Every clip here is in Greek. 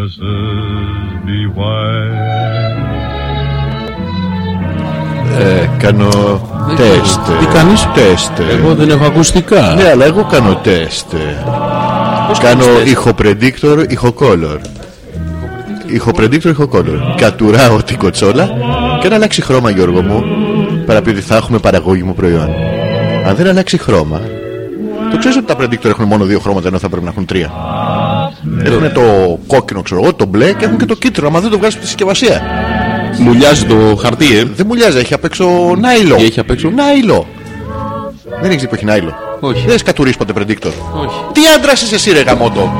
Mrs. Be White. Ε, κάνω τεστ. τι κάνεις? Τεστ. Εγώ δεν έχω ακουστικά. Ναι, αλλά εγώ κάνω τεστ. Πώς Κάνω κάνεις τεστ? ηχοπρεντίκτορ, ηχοκόλορ. Ηχοπρεντίκτορ, ηχοκόλορ. Κατουράω την κοτσόλα και να αλλάξει χρώμα, Γιώργο μου. Παραπεί ότι θα έχουμε παραγωγή προϊόν. Αν δεν αλλάξει χρώμα, το ξέρεις ότι τα πρεντίκτορ έχουν μόνο δύο χρώματα ενώ θα πρέπει να έχουν τρία. Ναι. Έχουν το κόκκινο, ξέρω εγώ, το μπλε και έχουν και το κίτρινο. Άμα δεν το βγάζεις από τη συσκευασία. Μουλιάζει το χαρτί, ε. Δεν μου λιάζει, έχει απ' έξω νάιλο. Έχει απ' έξω? νάιλο. Δεν έχεις δει που έχει νάιλο. Όχι. Δεν έχει κατουρίσει ποτέ πρεντίκτορ. Όχι. Τι άντρα είσαι εσύ, ρε γαμότο.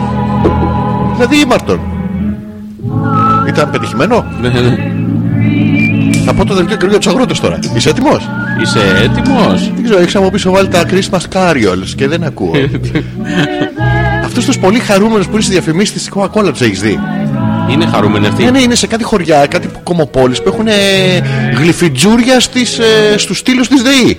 Δηλαδή ήμαρτον. Ήταν πετυχημένο. Ναι, ναι. Θα πω το δελτίο καιρού για τους αγρότες τώρα. Είσαι έτοιμος. Είσαι έτοιμος. Δεν ξέρω, έχεις από πίσω βάλει τα Christmas Carriols και δεν ακούω. Αυτούς τους πολύ χαρούμενους που είναι στη διαφημίση της Coca-Cola τους έχεις δει. Είναι χαρούμενη Ναι, αυτή. ναι, είναι σε κάτι χωριά, κάτι κομοπόλει που έχουν γλυφιτζούρια στις, ε, στους στήλους της ΔΕΗ.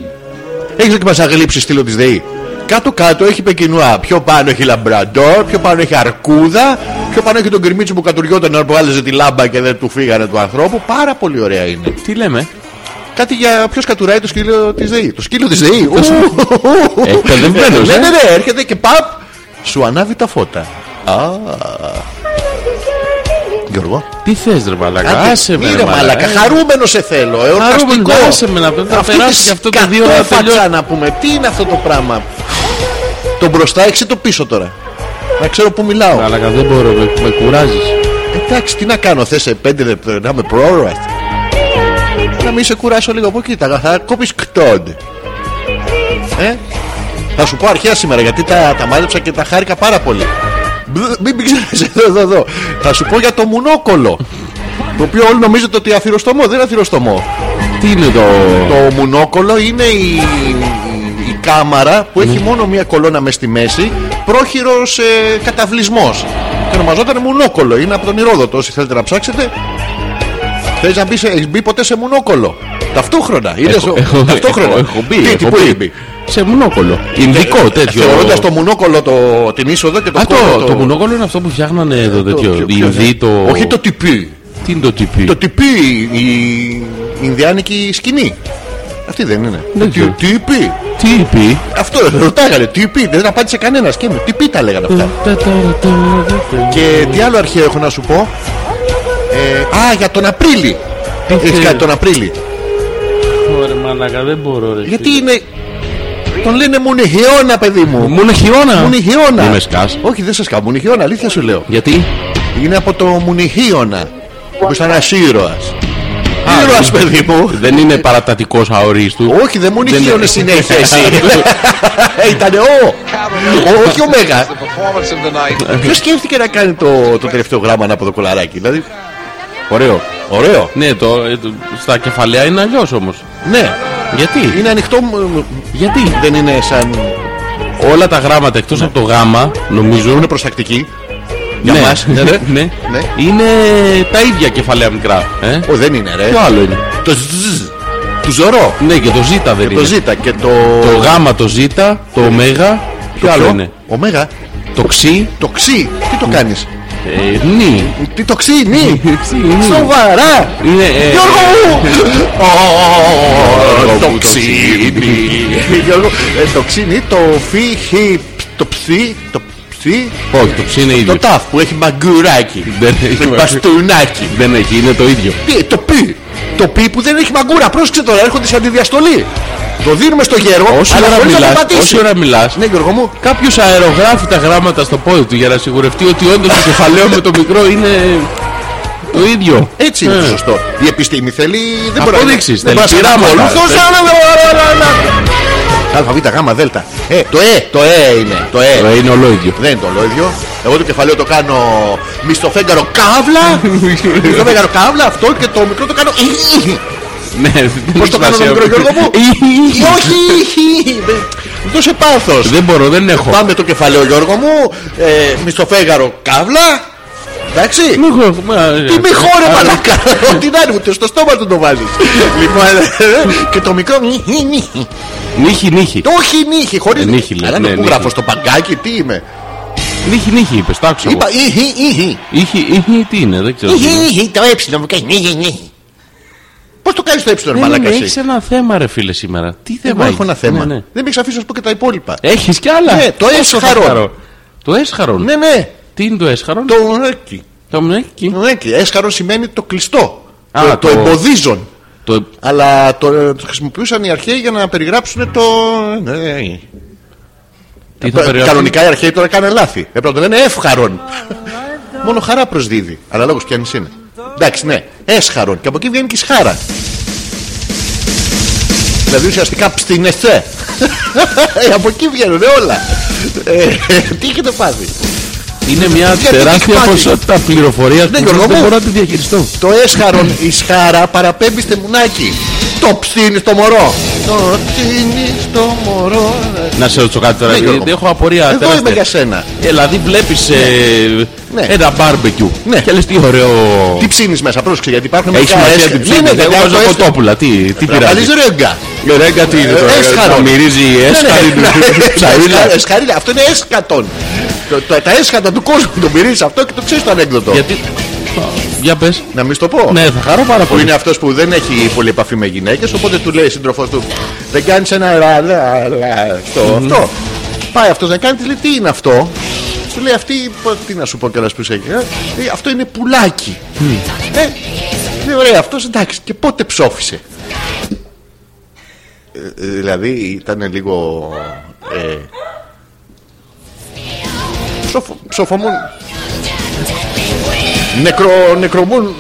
Έχει δοκιμάσει να γλύψει στήλο της ΔΕΗ. Κάτω-κάτω έχει πεκινουά. Πιο πάνω έχει λαμπραντόρ, πιο πάνω έχει αρκούδα, πιο πάνω έχει τον κρυμίτσο που κατουριόταν να που άλλαζε τη λάμπα και δεν του φύγανε του ανθρώπου. Πάρα πολύ ωραία είναι. Τι λέμε. Κάτι για ποιος κατουράει το σκύλο της ΔΕΗ. Το σκύλο της ΔΕΗ. Ου, ου, ου. Εκπαιδευμένος, Ναι, ε. ναι, ναι, έρχεται και παπ, σου ανάβει τα φώτα. Α. Γιώργο. Τι θες ρε μαλακά. Άντε, Άσε με μη ρε Ε, ρε μαλάκα, μαλακά. χαρούμενο σε θέλω, ε, εορταστικό. Χαρούμενο, άσε με να πε- να Αυτή περάσεις της και αυτό το δύο να σκατόφατσα τελειώσει. να πούμε, τι είναι αυτό το πράγμα. το μπροστά έξι το πίσω τώρα. Να ξέρω που μιλάω. Μαλακά δεν μπορώ, με, με κουράζεις. Εντάξει, τι να κάνω, θες σε πέντε λεπτά να είμαι πρόωρος. Να μην σε κουράσω λίγο από κοίτα, θα κόψεις κτόντ. Ε, θα σου πω αρχαία σήμερα γιατί τα, τα μάλεψα και τα χάρηκα πάρα πολύ. Μπλ, Μην ξέρεις εδώ, εδώ, εδώ. Θα σου πω για το μουνόκολο. το οποίο όλοι νομίζετε ότι αφιερωστομό, δεν είναι αφιερωστομό. Τι είναι το... Το μουνόκολο είναι η, η κάμαρα που Ναι. έχει μόνο μία κολόνα μες στη μέση, πρόχειρος ε, καταβλισμός. Και ονομαζόταν μουνόκολο, είναι από τον Ηρόδοτο όσοι θέλετε να ψάξετε. Θες να μπεις, σε, έχεις μπει ποτέ σε μουνόκολο. Ταυτόχρονα. Είδες, ο- έχω- ταυτόχρονα. έχω- έχω μπει, Τι, τι, έχω πού μπει. έχει μπει. Ε, Σε μουνόκολο. Ινδικό τέτοιο. Θεωρώντας το μουνόκολο το, την είσοδο και το Α, κόλλο το, το μουνόκολο είναι αυτό που φτιάχνανε εδώ τέτοιο. ποιο- Οι ποιο- Ινδοί το... Όχι το τυπί. Τι είναι το τυπί. Το τυπί, η η Ινδιάνικη σκηνή. Αυτή δεν είναι. Δεν Το ξέρω. τυπί. Τύπι. Αυτό ρωτάγανε, τι πει, δεν απάντησε κανένας και μου, τι πει τα λέγανε αυτά. Mm. και τι άλλο αρχαίο έχω να σου πω. Ε, α, για τον Απρίλη. Έχεις θέλεις. κάτι τον Απρίλη. Ρε μαλακά δεν μπορώ ρε. Γιατί είναι. Τον λένε Μουνιχιώνα, παιδί μου. Μόνο χιώνα. Μουνιχιώνα. Μη με σκάς. Όχι, δεν σε σκάω. Μουνιχιώνα, αλήθεια σου λέω. Γιατί. Είναι από το Μουνιχίωνα. Που ήταν ένας ήρωας. ναι. Ήρωα, παιδί μου. Δεν είναι παρατατικός αορίστου. Όχι, δεν μου νυχίωνε συνέχεια εσύ. Ε, Ήτανε ο. Ο- Όχι ωμέγα. Ποιο Ε, σκέφτηκε να κάνει το, το τελευταίο γράμμα να από το κολαράκι, δηλαδή. Ωραίο. Ωραίο. Ναι, το, ε, το- στα κεφαλαία είναι αλλιώς όμως. Ναι. Γιατί? Είναι ανοιχτό. μ, μ, Γιατί Δεν είναι σαν. όλα τα γράμματα εκτός Ναι. από το γάμα, νομίζω. Είναι προστακτική. Για ναι, μας, ναι, ναι. ναι. Ναι. Είναι τα ίδια κεφαλαία μικρά. Ε? Ω, δεν είναι, ρε. Ποιο άλλο είναι. Το ζζζ. Του ζωρό. Ναι, και το ζ δεν Το είναι. ζ και το. Το γάμα, το ζ, το ω, ποιο άλλο είναι. Ναι. Ωμέγα. Το ξ, Το ξύ. Τι το κάνεις. ε, νι. Τι το ξύ, νι. Ξύ, νι. Σοβαρά. Είναι, ε, Γιώργο μου! Το ξύνι. Γιώργο, ε, το ξύνι, το φι, χι, το ψι, το ψι, όχι, το ξ είναι ίδιο. το ταφ που έχει μαγκουράκι. Δεν έχει. Μπαστούνάκι. Δεν έχει, είναι το ίδιο. Τι, Το πι. Το πι που δεν έχει μαγκούρα. Πρόσεξε τώρα, έρχονται σε αντιδιαστολή. Το δίνουμε στο γέρο, Όση αλλά ώρα χωρίς να το μιλάς, πατήσει. όση ώρα μιλάς, Ναι, Γιώργο μου, κάποιος αερογράφει τα γράμματα στο πόδι του για να σιγουρευτεί ότι όντως το κεφαλαίο με το μικρό είναι το ίδιο. έτσι είναι Ε. το σωστό. Η επιστήμη θέλει. Δεν μπορεί να Αποδείξεις, δεν θέλει μπορεί να πειράματα. ακολουθούς, Θέλει- αλλά- Α, Β, Γ, Δ. Ε, το Ε, το Ε είναι. Το Ε. Τώρα είναι όλο ίδιο. Δεν είναι το ολόιδιο. Εγώ το κεφαλαίο το κάνω μισθοφέγγαρο κάβλα. μισθοφέγγαρο κάβλα αυτό και το μικρό το κάνω. Ναι, δεν Πώς το έχει κάνω το σημασία. μικρό Γιώργο μου. Όχι. Δεν σε πάθος. Δεν μπορώ, δεν έχω. Πάμε το κεφαλαίο Γιώργο μου. ε, Μισθοφέγγαρο κάβλα. Εντάξει. Ναι. Τι μη χώρε μαλακά. Ό,τι να είναι ούτε στο στόμα του το βάζεις Λοιπόν και το μικρό Νύχι, νύχι. Το όχι νύχι χωρίς Ε, νύχι, λέει. Αλλά να Ναι, που νύχι. γράφω στο παγκάκι τι είμαι Νύχι, νύχι, είπες, το άκουσα. Είπα ήχη, ήχη. Ήχη, ήχη, τι είναι, δεν ξέρω. Ήχη, ήχη, το έψιλο μου κάνει ήχη, ήχη. Πώς το κάνεις το Ε, έψιλο, μαλακά Έχεις ένα θέμα, ρε φίλε, σήμερα. Τι ναι, θέμα Εγώ έχω έχεις? ένα θέμα. Ναι, ναι. Δεν με έχεις αφήσει να σου πω και τα υπόλοιπα. Έχεις κι άλλα. Ναι, το Πόσο έσχαρο. χάρο. Το έσχαρο. Ναι, ναι. Τι είναι το έσχαρο. Το ε, Ναι. ουρέκι. Το μνέκι. Το ουρέκι. Έσχαρο σημαίνει το κλειστό. Α, το, το το- εμποδίζον. Το... Αλλά το, το χρησιμοποιούσαν οι αρχαίοι για να περιγράψουν το. Ναι, ναι. Τι θα περιγράψει. Ε, Κανονικά οι αρχαίοι τώρα κάνουν λάθη. Έπρεπε να το λένε εύχαρον. Μόνο χαρά προσδίδει. Αναλόγως ποια είναι. Εντάξει, ναι. Έσχαρον. Και από εκεί βγαίνει και η σχάρα. Δηλαδή ουσιαστικά ψτινεσέ. Ε, από εκεί βγαίνουν όλα. Ε, τι έχετε πάθει. Είναι μια Γιατί τεράστια έχει ποσότητα πληροφορίας που Γιώργο δεν μου. μπορώ να τη διαχειριστώ. Το έσχαρον η σχάρα παραπέμπει στεμουνάκι. Το ψήνεις το μωρό. Το ψήνεις το μωρό. Να σε ρωτήσω κάτι τώρα, Ναι, Γιώργο. γιατί έχω απορία. Εδώ τεράστια. είμαι για σένα. Ε, δηλαδή βλέπεις Ναι. ένα μπάρμπεκιου Ναι. και λες τι ωραίο. Τι ψήνεις μέσα, πρόσεξε γιατί υπάρχουν Έχει μερικά σημασία έσχα- την Ναι, ψήφα. ναι, Εγώ παιδιά, βάζω το έσχα- κοτόπουλα. Τι, τι Να πειράζει. βάλεις ρόγκα. Η ρέγκα τι είναι Ε, τώρα, έσχαρο. να μυρίζει έσχαρη Ναι, ναι. ψαρίλα. Εσχα- Εσχαρίλα, αυτό είναι έσκατον. Το- το- Τα έσχατα του κόσμου το μυρίζεις αυτό και το ξέρεις το ανέκδοτο. Γιατί. Για πες. Να μην σου το πω. Ναι, θα χαρώ πάρα Που πολύ. είναι αυτός που δεν έχει πολύ επαφή με γυναίκες, οπότε του λέει σύντροφο του: Δεν κάνεις ένα ρα- λα- λα- στο αυτό. Πάει αυτός να κάνει, της λέει: Τι είναι αυτό. Του λέει αυτή, «Πω, τι να σου πω κιόλας που είσαι εκεί. ε, «Ε, Αυτό είναι πουλάκι. Ε, λέει, ωραία, αυτός εντάξει, και πότε ψόφισε. Ε, ε, δηλαδή ήταν λίγο. Ε, ψοφο, ψοφομούν. Νεκρο, νεκρομούν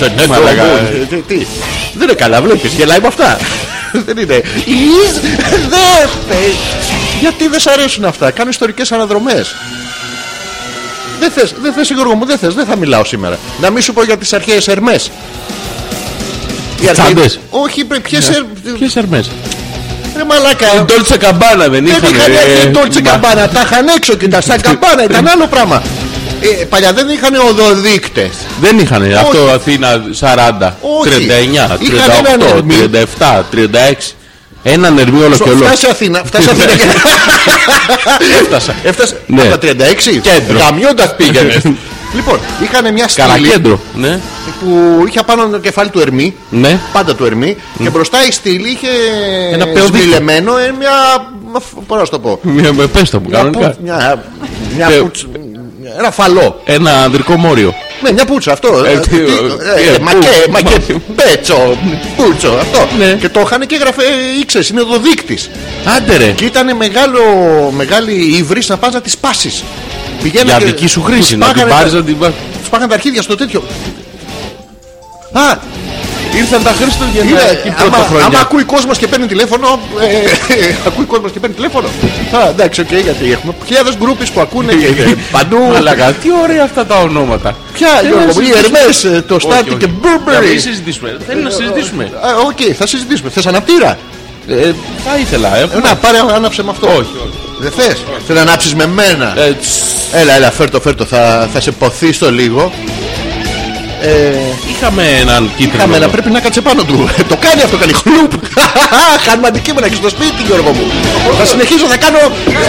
Ναι, Μαλάκα, μαλάκα. ε, τι- τι. Δεν είναι καλά, βλέπεις, γελάει με αυτά. Δεν είναι. Εις, Δε, παι- γιατί δεν σ' αρέσουν αυτά, κάνω ιστορικές αναδρομές. Δεν θες, δεν θες Γιώργο μου, δεν θες, δεν θα μιλάω σήμερα. Να μην σου πω για τις αρχαίες Ερμές. Οι αρχαίες- τσάντες. Όχι, μπρε, ποιες ερ- Ναι. Ποιες αρμές. Ρε μαλάκα. Ντόλτσε καμπάνα Ε, Δεν δεν είχαν. είχαν ε, έρθει τόλτσε μα- καμπάνα, τα είχαν έξω και τα σαν καμπάνα, ήταν άλλο πράγμα. Ε, παλιά δεν είχαν οδοδείκτες. Δεν είχαν. Αυτό Όχι. Αθήνα 40, Όχι. 39, Είχαν έναν 38, Ερμή. 37, 36. Ένα νερμή όλο και όλο. Φτάσε Αθήνα, φτάσε Αθήνα. ναι. Έφτασα. Έφτασε Ναι. από τα 36 Κέντρο. Γαμιώντας πήγαινε Λοιπόν, είχαν μια στήλη Καρακέντρο. Ναι. που είχε απάνω το κεφάλι του Ερμή Ναι. Πάντα του Ερμή Και μπροστά η στήλη είχε Ένα πεωδίκιο. σμιλεμένο, ε, μια... Πώς να σου το πω Μια- με- Πες το μου Μια, κανονικά. που- μια, μια Πε- πουτς- Ένα φαλό Ένα ανδρικό μόριο. Ναι, μια πουτσα αυτό. Ε, Ε, τι, τι- ε, ε, ε, Μακέ, πού- μακέ, μα- πέτσο, πούτσο, αυτό. Ναι. Και το είχαν και έγραφε, ε, ήξερες, είναι οδοδείκτης. Άντε ρε. Και ήταν μεγάλο, μεγάλη ύβρις να πας να τη σπάσει. Για δική σου χρήση. Να την πάρεις να την πάρεις. Του πάγαν τα αρχίδια στο τέτοιο. Α, Ήρθαν τα είναι, Χριστούγεννα εκεί άμα, άμα πρωτοχρονιά. ακούει κόσμος και παίρνει τηλέφωνο. Ε, ακούει κόσμος και παίρνει τηλέφωνο. Α, εντάξει, οκ, γιατί έχουμε χιλιάδες γκρούπε που ακούνε και, και παντού. Μαλάκα, τι ωραία αυτά τα ονόματα. Ποια, Θέλω να Γιώργο, μου, οι συζητήσουμε. Ερμέ, το Στάρτι και Να μην Μπέρμπερι. συζητήσουμε. Θέλω να συζητήσουμε. Οκ, θα συζητήσουμε. Θες αναπτήρα. Ε, θα ήθελα. Ε, Έχω... Να, πάρε, ανάψε με αυτό. ναι. Όχι, όχι. Δεν θες. Θέλω να ανάψεις με μένα. Ε, τσ, Έλα, έλα, φέρτο, φέρτο. Θα, θα σε ποθεί στο λίγο. είχαμε έναν κίτρινο. Κάμερα εδώ. πρέπει να κάτσε πάνω του. Ε, το κάνει αυτό, κάνει χλουπ. Κάνουμε αντικείμενα και στο σπίτι, Γιώργο μου. θα συνεχίσω, θα κάνω,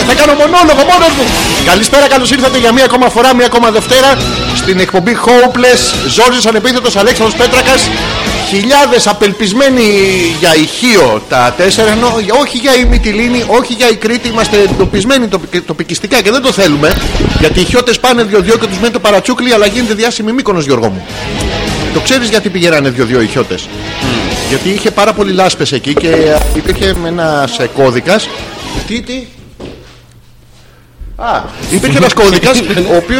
θα κάνω μονόλογο μόνος μου. Καλησπέρα, καλώς ήρθατε για μία ακόμα φορά, μία ακόμα Δευτέρα στην εκπομπή Hopeless. Ζόρζης Ανεπίθετος Αλέξανδρος Πέτρακας. Χιλιάδες απελπισμένοι για ηχείο τα τέσσερα, ενώ όχι για η Μυτιλίνη, όχι για η Κρήτη. Είμαστε εντοπισμένοι τοπικ- τοπικιστικά και δεν το θέλουμε. Γιατί οι χιώτε πάνε δυο-δυο και τους μένει το παρατσούκλι, αλλά γίνεται διάσημη μήκονος, Γιώργο μου. Το ξέρεις γιατί πηγαίνανε δύο-δύο οι χιώτε. Γιατί είχε πάρα πολλοί λάσπες εκεί και ε, υπήρχε ένας κώδικας. Τι, τι. Α, υπήρχε ένας κώδικα ο οποίος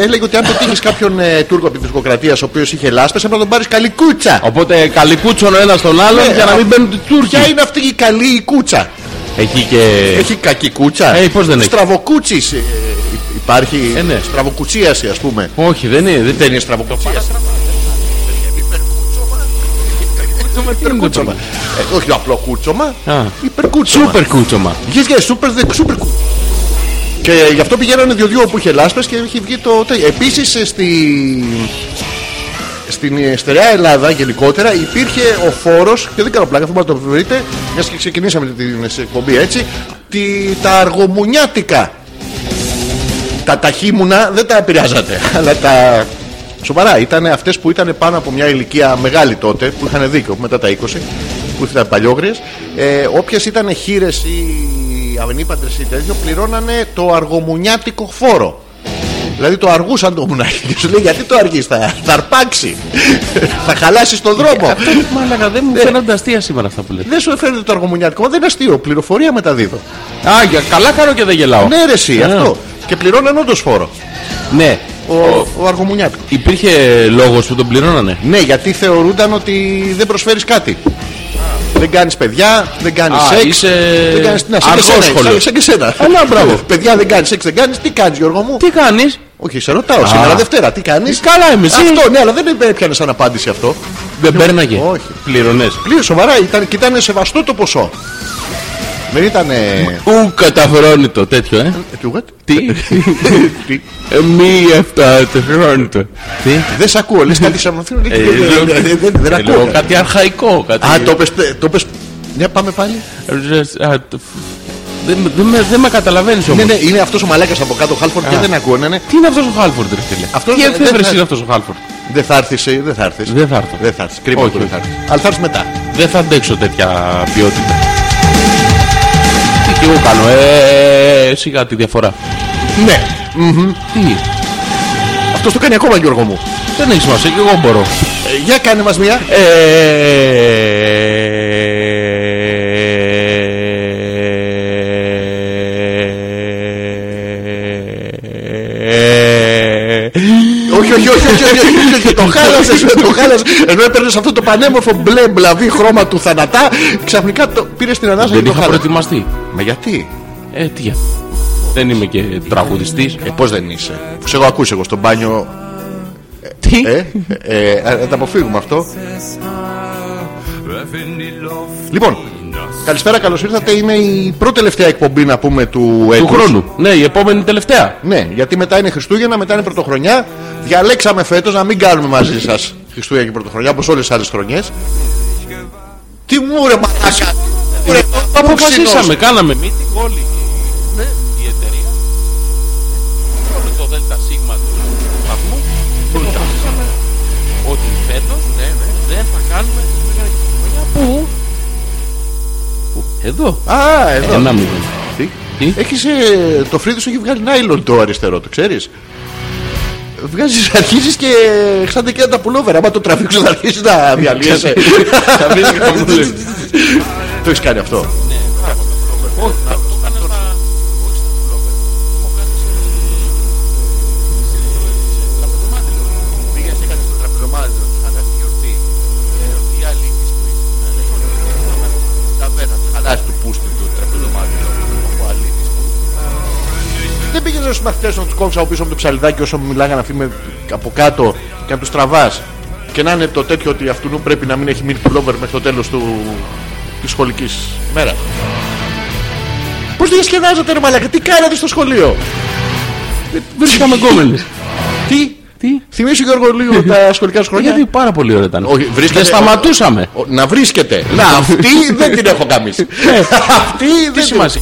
έλεγε ότι αν πετύχεις κάποιον ε, Τούρκο από τη Τουρκοκρατία ο οποίος είχε λάσπε, έπρεπε να τον πάρεις καλή κούτσα. Οπότε καλικούτσον ο ένας τον άλλον Ναι, για να α- μην μπαίνουν οι Τούρκοι. Ποια είναι αυτή η καλή η κούτσα. Έχει και. Έχει κακή κούτσα. Ε, πώς δεν έχει. Στραβοκούτσης, ε, υπάρχει. Ε, ναι. Στραβοκουτσίαση, ας πούμε. Όχι, δεν είναι. Δεν Δεν είναι στραβοκουτσίαση. είναι Κούτσομα. Ε, Όχι απλό κούτσομα. Α. Υπερκούτσομα. Σούπερ κούτσομα. Yes, yes, super, the super cool. Και γι' αυτό πηγαίνανε δυο-δυο που είχε λάσπες και είχε βγει το τέτοιο. Επίση στη... στην ε, στερεά Ελλάδα γενικότερα υπήρχε ο φόρος, και δεν κάνω πλάκα, θα μπορείτε να το βρείτε, ε, μιας και ξεκινήσαμε την εκπομπή έτσι, τη... τα αργομουνιάτικα. τα ταχύμουνα δεν τα επηρεάζατε. Αλλά τα σοβαρά ήταν αυτές που ήταν πάνω από μια ηλικία μεγάλη τότε, που είχαν δίκιο μετά τα 20, που ήταν παλιόγριες. Ε, Όποιες ήταν χείρες ή αβενίπαντρε ή τέτοιο, πληρώνανε το αργομουνιάτικο φόρο. Δηλαδή το αργούσαν το μουνάκι και σου λέει γιατί το αργείς θα, θα αρπάξει Θα χαλάσεις τον δρόμο Μάλακα, δεν μου φαίνονται αστεία σήμερα αυτά που λέτε. Δεν σου έφερε το αργομουνιάτικο μα δεν είναι αστείο Πληροφορία μεταδίδω Α, για- καλά κάνω και δεν γελάω. Ναι ρε εσύ Α. αυτό Και πληρώναν όντως φόρο Ναι. Ο, ο αργομουνιάτικος Υπήρχε λόγος που τον πληρώνανε. Ναι, γιατί θεωρούνταν ότι δεν προσφέρεις κάτι. Δεν κάνεις παιδιά, δεν κάνεις Α, σεξ. είσαι Δεν κάνεις την σαν και αργόσχολος. σένα, σαν- σαν και σένα. Αλλά, ναι, μπράβο. παιδιά δεν κάνεις σεξ, δεν κάνεις. Τι κάνεις, Γιώργο μου. Τι κάνεις. Όχι, σε ρωτάω σήμερα Δευτέρα, τι κάνεις. Ε, Καλά είμαι εσύ. Αυτό, ναι, αλλά δεν έπιανες σαν απάντηση αυτό. Δεν πέρναγε. Όχι. Πληρωνέ. Πλήρω σοβαρά ήταν και ήταν σεβαστό το ποσό. Δεν ήταν. Ου καταφρόνητο τέτοιο, ε. Τι. Τι. Ε, Μη αυτά το χρόνητο. Τι. Δεν σε ακούω, λες κάτι σαν να Ε, λέω- Δεν ε, λέω ακούω. Κάτι αρχαϊκό. Κάτι... Α, το πες, το πες- Ναι, πάμε πάλι. Ε, α, το- Δεν με- δεν με- δεν με καταλαβαίνεις όμως. Ναι, ναι, είναι αυτός ο μαλάκας από κάτω, ο Χάλφορντ και δεν ακούω, ναι, ναι. Τι είναι αυτός ο Χάλφορντ, ρε φίλε. Αυτός Τι δεν- δεν εφεύρεση θα- είναι αυτός ο Χάλφορντ. Δεν θα έρθεις, δεν θα έρθεις. Δεν θα έρθω. Δεν θα έρθεις. Κρίμα Όχι, που δεν θα όχι. έρθεις. Αλλά θα έρθεις μετά. Δεν θα αντέξω τέτοια ποιότητα. Τι και εγώ κάνω. Ε, σιγά τη διαφορά. Ναι. Τι. Αυτός το κάνει ακόμα, Γιώργο μου. Δεν έχει σημασία και εγώ μπορώ. Ε, Ε, για κάνε μας μία. Ε, Όχι, όχι, όχι, όχι, όχι, όχι, όχι, το χάλασε, το χάλασε. Ενώ έπαιρνε αυτό το πανέμορφο μπλε μπλαβή χρώμα του θανατά, ξαφνικά το πήρε στην ανάσα και Δεν το είχα χάλασε. προετοιμαστεί. Μα γιατί, Ε, τι για- Δεν είμαι και τραγουδιστής. ε, πώς δεν είσαι. Σε εγώ ακούσε εγώ στο μπάνιο. Τι. Ε, ε, ε, α, να τα αποφύγουμε αυτό. Λοιπόν, καλησπέρα, καλώς ήρθατε. Είναι η πρώτη τελευταία εκπομπή να πούμε του Του έτους. χρόνου. Ναι, η επόμενη τελευταία. Ναι, γιατί μετά είναι Χριστούγεννα, μετά είναι Πρωτοχρονιά. Διαλέξαμε φέτος να μην κάνουμε μαζί σας Χριστούγεννα και Πρωτοχρονιά όπως όλες τις άλλες χρονιές. Τι μου ρε μαλάκα! μου, ρε, Το μου αποφασίσαμε, ξυνός. κάναμε meeting όλοι. Η εταιρεία. Όλο το ΔΣ σίγμα του σταθμού. Και αποφασίσαμε ότι φέτος ναι, ναι, δεν θα κάνουμε Χριστούγεννα και Πρωτοχρονιά. Πού? Πού? Εδώ. Α, εδώ. Ένα μηδέν. Τι? Τι? Έχεις, ε, το φρύδι σου έχει βγάλει νάιλον το αριστερό, το ξέρεις. Βγάζεις, αρχίζεις και χάνεται και τα πουλόβερα. Άμα το τραβήξω, θα αρχίσεις να διαλύεσαι. Τραβήξει και θα μου λέει. Το έχεις κάνει αυτό. Όχι, θα το κάνω στα... Όχι στα πουλόβερα. Το έχω κάνει σε... σε... σε τραπεζομάντιλο. Πήγα και έκανα στο τραπεζομάντιλο. Χαλά τη γιορτή. Ε, ότι η άλλη εκεί που ήταν. Ταβέρνα. Χαλάσει του πούστη του τραπεζομάτιλο. Ο αλήτης που. Δεν πήγαινε στου μαθητές να τους κόψεις από πίσω από το ψαλιδάκι όσο μιλάγανε αυτοί με, από κάτω και να τους τραβάς. Και να είναι το τέτοιο ότι αυτού πρέπει να μην έχει μείνει πουλόβερ μέχρι το τέλος του... της σχολικής μέρας. Πώς διασκεδάζατε, ρε Μαλάκα, τι κάνατε στο σχολείο. Βρίσκαμε γκόμενες. Τι, Τι. θυμίσου Γιώργο λίγο τα σχολικά σου χρόνια. Γιατί πάρα πολύ ωραία ήταν. Όχι, βρίσκατε- Δεν σταματούσαμε. Ο- Να βρίσκεται. Να, αυτή δεν την έχω καμίσει. αυτή Τι δεν την σημασία.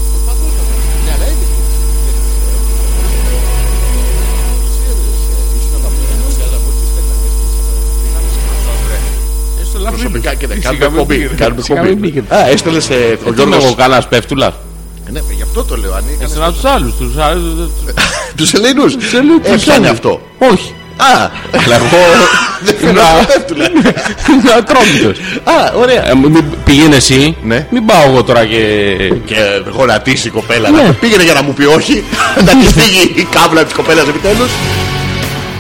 Προσωπικά και δεν κάνουμε εκπομπή. Κάνουμε εκπομπή. Α, έστελε σε ο Δεν Γιώργος. έχω κανένα πέφτουλα. Ναι, γι' αυτό το λέω. Αν έκανε Σαν τους άλλους. Τους άλλους. τους Ελληνού. Ε, Έπιανε Ε, αυτό. Όχι. Α, Αλλά εγώ. δεν φαινόταν πέφτουλα. Να τρόμητο. Α, ωραία. Ε, Πήγαινε εσύ. Ναι. Μην πάω εγώ τώρα και. Και γονατίσει η κοπέλα. Ναι. Να- Πήγαινε για να μου πει όχι. Να τη φύγει η κάβλα της κοπέλας επιτέλους.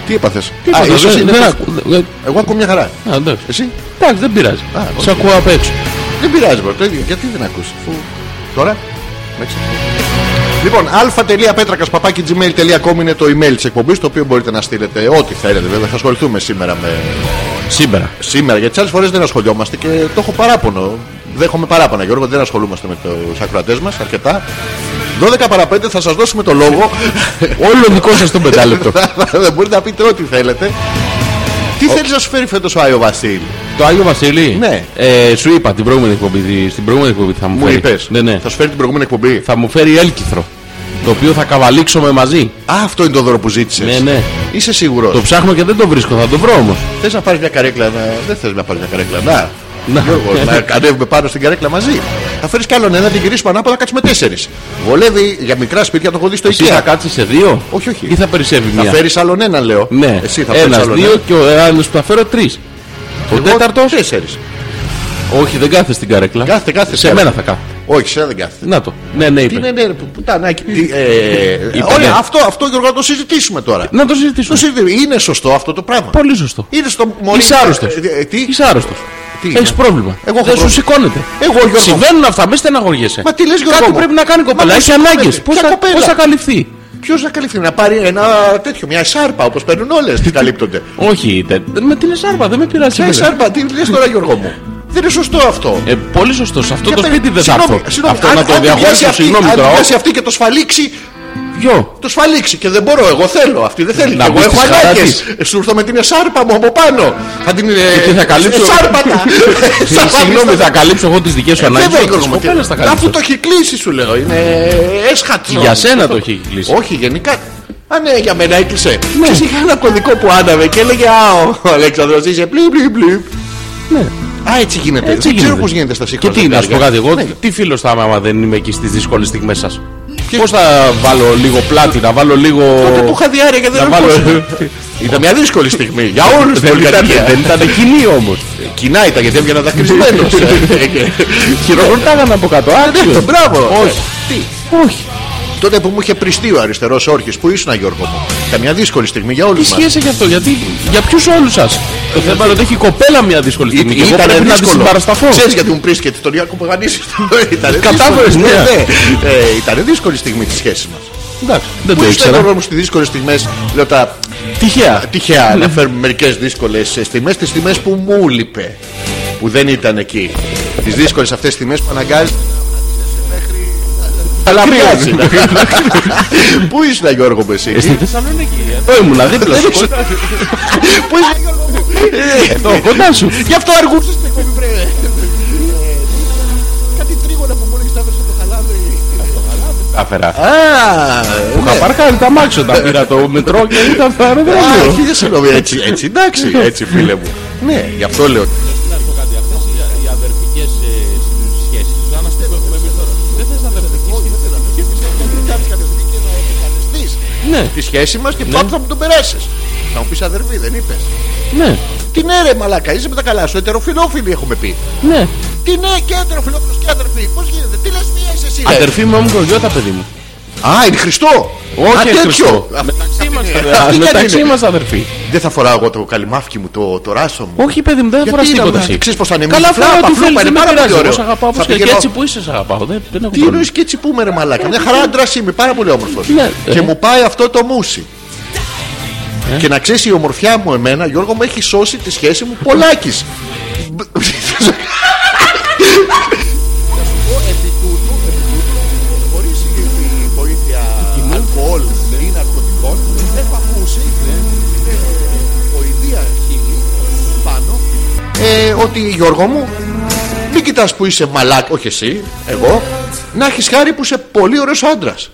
Τι έπαθε. Τίποτα, δεν- δεν ακού- δεν- Εγώ ακούω μια χαρά. Α, εντάξει. Εσύ Εντάξει, δεν πειράζει. Α, οκ. Σε ακούω απ' έξω. δεν πειράζει μπρο, το ίδιο. Γιατί δεν ακούσει. Τώρα. εντάξει. Λοιπόν, α.πέτρακα.gmail.com είναι το email της εκπομπής το οποίο μπορείτε να στείλετε ό,τι θέλετε. Βέβαια, θα ασχοληθούμε σήμερα με Σήμερα. σήμερα γιατί τι άλλες φορές δεν ασχολιόμαστε και το έχω παράπονο. Δέχομαι παράπονα Γιώργο, δεν ασχολούμαστε με τους ακροατές μας αρκετά. 12 παρα 5 θα σας δώσουμε το λόγο. Όλο δικό σας τον πεντάλεπτο. Μπορείτε να πείτε ό,τι θέλετε. Τι θέλεις να σου φέρει φέτος ο Άιο Βασίλη, Το Άγιο Βασίλη. Ναι. Ε, σου είπα την προηγούμενη εκπομπή. Στην προηγούμενη εκπομπή θα μου μου φέρει. είπες. Ναι, ναι. Θα σου φέρει την προηγούμενη εκπομπή. Θα μου φέρει έλκυθρο. Το οποίο θα καβαλήξουμε μαζί. Α, αυτό είναι το δώρο που ζήτησες. Ναι, ναι. Είσαι σίγουρος. Το ψάχνω και δεν το βρίσκω, θα το βρω όμως. Θες να πάρεις μια καρέκλα. Να... Δεν θες να πάρεις μια καρέκλα. Να. Να. Ναι. Γιώργο, να κατέβουμε πάνω στην καρέκλα μαζί. Θα φέρεις κι άλλον ένα, την γυρίσουμε ανάποδα, κάτσουμε τέσσερις. Βολεύει για μικρά σπίτια, το έχω δει στο Εσύ θα IKEA. κάτσεις σε δύο. Όχι, όχι. Ή θα περισσεύει Θα μία. φέρεις άλλον ένα, λέω. Ναι, Εσύ θα φέρεις ένας, άλλον δύο ένα. και ο άλλος που θα φέρω τρεις. Ο τέταρτος. Τέσσερις. Όχι, δεν κάθεται στην καρέκλα. Κάθε, κάθε. Σε μένα θα κάθεται. Όχι, σε ένα δεν κάθεται. Να το. Ναι, ναι, Τι είπε. είναι, ναι, που- πουτανάκι. τι, ε, Είπε, ναι. Ωραία, αυτό, αυτό Γιώργο, να το συζητήσουμε τώρα. Να το Το συζητήσουμε. συζητήσουμε. Είναι σωστό αυτό το πράγμα. Πολύ σωστό. Είναι στο μωρή. Είσαι άρρωστος. Ε, ε, Τι. Είσαι άρρωστος. Τι είναι? Έχει πρόβλημα. Εγώ έχω δεν σου πρόβλημα. σηκώνεται. Εγώ, Γιώργο. Συμβαίνουν αυτά, μην στεναχωριέσαι. Μα τι λες, Γιώργο Κάτι μου? πρέπει να κάνει η κοπέλα. Μα Έχει πώς ανάγκε. σηκώνεται? Πώ Ποια θα, κοπέλα? πώς θα καλυφθεί. Ποιος να καλυφθεί, να πάρει ένα τέτοιο, μια σάρπα όπως παίρνουν όλες. Τι καλύπτονται. Όχι, τε- με την εσάρπα, δεν με πειράζει. Μια εμένα. σάρπα, τι λες τώρα, Γιώργο μου. Δεν είναι σωστό αυτό. Ε, πολύ σωστό. Σε αυτό Για το πε- σπίτι δεν θα συγγνώμη, έρθω. συγγνώμη, Αυτό αν- να το αν διαχωρίσω. βιάσει αυτή- Συγγνώμη Αν τώρα. βιάσει αυτή και το σφαλίξει, Ποιο. το σφαλίξει και δεν μπορώ, εγώ θέλω. Αυτή δεν θέλει. Να και εγώ μπεις έχω στη χαρά ανάγκε. της. Σου ήρθα με την εσάρπα μου από πάνω. Θα την. ε, τι θα καλύψω? Ε, Εσάρπατα. Θα Συγγνώμη, βάλεις τα- θα καλύψω εγώ τις δικές σου Ε, ανάγκε. βέβαια, Τι Γιώργο μου, κοπέλες θα τι- Αφού καλύψω. το έχει κλείσει, σου λέω. Είναι έσχατο. Για σένα το έχει κλείσει. Όχι, γενικά. Α, ναι, για μένα έκλεισε. Ναι. Ξέρεις, είχα ένα κωδικό που άναβε και έλεγε Α, ο Αλέξανδρος είσαι πλή, πλή, πλή. Ναι. Ε, Α, έτσι γίνεται. Έτσι Δεν ξέρω γίνεται. πώς γίνεται στα Και σύγχρονα. τι, να σου πω κάτι, εγώ Ναι. τι φίλος θα είμαι άμα δεν είμαι εκεί στις δύσκολες στιγμές σας. Πώς θα βάλω λίγο πλάτη, να βάλω λίγο. Τότε που είχα διάρκεια και Να δεν βάλω. άκουσα. Ήταν μια δύσκολη στιγμή για όλου του Δεν ήταν- πολυκατοικία. Δεν ήταν κοινή όμως. Κοινά ήταν γιατί έβγαινα δακρυσμένος. Χειροκροτάγανε από κάτω. Ναι, Άξιος. μπράβο. Όχι. Όχι. Τότε που μου είχε πριστεί ο αριστερός όρχης, που ήσουν Γιώργο μου. Καμιά δύσκολη στιγμή για όλους Τι μα. σχέση έχει αυτό, γιατί για ποιους όλους σας. Το θέμα είναι ότι έχει η κοπέλα μια δύσκολη στιγμή. Και εγώ Ήταν πρέπει να τη δύσκολο. συμπαρασταθώ. Ξέρεις γιατί μου πρίσκεται τον Ιάκο Παγανίση. Ήταν Κατάφερες, ναι. Ε, Ήταν δύσκολη στιγμή της σχέσης μας. Εντάξει, δεν Πού το είστε ήξερα. Γιώργο μου στις δύσκολες στιγμές Λέω τα Τυχαία. τυχαία να φέρουμε μερικές δύσκολες στιγμές Τις στιγμές που μου λείπε Που δεν ήταν εκεί Τις δύσκολες αυτές στιγμές που αναγκάζει Αλλά χρειάζεται. Πού ήσουν Γιώργο μου εσύ Στην Θεσσαλονίκη. Εδώ ήμουνα δίπλα σου. ήσουν. Πού ήσουν Γιώργο μου Ε, Εδώ κοντά σου. Γι' αυτό αργούσες στην εκπομπή βρε. Ε, Κάτι τρίγωνα που μου έλεγες να βρεις το χαλάδι Τα φέρα. Α, Είχα παρκάρει τα μάξια, τα πήρα το μετρό και ήταν στο Α, αεροδρόμιο. χίλια συγγνώμη, έτσι, έτσι, εντάξει, έτσι φίλε μου. Ναι, γι' αυτό λέω. Να σου πω κάτι, αυτέ οι ε, αδερφικέ σχέσει του αναστεύουμε εμεί τώρα. Δεν θε αδερφική σχέση. Κάτσε κάποια στιγμή και να εμφανιστείς Ναι, τη σχέση μας και πάμε θα μου τον περάσεις. Θα μου πεις αδερφή, δεν είπες. ναι, Τι ναι ρε μαλάκα, είσαι με τα καλά σου, ετεροφιλόφιλοι έχουμε πει. ναι. Τι ναι και ετεροφιλόφιλος και αδερφή, πώς γίνεται, τι λες μία είσαι εσύ. ρε. Ε. Αδερφή μου, μου τα παιδί μου. Α, είναι Χριστό. Όχι, Α, είναι Χριστό. Α, Μεταξύ μας, Α, τι Μεταξύ κάνει. μα, αδερφή. Δεν θα φοράω εγώ το καλυμάφκι μου, το, το ράσο μου. Όχι, παιδί μου, δεν φορά τίποτα. εσύ. Ξέρεις πως θα είναι Καλά, μη φλάπα, φορά τι φλούπα, θέλεις. είναι Δεν με πάρα πολύ πειράζει. ωραίο. Εγώ σ' αγαπάω Θα όπως και- και πηγαίνω- έτσι που είσαι, σ' αγαπάω. Δεν δεν έχω Τι εννοεί πρόβλημα. και έτσι που με ρε μαλάκα. Μια χαρά άντρα είμαι, πάρα πολύ όμορφος. Ναι, και ε. μου πάει αυτό το μουσι. Και να ξέρεις η ομορφιά μου εμένα, Γιώργο μου έχει σώσει τη σχέση μου πολλάκις. επί τούτου, επί τούτου, χωρίς η βοήθεια αλκοόλ Ναι. ή ναρκωτικών, έχω ακούσει, είναι βοηθεία χείλη πάνω, ε, ότι Γιώργο μου, μην κοιτάς που είσαι μαλάκ, όχι εσύ, εγώ, να έχεις χάρη που είσαι πολύ ωραίος άντρας.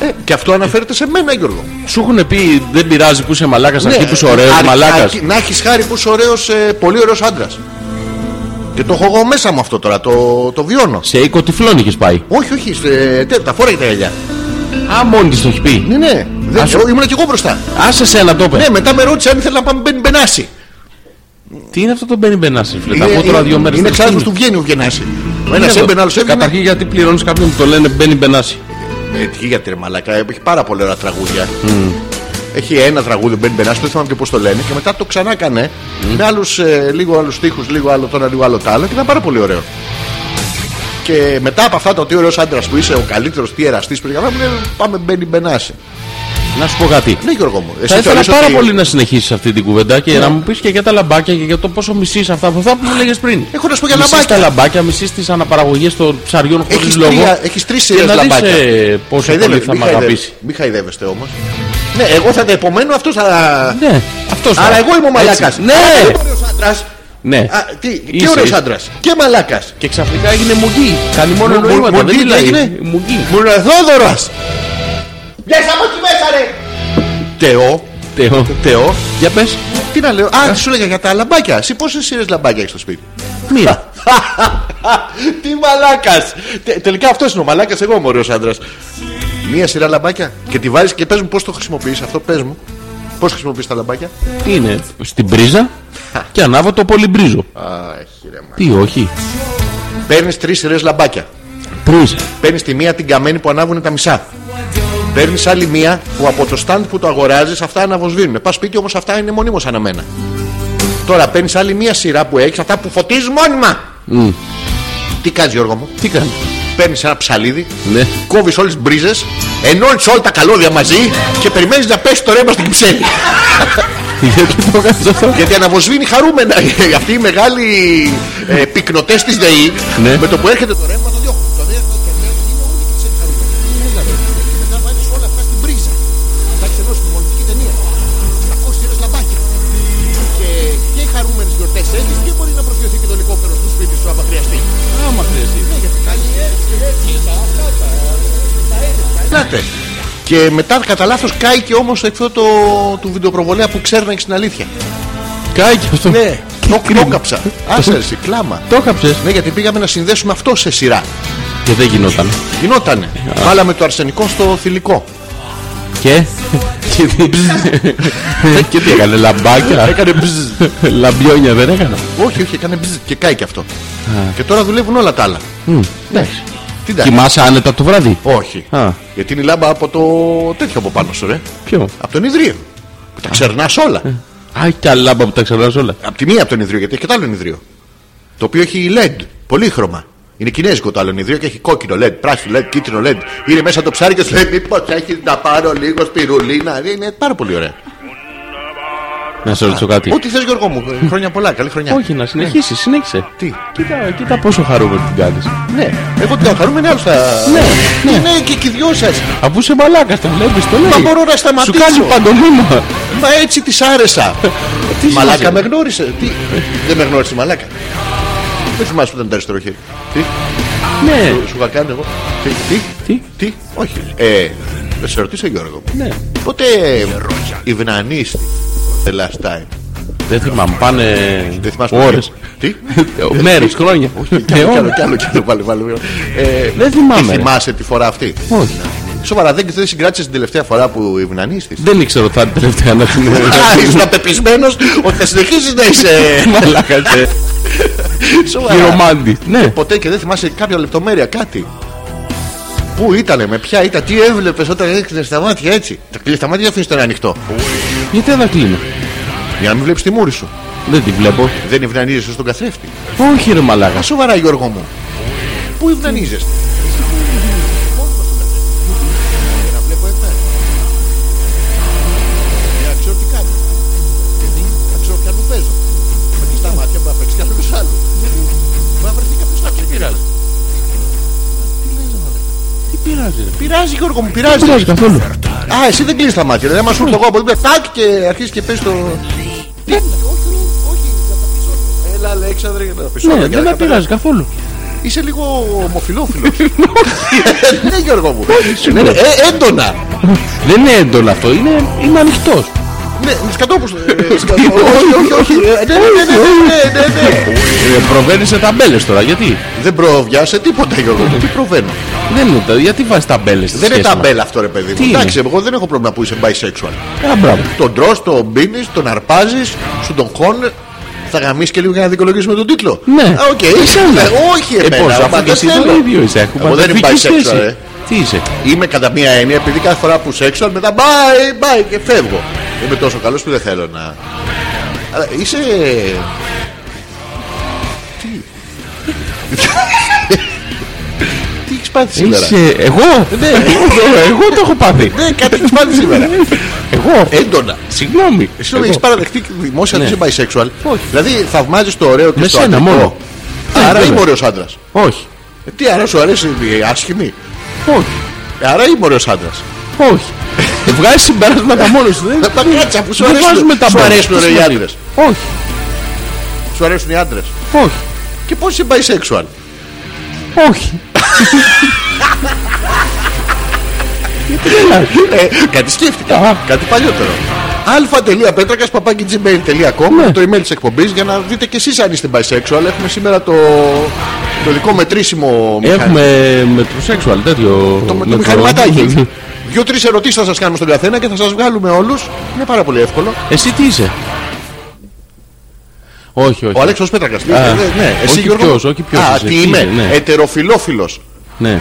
Ε, και αυτό αναφέρεται σε μένα Γιώργο. Σου έχουν πει δεν πειράζει που είσαι μαλάκας, Ναι, αρκεί που είσαι ωραίος αρκεί- μαλάκας. αρκεί- Να έχεις χάρη που είσαι ωραίος, ε, πολύ ωραίος άντρας. Και το έχω εγώ μέσα μου αυτό τώρα, το, το βιώνω. Σε οίκο τυφλών είχες πάει. Όχι, όχι, ε, τε, τα φόραγε τα γυαλιά. Α, μόνη της το έχεις πει. Ναι, ναι, δεν, Ας- εγώ, ήμουν και εγώ μπροστά. Άσε σε ένα Ναι, τόπε. μετά με ρώτησε αν ήθελα να πάμε μπεν, μπενάση. Τι είναι αυτό το μπαίνει μπενάσι, φίλε. Ε, Τα Είναι- ακούω τώρα είναι- δύο μέρες. Είναι ξάδερφο του βγαίνει ο Βγενάση. Ο ένα έμπαινε, άλλο έβγαινε. ναι, Καταρχήν γιατί πληρώνεις κάποιον που το λένε μπαίνει μπενάσι. Ε, τι γιατί ρε μαλακά, έχει πάρα πολλά ωραία τραγούδια. Mm. Έχει ένα τραγούδι μπεν μπενάση, δεν θυμάμαι και πώς το λένε. Και μετά το ξανά έκανε Mm. με άλλους λίγο άλλους τείχου, λίγο άλλο τώρα, λίγο άλλο τ' άλλο. Και ήταν πάρα πολύ ωραίο. Και μετά από αυτά το τι ωραίος άντρας που είσαι, ο καλύτερος, τι εραστής που είσαι, καλά, μου λένε, πάμε μπαίνει μπενάση. Να σου πω κάτι. Ναι, Γιώργο μου. εσύ Θα ήθελα θεωρείς πάρα ότι- πολύ να συνεχίσεις αυτή την κουβέντα Ναι. και να μου πεις και για τα λαμπάκια και για το πόσο μισείς αυτά που αυτά που μου λέγε πριν. Έχω να σου πω για Μισείς λαμπάκια. τα λαμπάκια, μισείς τις αναπαραγωγές των ψαριών χωρίς Έχεις λόγο. τρία- έχεις τρεις Και σειρές να δεις, λαμπάκια. ε, πόσο πολύ Χαϊδεύε- θα μη με χαϊδεύε- αγαπήσει. Μη χαϊδεύεστε όμως. Ναι, εγώ θα τα επομένω, αυτός θα. Ναι, αυτός Αλλά εγώ είμαι ο μαλακά. Ναι! άντρας. Ναι. Α, τι, και Είσαι, ωραίος είσαι. άντρας. Και μαλάκας. Και ξαφνικά έγινε μουγγί. Κάνει μόνο Μου- νοήματα. μουγγί δεν τι μιλάει. έγινε? Μουγγί. Μουραθόδωρο! Βγες από εκεί μέσα, ρε! Τεό. Τεό. Τεό. Για πες. Τι να λέω. Α, σου λέγα για τα λαμπάκια. Εσύ πόσες σειρές λαμπάκια έχεις στο σπίτι. Μία. Τι μαλάκας! Τελικά αυτός είναι ο μαλάκας, εγώ είμαι ωραίος άντρας. Μία σειρά λαμπάκια και τη βάζεις και πες μου πώς το χρησιμοποιείς αυτό, πες μου. Πώς χρησιμοποιείς τα λαμπάκια. Τι είναι. Στην πρίζα και ανάβω το πολυμπρίζο. Αχ, ρε μα. Τι όχι. Παίρνεις τρεις σειρές λαμπάκια. Πρίζα. Παίρνεις τη μία την καμένη που ανάβουν τα μισά. Παίρνεις άλλη μία που από το stand που το αγοράζεις αυτά αναβοσβήνουν. Πας σπίτι όμως αυτά είναι μονίμως αναμένα. Τώρα παίρνεις άλλη μία σειρά που έχεις αυτά που φωτίζεις μόνιμα. Τι κάνεις Γιώργο μου. Τι κάνει. Παίρνεις ένα ψαλίδι, Ναι. κόβεις όλες τις μπρίζες, ενώνεις όλα τα καλώδια μαζί και περιμένεις να πέσει το ρέμα στην κυψέλη. Γιατί το κάνεις αυτό. Γιατί αναβοσβήνει χαρούμενα ε, αυτοί οι μεγάλοι ε, πυκνοτές της ΔΕΗ. Ναι. Με το που έρχεται το ρέμα, το διώχνουν. Το διώχνουν και μένουν, είναι όλοι και ξέρει χαρούμενοι. Έλα, ρε. δηλαδή? Μετά βάζει όλα αυτά στην πρίζα. Θα ξενώσει τη μολυντική ταινία. 300 ώρε λαμπάκια. Και, και χαρούμενε γιορτέ έχει και μπορεί να προσγειωθεί και το ελικόπτερο στο σπίτι σου άμα χρειαστεί. Ναι, Άμα χρειαστεί. Πλάτε. Και μετά κατά λάθος κάει και όμως αυτό το, του βιντεοπροβολέα που ξέρει να έχει την αλήθεια. Κάει και αυτό. Ναι, το κρίμα. κλόκαψα. Άσε εσύ, κλάμα. Το έκαψες. Ναι, γιατί πήγαμε να συνδέσουμε αυτό σε σειρά. Και δεν γινόταν. Γινότανε. Ε, Βάλαμε το αρσενικό στο θηλυκό. Και. και τι- Και τι έκανε. Λαμπάκια. Έκανε Λαμπιόνια δεν έκανα. Όχι, όχι, έκανε μπζζ και κάει και αυτό. Και τώρα δουλεύουν όλα τα άλλα. Ναι. Τι τα Κοιμάσαι άνετα το βράδυ. Όχι. Α. Γιατί είναι η λάμπα από το τέτοιο από πάνω σου, ρε. Ποιο. Από τον ιδρύο. Που τα ξερνάς Ε. όλα. Α, και άλλα λάμπα που τα ξερνάς όλα. Απ' τη μία από τον ιδρύο, γιατί έχει και το άλλο ιδρύο. Το οποίο έχει LED, πολύχρωμα. Είναι κινέζικο το άλλο ιδρύο και έχει κόκκινο LED, πράσινο LED, κίτρινο LED. Είναι μέσα το ψάρι και σου λέει: Μήπως έχεις να πάρω λίγο σπιρουλίνα. Είναι πάρα πολύ ωραία. Να σε ρωτήσω κάτι. Ό,τι θες, Γιώργο μου. Ε, Χρόνια πολλά, καλή χρονιά. Όχι, ναι. να συνεχίσεις, συνέχισε. Τι. Κοίτα, κοίτα πόσο χαρούμενο την κάνεις. Ναι, εγώ την χαρούμενη άλλο θα. Ναι, ναι. και και οι δυο σας. Αφού είσαι μαλάκας, το βλέπεις, το λέει. Μα μπορώ να Σου σταματήσω. κάνει παντομήμα. Μα έτσι της άρεσα. μαλάκα είσαι? με γνώρισε. Τι. Δεν με γνώρισε, μαλάκα. Δεν θυμάσαι που ήταν το αριστερό χέρι. Τι. Ναι, Σου είχα κάνει εγώ. Τι, τι, Τι? τι, όχι. Ε, να σε ρωτήσω Γιώργο μου. ναι. Πότε Ιβνανίστη the last time. Δεν θυμάμαι, πάνε. Δεν θυμάσαι ώρε. Τι. Ε, Μέρες, χρόνια. Ναι, Κι άλλο, κι άλλο, Αιώνες. κι άλλο, κι άλλο, πάλι, πάλι. Ε, Δεν θυμάμαι, τι ρε. θυμάσαι τη φορά αυτή. Όχι. Σοβαρά, δεν, δεν συγκράτησες την τελευταία φορά που Ιβνανίστη. Δεν ήξερα ότι θα είναι τελευταία να την Α, ήσουν απεπισμένο ότι θα συνεχίσει να είσαι. Μαλάκα, ε. Σοβαρά. Γυρομάντη. Ναι. Ποτέ και δεν θυμάσαι κάποια λεπτομέρεια, κάτι. Πού ήτανε, με ποια ήταν, τι έβλεπες όταν έκλεινε τα μάτια έτσι. Τα κλείνει τα μάτια ή αφήνει ένα ανοιχτό. Γιατί δεν τα κλείνω. Για να μην βλέπεις τη μούρη σου. Δεν την βλέπω. Δεν ευνανίζεσαι στον καθρέφτη. Όχι, ρε μαλάκα. Α σοβαρά, Γιώργο μου. Πού ευνανίζεσαι. Πειράζει Γιώργο μου, πειράζει. Δεν καθόλου. Α, εσύ δεν κλείσει τα μάτια. Δεν μας σου εγώ από την πέρα. Τάκ και αρχίζει και πέσει το. Τι? Όχι, όχι, θα τα πεις όλα. Έλα, Αλέξανδρε, για να τα πεις όλα, Ναι, για να δεν με καταλάβεις. πειράζει καθόλου. Είσαι λίγο ομοφιλόφιλο. Ναι, Γιώργο μου. Ναι, σίγουρα. ναι, ε, Έντονα. Δεν είναι έντονο αυτό, είναι, είμαι ανοιχτός. Ναι, σκατόπου. Όχι, όχι, όχι. Ε, ναι, ναι, ναι, ναι, ναι, ναι, ναι. Προβαίνει Ε, σε ταμπέλες τώρα, γιατί. Δεν προβιάσε τίποτα, Γιώργο. μου. Τι προβαίνω. Δεν είναι, τα- γιατί βάζεις ταμπέλες. Δεν είναι ταμπέλα αυτό, ρε παιδί Τι μου. είναι? Εντάξει, εγώ δεν έχω πρόβλημα που είσαι bisexual. Α, μπράβο. Τον τρώ, τον πίνεις, τον αρπάζεις, σου τον χώνει. Θα γαμίσεις και λίγο για να δικαιολογήσουμε τον τίτλο. Ναι. Α, οκ. Εσένα. Ε, Όχι, Ε, πώς, εμένα. αφού μα και δεν εσύ το θέλω. ίδιο είσαι. έχουμε Εγώ δεν είμαι αδερφική bisexual, σχέση. ε. Τι είσαι. Είμαι κατά μία έννοια επειδή κάθε φορά που σεξουαλ μετά bye bye και φεύγω. Είμαι τόσο καλός που δεν θέλω να. Αλλά είσαι. Τι. Τι έχεις πάθει σήμερα. Είσαι εγώ. Εγώ το έχω πάθει. Ναι, κάτι έχεις πάθει σήμερα. Ε, Εγώ. Έντονα. Συγγνώμη. Συγγνώμη, Εγώ. έχεις παραδεχτεί δημόσια ότι Ναι. είσαι bisexual. Όχι. Δηλαδή θαυμάζεις το ωραίο και Με το σένα αντρικό. μόνο. Ναι, Άρα βέβαια. είμαι ωραίος άντρας. Όχι. Τι άρα σου αρέσει η άσχημη. Ε, Όχι. Άρα είμαι ωραίος άντρας. Όχι. Βγάζει συμπεράσματα μόνος σου. Δεν Τα κάτσα που σου δεν αρέσουν. βάζουμε τα Σου αρέσουν Τι ωραίοι σημαίνει? άντρες. Όχι. Σου σου αρέσουν οι άντρες. Όχι. Και πώς είσαι bisexual. Όχι. Ε, κάτι σκέφτηκα. κάτι παλιότερο. αλφα.πέτρακα Ναι. το email της εκπομπής για να δείτε κι εσείς αν είστε bisexual. Έχουμε σήμερα το, το δικό μετρήσιμο μηχανή- Έχουμε με το σεξουαλ τέτοιο. Το, το μηχανηματάκι. Δύο-τρει ερωτήσεις θα σας κάνουμε στον καθένα και θα σας βγάλουμε όλους. Είναι πάρα πολύ εύκολο. Εσύ τι είσαι. Όχι, όχι. Ο Αλέξος Πέτρακας. Α, Ναι, εσύ όχι Γιώργο. ποιος, όχι ποιος Α, είσαι, τι τι είμαι. είσαι, ναι. Ετεροφιλόφιλος. Ναι.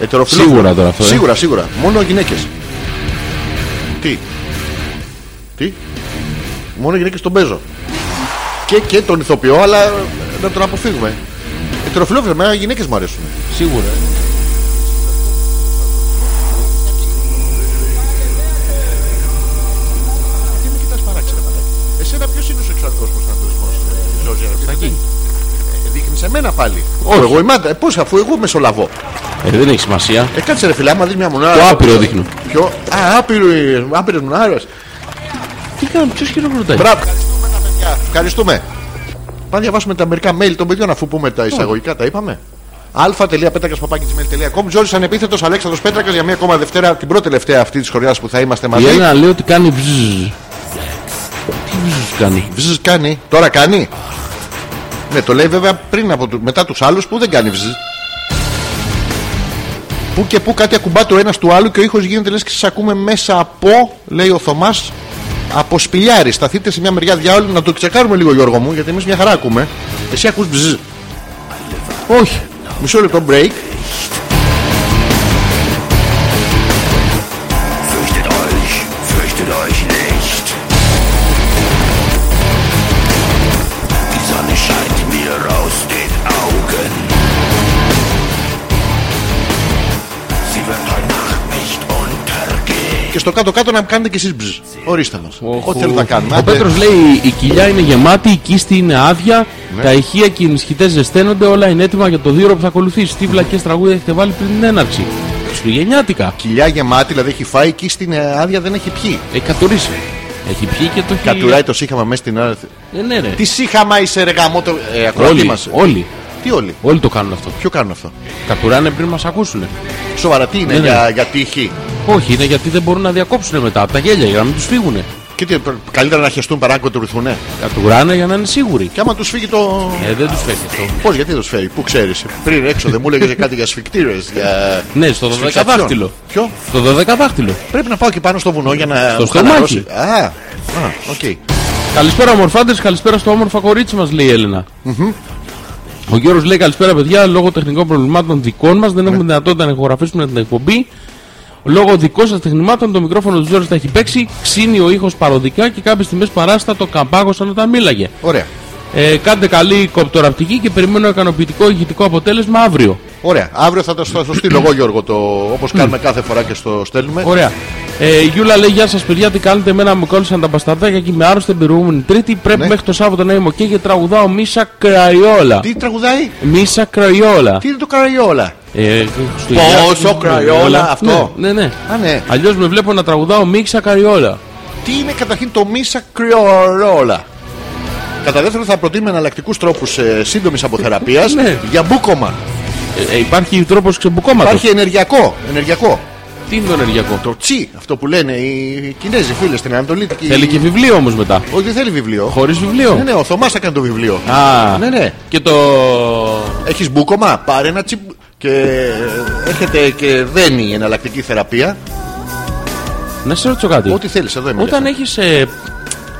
Ετεροφιλόφιλος. Σίγουρα τώρα αυτό, ε. Σίγουρα, σίγουρα. Μόνο γυναίκες. Τι. Τι. Μόνο γυναίκες τον παίζω. Και, και τον ηθοποιώ, αλλά ε, να τον αποφύγουμε. Ετεροφιλόφιλος, εμένα γυναίκες μου αρέσουν. Σίγουρα. Τι με κοιτά παράξενα, μαλάκα. Εσένα ποιο είναι ο ε, σεξουαλικό προσανατολισμό, Ζώζια, Ρεψακή. Δείχνει Ε, εμένα πάλι. Όχι. Εγώ είμαι άντρα. Πώς, αφού εγώ μεσολαβώ. Ε, δεν έχει σημασία. Ε, κάτσε ρε φιλά, άμα δεις μια μονάδα. Το άπειρο δείχνω. Ποιο. Α, άπειρο, άπειρο μονάδα. Τι κάνω, ποιος χειροκροτάει. Μπράβο. Ευχαριστούμε τα παιδιά. Ευχαριστούμε. Πάμε να διαβάσουμε τα μερικά mail των παιδιών αφού πούμε τα εισαγωγικά, τα είπαμε. αλφα.πέτρακα.gmail.com Ζόρι ανεπίθετος Αλέξανδρος Πέτρακας για μια ακόμα Δευτέρα, την πρώτη τελευταία αυτή της χρονιάς που θα είμαστε Η μαζί. Έλενα λέει ότι κάνει βζζ. Τι βζζ κάνει. Βζζ κάνει, τώρα κάνει. Ναι, το λέει βέβαια πριν από του, μετά τους άλλους που δεν κάνει βζζ. Πού και πού κάτι ακουμπά το ένας του άλλου και ο ήχος γίνεται λες και σας ακούμε μέσα από, λέει ο Θωμάς, από σπηλιάρι. Σταθείτε σε μια μεριά διάολη να το τσεκάρουμε λίγο, Γιώργο μου, γιατί εμείς μια χαρά ακούμε. Εσύ ακούς βζζ. Όχι. Μισό λεπτό break. Fürchtet euch, fürchtet euch nicht. Die Sonne scheint mir aus den Augen. Sie wird heute Nacht nicht untergehen. Και στο κάτω-κάτω να κάνετε κι εσείς μπζ. Ορίστε μας. Ό,τι θέλετε να κάνουμε. Ο Άντε. Πέτρος λέει: Η κοιλιά είναι γεμάτη, η κίστη είναι άδεια, τα ηχεία και οι ενισχυτέ ζεσταίνονται, όλα είναι έτοιμα για το δίωρο που θα ακολουθήσει. Τι βλακές τραγούδια έχετε βάλει πριν την έναρξη. Χριστουγεννιάτικα. Κοιλιά γεμάτη, δηλαδή έχει φάει εκεί στην ε, άδεια, δεν έχει πιει. Έχει κατουρίσει. Έχει πιει και το έχει. Κατουράει το σύγχαμα μέσα στην άδεια. Ε, ναι, ρε. Τι σύγχαμα είσαι ρε γαμότο ε, ακροατή Όλοι, μας. όλοι, Τι όλοι όλοι το κάνουν αυτό. Ποιο κάνουν αυτό Κατουράνε πριν μας ακούσουν. Σοβαρά τι είναι Ναι, ναι. για, για τύχη Όχι, είναι γιατί δεν μπορούν να διακόψουν μετά από τα γέλια για να μην τους φύγουν. Και τι, πρ- καλύτερα να χεστούν παρά να κοντουριθούνε Κατουράνε για να είναι σίγουροι. Και άμα τους φύγει το Ε, δεν τους φέρνει αυτό. Πώς γιατί τους φέρει Πού ξέρεις Πριν έξω δεν μου έλεγε κάτι για σφικτήρες για... Ναι, στο σφιξατιών. 12 δάχτυλο. Ποιο Στο 12 δάχτυλο. Πρέπει να πάω και πάνω στο βουνό για να Στο μου στομάχι. χαλαρώσει. Α, α, οκ. Καλησπέρα ομορφάντες, καλησπέρα στο όμορφα κορίτσι μας λέει η Έλενα. Ο Γιώργος λέει καλησπέρα παιδιά, λόγω τεχνικών προβλημάτων δικών μας δεν έχουμε δυνατότητα να ηχογραφήσουμε την εκπομπή. Λόγω δικών σας τεχνημάτων το μικρόφωνο του Ζόρις τα έχει παίξει, ξύνει ο ήχος παροδικά και κάποιες στιγμές παράστα το καμπάγωσαν όταν μίλαγε. Ωραία Ε, κάντε καλή κοπτοραπτική και περιμένω ικανοποιητικό ηχητικό αποτέλεσμα αύριο. Ωραία, αύριο θα το θα το στείλω εγώ Γιώργο το... Όπως κάνουμε κάθε φορά και στο στέλνουμε Ωραία. Ε, η Γιούλα λέει: Γεια σας, παιδιά, τι κάνετε. Εμένα μου κόλλησαν τα μπασταρδάκια και είμαι άρρωστη την προηγούμενη Τρίτη. Πρέπει Ναι. μέχρι το Σάββατο να είμαι οκ και τραγουδάω Μίσα Κραϊόλα. Τι τραγουδάει Μίσα Κραϊόλα. Τι είναι το καραϊόλα Ε, Χριστουγεννιάτικη Πόσο κραϊόλα, αυτό. Ναι, ναι. ναι. Α ναι Αλλιώς με βλέπω να τραγουδάω Μίξα Κραϊόλα. Τι είναι καταρχήν το μίσα κρυορόλα. Κατά δεύτερον, θα προτείνουμε εναλλακτικούς τρόπους ε, σύντομης αποθεραπείας Ναι. για μπούκομα. Ε, ε, υπάρχει τρόπος ξεμπουκώματος. Υπάρχει ενεργειακό. ενεργειακό. Τι είναι το ενεργειακό. Το τσι, αυτό που λένε οι Κινέζοι φίλες στην Ανατολή. Θέλει και βιβλίο όμως μετά. Όχι, δεν θέλει βιβλίο. Χωρίς βιβλίο. Ναι, ναι, ο Θωμάς θα κάνει το βιβλίο. Α, Ναι, ναι. Και το. Έχεις μπούκομα, πάρε ένα τσι. Και έρχεται και δένει η εναλλακτική θεραπεία. Να σε ρωτήσω κάτι. Ό,τι θέλεις, εδώ είμαι. Ε. Όταν λέει. έχει ε,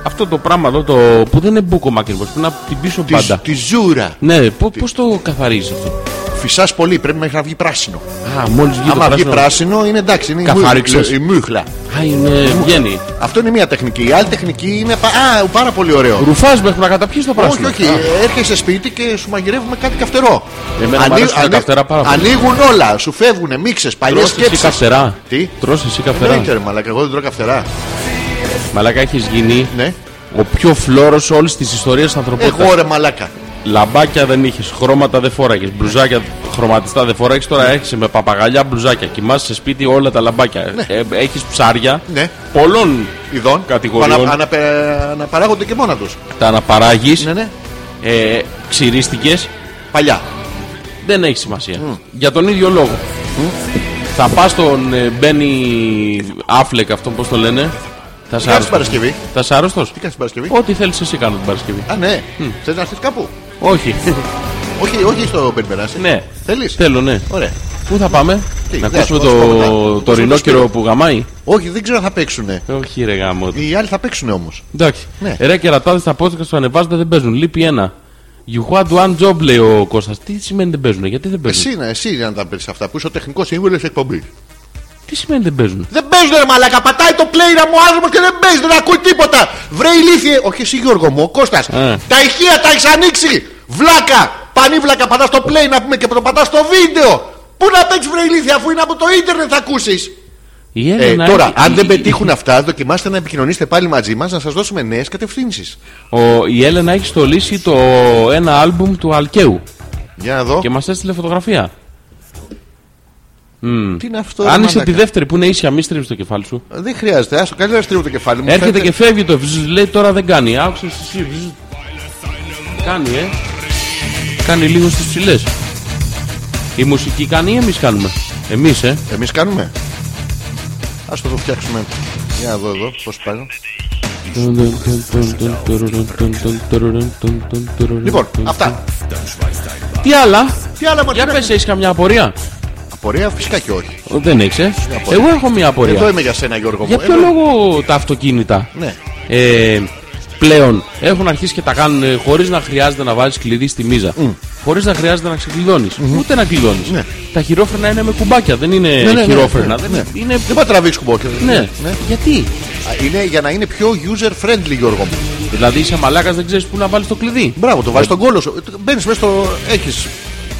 αυτό το πράγμα εδώ το, που δεν είναι μπούκομα ακριβώ, πρέπει να την πίσω Τη- πάντα. Τη ζούρα. Ναι, πώ πώς το καθαρίζεις αυτό. Φυσάς πολύ, πρέπει μέχρι να βγει πράσινο. Α, μόλις βγει το Άμα βγει πράσινο. πράσινο, είναι εντάξει, είναι η Καθάριξες. μούχλα- η μούχλα. Α, είναι, βγαίνει. Αυτό είναι μία τεχνική. Η άλλη τεχνική είναι. πα- Α, πάρα πολύ ωραίο. Ρουφάς μέχρι να καταπιείς το πράσινο. Όχι, όχι. Α, Έρχεσαι σπίτι και σου μαγειρεύουμε κάτι καυτερό. Εμένα μου Ανοί- αρέσουν τα ανοί- καυτερά πάρα πολύ. Ανοίγουν όλα. Σου φεύγουν μίξες, παλιές Τρως εσύ σκέψεις. καυτερά. Τι? Τρως εσύ Δεν καυτερά. ήξερα, μαλακά. Εγώ δεν τρώω καυτερά. Μαλάκα έχεις γίνει Ναι. ο πιο φλόρος όλης της ιστορίας της ανθρωπότητας. Εγώ ρε μαλακά. Λαμπάκια δεν είχες, χρώματα δεν φόραγες, μπλουζάκια χρωματιστά δεν φόραγες, τώρα Ναι. έχεις με παπαγαλιά μπλουζάκια. Κοιμάσαι σε σπίτι όλα τα λαμπάκια. Ε, έχεις ψάρια Ναι. πολλών Ειδών Κατηγοριών. που ανα- αναπε- αναπαράγονται και μόνα τους. τα αναπαράγεις Ναι, ναι. ε, ξυρίστηκες, Παλιά. δεν έχει σημασία. Για τον ίδιο λόγο. Θα πας στον ε, Μπένι Άφλεκ, αυτό πώς το λένε. Θα κάνεις την Παρασκευή. Θα είσαι άρρωστος? Τι κάνεις την Παρασκευή. Ό,τι θέλεις εσύ κάνω την Παρασκευή. Α, ναι. Θες να έρθεις κάπου. Όχι. Όχι, όχι στο περιπεράσει. ναι. Θέλεις. Θέλω, ναι. Ωραία. Πού θα πάμε, Τι, να ναι, ακούσουμε ας πούμε, μετά. το, Ακούσουμε το το ρινόκαιρο σκύλο. που γαμάει. Όχι, δεν ξέρω αν θα παίξουνε. Όχι, ρε γάμο. Οι άλλοι θα παίξουνε όμως. Εντάξει. Ναι. Ρε κερατάδε τα πόδια σου ανεβάζονται, δεν παίζουν. Λείπει ένα. You had one job, λέει ο Κώστας. Τι σημαίνει δεν παίζουν, γιατί δεν παίζουν. Εσύ να, εσύ να τα παίξεις αυτά που είσαι ο τεχνικός σύμβουλος της εκπομπής. Τι σημαίνει δεν παίζουν. Δεν παίζουν ρε μαλάκα, πατάει το play να μου άνθρωπος και δεν παίζει, δεν ακούει τίποτα. Βρε ηλίθιε, όχι εσύ Γιώργο μου, ο Κώστας. Ε. Τα ηχεία τα έχεις ανοίξει. Βλάκα, πανίβλακα, πατάς το play να πούμε και το πατάς στο βίντεο. Πού να παίξεις βρε ηλίθιε αφού είναι από το ίντερνετ θα ακούσεις. Η Ε, Έλενα τώρα, έχει- αν δεν η- πετύχουν αυτά, δοκιμάστε να επικοινωνήσετε πάλι μαζί μας, να σας δώσουμε νέες κατευθύνσεις. Ο, η Έλενα έχει στολίσει το ένα άλμπουμ του Αλκαίου Για να δω. και μας έστειλε φωτογραφία. Τι είναι αυτό, ρε Άνοιξε μαλάκα. τη δεύτερη που είναι ίσια, μη στρίβεις το κεφάλι σου. Δεν χρειάζεται, άστο, καλύτερα στρίβω το κεφάλι μου. Έρχεται Φαίνεται- και φεύγει το βζζ, λέει τώρα δεν κάνει. Άκουσες εσύ. βζζ. Κάνει, ε. Κάνει λίγο στις ψηλές. Η μουσική κάνει ή εμείς κάνουμε. Εμείς, ε. Εμείς κάνουμε. Ας το φτιάξουμε. Για να δω εδώ πώς πάει. Λοιπόν, αυτά. Τι άλλα. Τι άλλα μας Για είναι πες έχεις καμιά απορία. Απορία φυσικά και όχι. Ο, Δεν έχεις, ε. Εγώ έχω μια Εδώ απορία. είμαι για σένα Γιώργο μου. Για ποιο Εδώ- λόγο τα αυτοκίνητα Ναι. ε, πλέον έχουν αρχίσει και τα κάνουν ε, χωρίς να χρειάζεται να βάζεις κλειδί στη μίζα. Χωρίς να χρειάζεται να ξεκλειδώνεις. Ούτε να κλειδώνεις. Ναι. Τα χειρόφρενα είναι με κουμπάκια, δεν είναι ναι, ναι, χειρόφρενα. ναι, δεν ναι. Είναι... Δεν πάει τραβήξεις κουμπόκι. Ναι. Γιατί. Είναι για να είναι πιο user friendly Γιώργο μου. Δηλαδή είσαι μαλάκας δεν ξέρεις πού να βάλεις το κλειδί. Μπράβο, το βάζεις τον κόλο σου. Μπαίνεις μέσα στο. Έχεις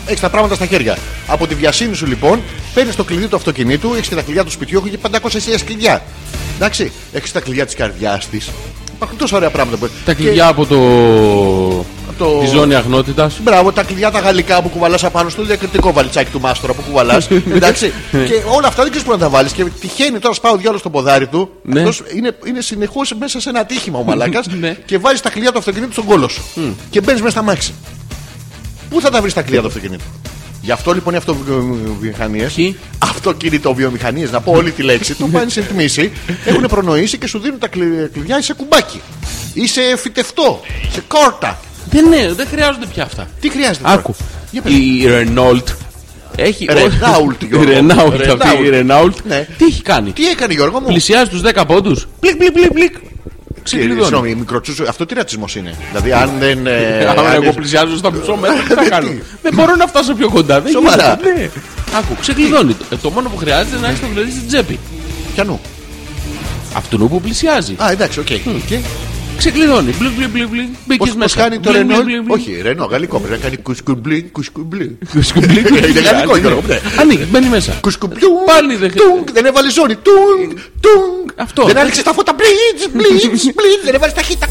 έχεις τα πράγματα στα χέρια. Από τη βιασύνη σου λοιπόν, παίρνεις το κλειδί του αυτοκινήτου, έχεις τα κλειδιά του σπιτιού, έχω και 500 εσείς κλειδιά. Εντάξει, έχεις τα κλειδιά της καρδιάς της. Υπάρχουν τόσα ωραία πράγματα που Τα και- κλειδιά από το... το- τη ζώνη αγνότητας. Μπράβο, τα κλειδιά τα γαλλικά που κουβαλάς απάνω στο διακριτικό βαλιτσάκι του μάστορα που κουβαλάς. Εντάξει. Ναι. και όλα αυτά δεν ξέρεις που να τα βάλεις. Και τυχαίνει τώρα, σπάω διάλογο στο ποδάρι του. Ναι. Αυτός είναι, είναι συνεχώς μέσα σε ένα ατύχημα ο μαλάκας. Ναι. και βάζεις τα κλειδιά του αυτοκινήτου στον κόλο σου. και μπαίνεις μέσα στα μάξι. Πού θα τα βρεις τα κλειδιά του αυτοκινήτου. Γι' αυτό λοιπόν οι αυτοβιομηχανίες. Ποιοι? Αυτοκινητοβιομηχανίες, να πω όλη τη λέξη, το πάνε σε ρυθμίσει. Έχουν προνοήσει και σου δίνουν τα κλει- κλειδιά σε κουμπάκι. Ή σε φυτευτό, σε κόρτα. Δεν, ναι, δεν χρειάζονται πια αυτά. Τι χρειάζεται τώρα? Άκου. Για πες. Η Renault έχει. Renault, Η Γιώργο. Renault, Renault. αυτή η Renault. Ναι. Τι έχει κάνει. Τι έκανε Γιώργο μου. Πλησιάζει τους 10 πόντους. Πλικ, πλικ, πλικ, πλικ. Ε, Ξεκλειδώνει. Συγγνώμη, μικροτσούσου, αυτό τι ρατσισμός είναι. Δηλαδή, αν δεν. ε, Άμα αν εγώ δεν- πλησιάζω στα μισό μέτρα, τι θα Τι. κάνω. Δεν μπορώ να φτάσω πιο κοντά. Δεν Σοβαρά. γίνεται. Ναι. Άκου, ξεκλειδώνει. Ε, Το μόνο που χρειάζεται είναι να έχεις το κλειδί στην τσέπη. Πιανού. Αυτού που πλησιάζει. Α, εντάξει, οκ. Και Ξεκλειδώνει. Μπλικ, μπλικ, μπλικ, μπλικ. πώς- Μπήκες πώς μέσα. κάνει το Μπλικ, Ρενό. μπλικ, μπλικ, μπλικ. Όχι, Ρενό, Ε. γαλλικό. Πρέπει να κάνει κουσκουμπλί, κουσκουμπλί. Σκουμπλικ, μπλικ, Είναι γαλλικό, ναι. Γιώργο, ναι. Ανοίγει, μπαίνει μέσα. Κουσκουμπλιού. Πάλι Ε, δεν χρειάζεται. Τουγκ, δεν έβαλε ζώνη. Τουγκ, τουγκ. Αυτό. Δεν άνοιξε τα φώτα. Μπλίτ, μπλίτ, μπλίτ. Δεν έβαλε ταχύτητα.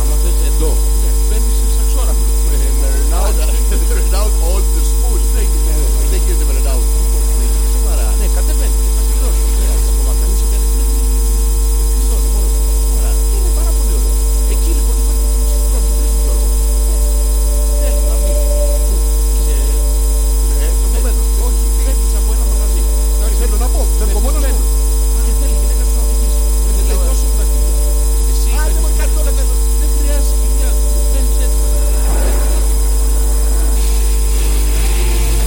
Άμα θες εδώ, παίρνεις σε σαξόραφλο. Ναι, κατεβαίνει. Θα πληρώσει. Ναι, τα κομμάτια. Εμείς εμείς δεν πληρώνει μόνο. Ωραία. Είναι πάρα πολύ ωραίο. Εκεί λοιπόν υπάρχει ένα πρόβλημα. Δεν είναι Γιώργο. Θέλει να μπει. Πού? Σε... Όχι, φεύγεις από ένα μαγαζί. Θέλω να πω, θέλω μόνο να πω. Και θέλει η γυναίκα σου να οδηγήσει. Με τελειώσει τα κλειδιά. Εσύ παίρνεις- Δεν χρειάζεται κλειδιά. Παίρνεις έτσι.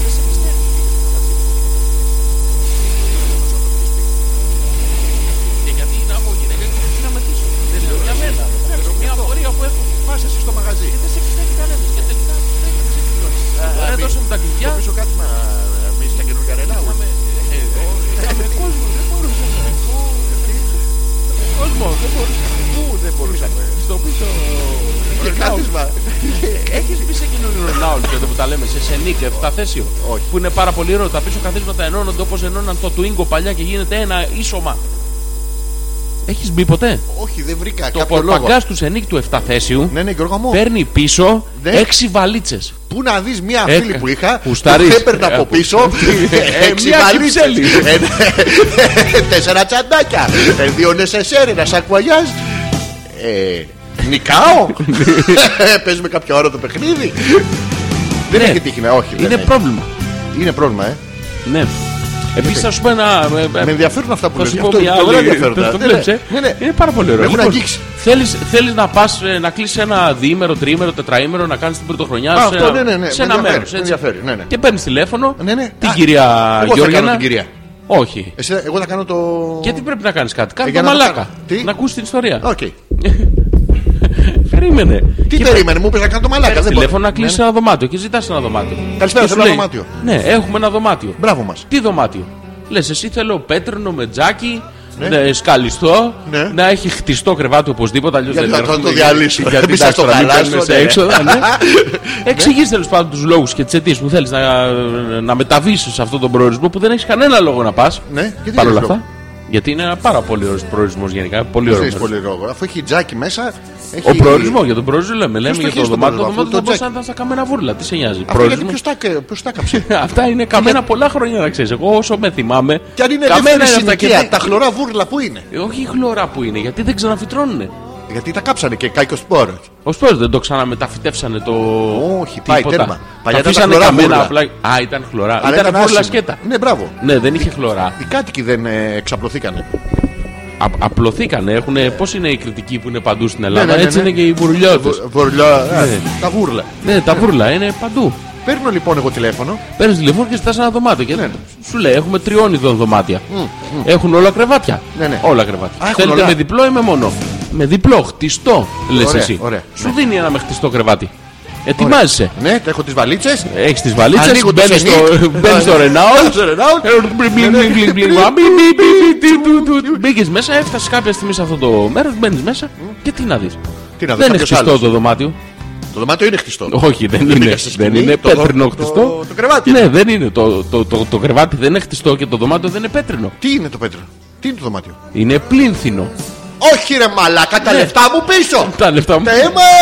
Δεν σε πιστεύει. Και γιατί να έχω γυναίκα και να με τύσω. Δεν λέω για μένα. Ξέρω μια απορία που έχω. Πας εσύ στο μαγαζί. Και δεν σε πιστεύει κανένας. Και τελικά δεν σε ξεκλειδώνει. Ωραία, δώσε μου τα κλειδιά. Πίσω κάτι μα εμεί τα καινούργια Ρενάου. Είχαμε κόσμο, δεν μπορούσα. Εγώ, ε, Κόσμο, δεν μπορούσα. Πού δεν μπορούσαμε. Στο πίσω. Και κάθισμα. Έχεις μπει σε καινούριο Ρονάουλτ και εδώ που τα λέμε, σε Σενίκ, εφταθέσιο. Όχι. Που είναι πάρα πολύ ωραίο. Τα πίσω καθίσματα ενώνονται όπως ενώναν το Twingo παλιά και γίνεται ένα ίσωμα. Έχεις μπει ποτέ. Όχι, δεν βρήκα Το κάποιο λόγο. πορπαγκά του Σενίκ του 7 θέσιου Ναι, ναι, Γιώργο μου. παίρνει πίσω Ναι. 6 βαλίτσες. Πού να δεις μία Ε, φίλη που είχα. κουστάρεις. που έπαιρνα από πίσω. Ε, Έξι μία βαλίτσες. κυψέλη. Ε, ναι. Τέσσερα τσαντάκια. Ε, Δύο νεσεσέρι, ένα σακουαγιάζ. Ε, Νικάω. Ε, Παίζουμε κάποια ώρα το παιχνίδι. Δεν Ναι. έχει τύχει να όχι. δεν Είναι έχει. πρόβλημα. Είναι πρόβλημα, ε. Ναι. Επίση θα σου πω ένα. ε, ε, Με ενδιαφέρουν αυτά που Θα λες. σου Γι' πω αυτό- μια τώρα άλλη. ενδιαφέρουν Το- τα- το ναι, βλέπεις, ναι. ε. Ναι, ναι. Είναι πάρα πολύ ωραίο. Με έχουν Λοιπόν, αγγίξει. Θέλεις, θέλεις να πας ε, να κλείσεις ένα διήμερο, τριήμερο, τετραήμερο, να κάνεις την πρωτοχρονιά Α, σου. σε αυτό, ένα- ναι, ναι, ναι. Σε Με ένα ενδιαφέρει, μέρος. με έτσι. ενδιαφέρει, ναι, ναι. Και παίρνεις τηλέφωνο. Ναι, ναι. Την Α, κυρία εγώ θα Γιώργιανα. κάνω την κυρία. Όχι. Εσύ, εγώ θα κάνω το. Γιατί πρέπει να κάνεις κάτι. Κάνε Ε, για το να το μαλάκα. κάνω. Τι? Να ακούσεις την ιστορία. Οκ. Περίμενε. Τι περίμενε, μου είπε να κάνω το μαλάκα. Παίρνεις δεν τηλέφωνο μπορώ. να κλείσεις Ναι, ένα δωμάτιο και ζητάς ένα δωμάτιο. Καλησπέρα, Και σου θέλω ένα λέει, δωμάτιο. Ναι, έχουμε ένα δωμάτιο. ναι. Μπράβο μας. Τι δωμάτιο. Λες, εσύ θέλω πέτρινο με τζάκι, Ναι. ναι. σκαλιστό, Ναι. να έχει χτιστό κρεβάτι οπωσδήποτε. Αλλιώς Γιατί δεν θα το- έρχονται, το διαλύσω. Γιατί Μην τα σας το χαλάσω, μπαίνουμε σε ναι. έξοδα. Ναι. Εξηγείς τέλος πάντων τους λόγους και τις αιτίες που θέλεις να, να μεταβεί σε αυτόν τον προορισμό που δεν έχεις κανένα λόγο να πας. Ναι, γιατί Παρ' όλα δεν έχει αυτά. Γιατί είναι ένα πάρα πολύ ωραίος προορισμός γενικά. Πολύ Δεν ωραίος. έχει πολύ λόγο. Αφού έχει τζάκι μέσα. Έχει... Ο προορισμό για τον προορισμό λέμε. Λέμε το για το χειρίζει τον δωμάτιο. Το προορισμό, αυτό δωμάτιο θα το μπορούσε να ήταν στα καμένα βούρλα. Τι σε νοιάζει. Αυτό γιατί Προορισμό. ποιος τα, ποιος τα κάψε. Αυτά είναι καμένα πολλά χρόνια να ξέρεις. Εγώ όσο με θυμάμαι. Κι αν είναι καμένα ελεύθερη είναι αυτά και συνοικία, τα δεν- χλωρά βούρλα που είναι. Ε, Όχι η χλωρά που είναι, γιατί δεν ξαναφυτρώνουνε. Γιατί τα κάψανε και κάικος σπόρο. Ω πώ δεν το ξαναμεταφυτεύσανε το. Όχι, πάει τίποτα. τέρμα. Παλιά Τα ήταν αφήσανε χλωρά καμένα βούρλα. απλά. Α, ήταν χλωρά. Αλλά ήταν άσχημα. βούρλα σκέτα. Ναι, μπράβο. Ναι, δεν είχε χλωρά. Οι κάτοικοι δεν ε, εξαπλωθήκανε. Α, απλωθήκανε. Έχουνε... Πώς είναι οι κριτικοί που είναι παντού στην Ελλάδα, Ναι, ναι, ναι, έτσι ναι. είναι και οι βουρλιώτες. Βο- βούρλα, α, Ναι. Τα βούρλα. Ναι, τα βούρλα είναι παντού. Παίρνω λοιπόν εγώ τηλέφωνο. Παίρνεις τηλέφωνο και ζητάς ένα δωμάτιο. Και Ναι, ναι. σου λέει: Έχουμε τριών ειδών δωμάτια. Έχουν όλα κρεβάτια. Ναι, ναι. Όλα κρεβάτια. Α, έχουν Θέλετε όλα. με διπλό ή με μόνο. Με διπλό, χτιστό, λες Ωραία, εσύ. ωραία. Σου δίνει ένα με χτιστό κρεβάτι. Ετοιμάζεσαι. Ναι, τα έχω τις βαλίτσες. Έχεις τις βαλίτσες, Ανοίγω το Ναι. μπαίνει στο, σενίκ. μπαίνεις στο Renault. Ε, Ναι, Μπήκες μέσα, έφτασες κάποια στιγμή σε αυτό το μέρος, μπαίνεις μέσα και τι να δεις. Τι να δω, Δεν είναι κάποιος χτιστό άλλος. το δωμάτιο. Το δωμάτιο είναι χτιστό. Όχι, δεν είναι. μπήκα στη σκηνή, Δεν είναι το δω- πέτρινο το- χτιστό. το κρεβάτι. Ναι, δεν είναι. Το- το- Το το κρεβάτι δεν είναι χτιστό και το δωμάτιο δεν είναι πέτρινο. Τι είναι το πέτρο. Τι είναι το δωμάτιο. Είναι πλήνθινο. Όχι ρε μαλάκα, τα Ναι. λεφτά μου πίσω. Τα λεφτά μου. Τα αίμα,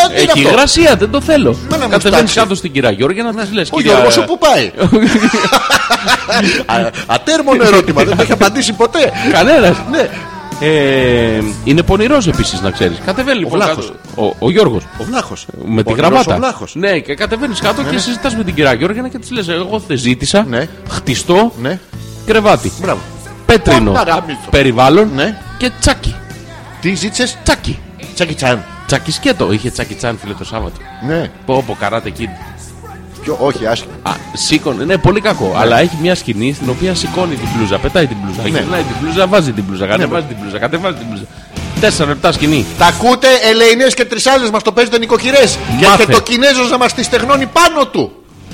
τι είναι Έχει αυτό. υγρασία, δεν το θέλω. Μα να μου Κατεβαίνεις φτάξει. κάτω στην κυρία Γιώργια να τη λες. Ο Γιώργος σου που πάει. Α, Ατέρμονο ερώτημα, δεν το έχει απαντήσει ποτέ. Κανένας. Ναι, Ε, είναι πονηρός επίσης, να ξέρεις. Κατεβαίνει λοιπόν. Βλάχος. κάτω- Ο, ο Γιώργος. ο Βλάχος. Με την Ο Γιώργος γραβάτα. Ο Βλάχος. Ναι, και κατεβαίνεις κάτω και συζητάς με την κυρία Γιώργια και της λες: Εγώ θε ζήτησα Ναι. χτιστό Ναι, κρεβάτι. μπράβο. Πέτρινο Παπαράμιστο. περιβάλλον Ναι. και τσάκι. Τι ζήτησες, Τσάκι. Τσάκι Τσάν. Τσάκι σκέτο. Είχε τσάκι τσάν φίλε το Σάββατο. Ναι, Πω πω καράτε εκεί. Ποιο- όχι, άσχημα. Α, σήκωνε. Ναι, πολύ κακό. Αλλά έχει μια σκηνή στην οποία σηκώνει την πλούζα, πετάει την Ναι. πλούζα. Γυρνάει την πλούζα, βάζει την πλούζα, κατεβάζει την πλούζα, κατεβάζει την πλούζα. Τέσσερα λεπτά σκηνή. Τα ακούτε, Ελεηνές και Τρισάλες μας το παίζετε νοικοκυρές. Μάθε. Και το Κινέζος να μας τη στεγνώνει πάνω του.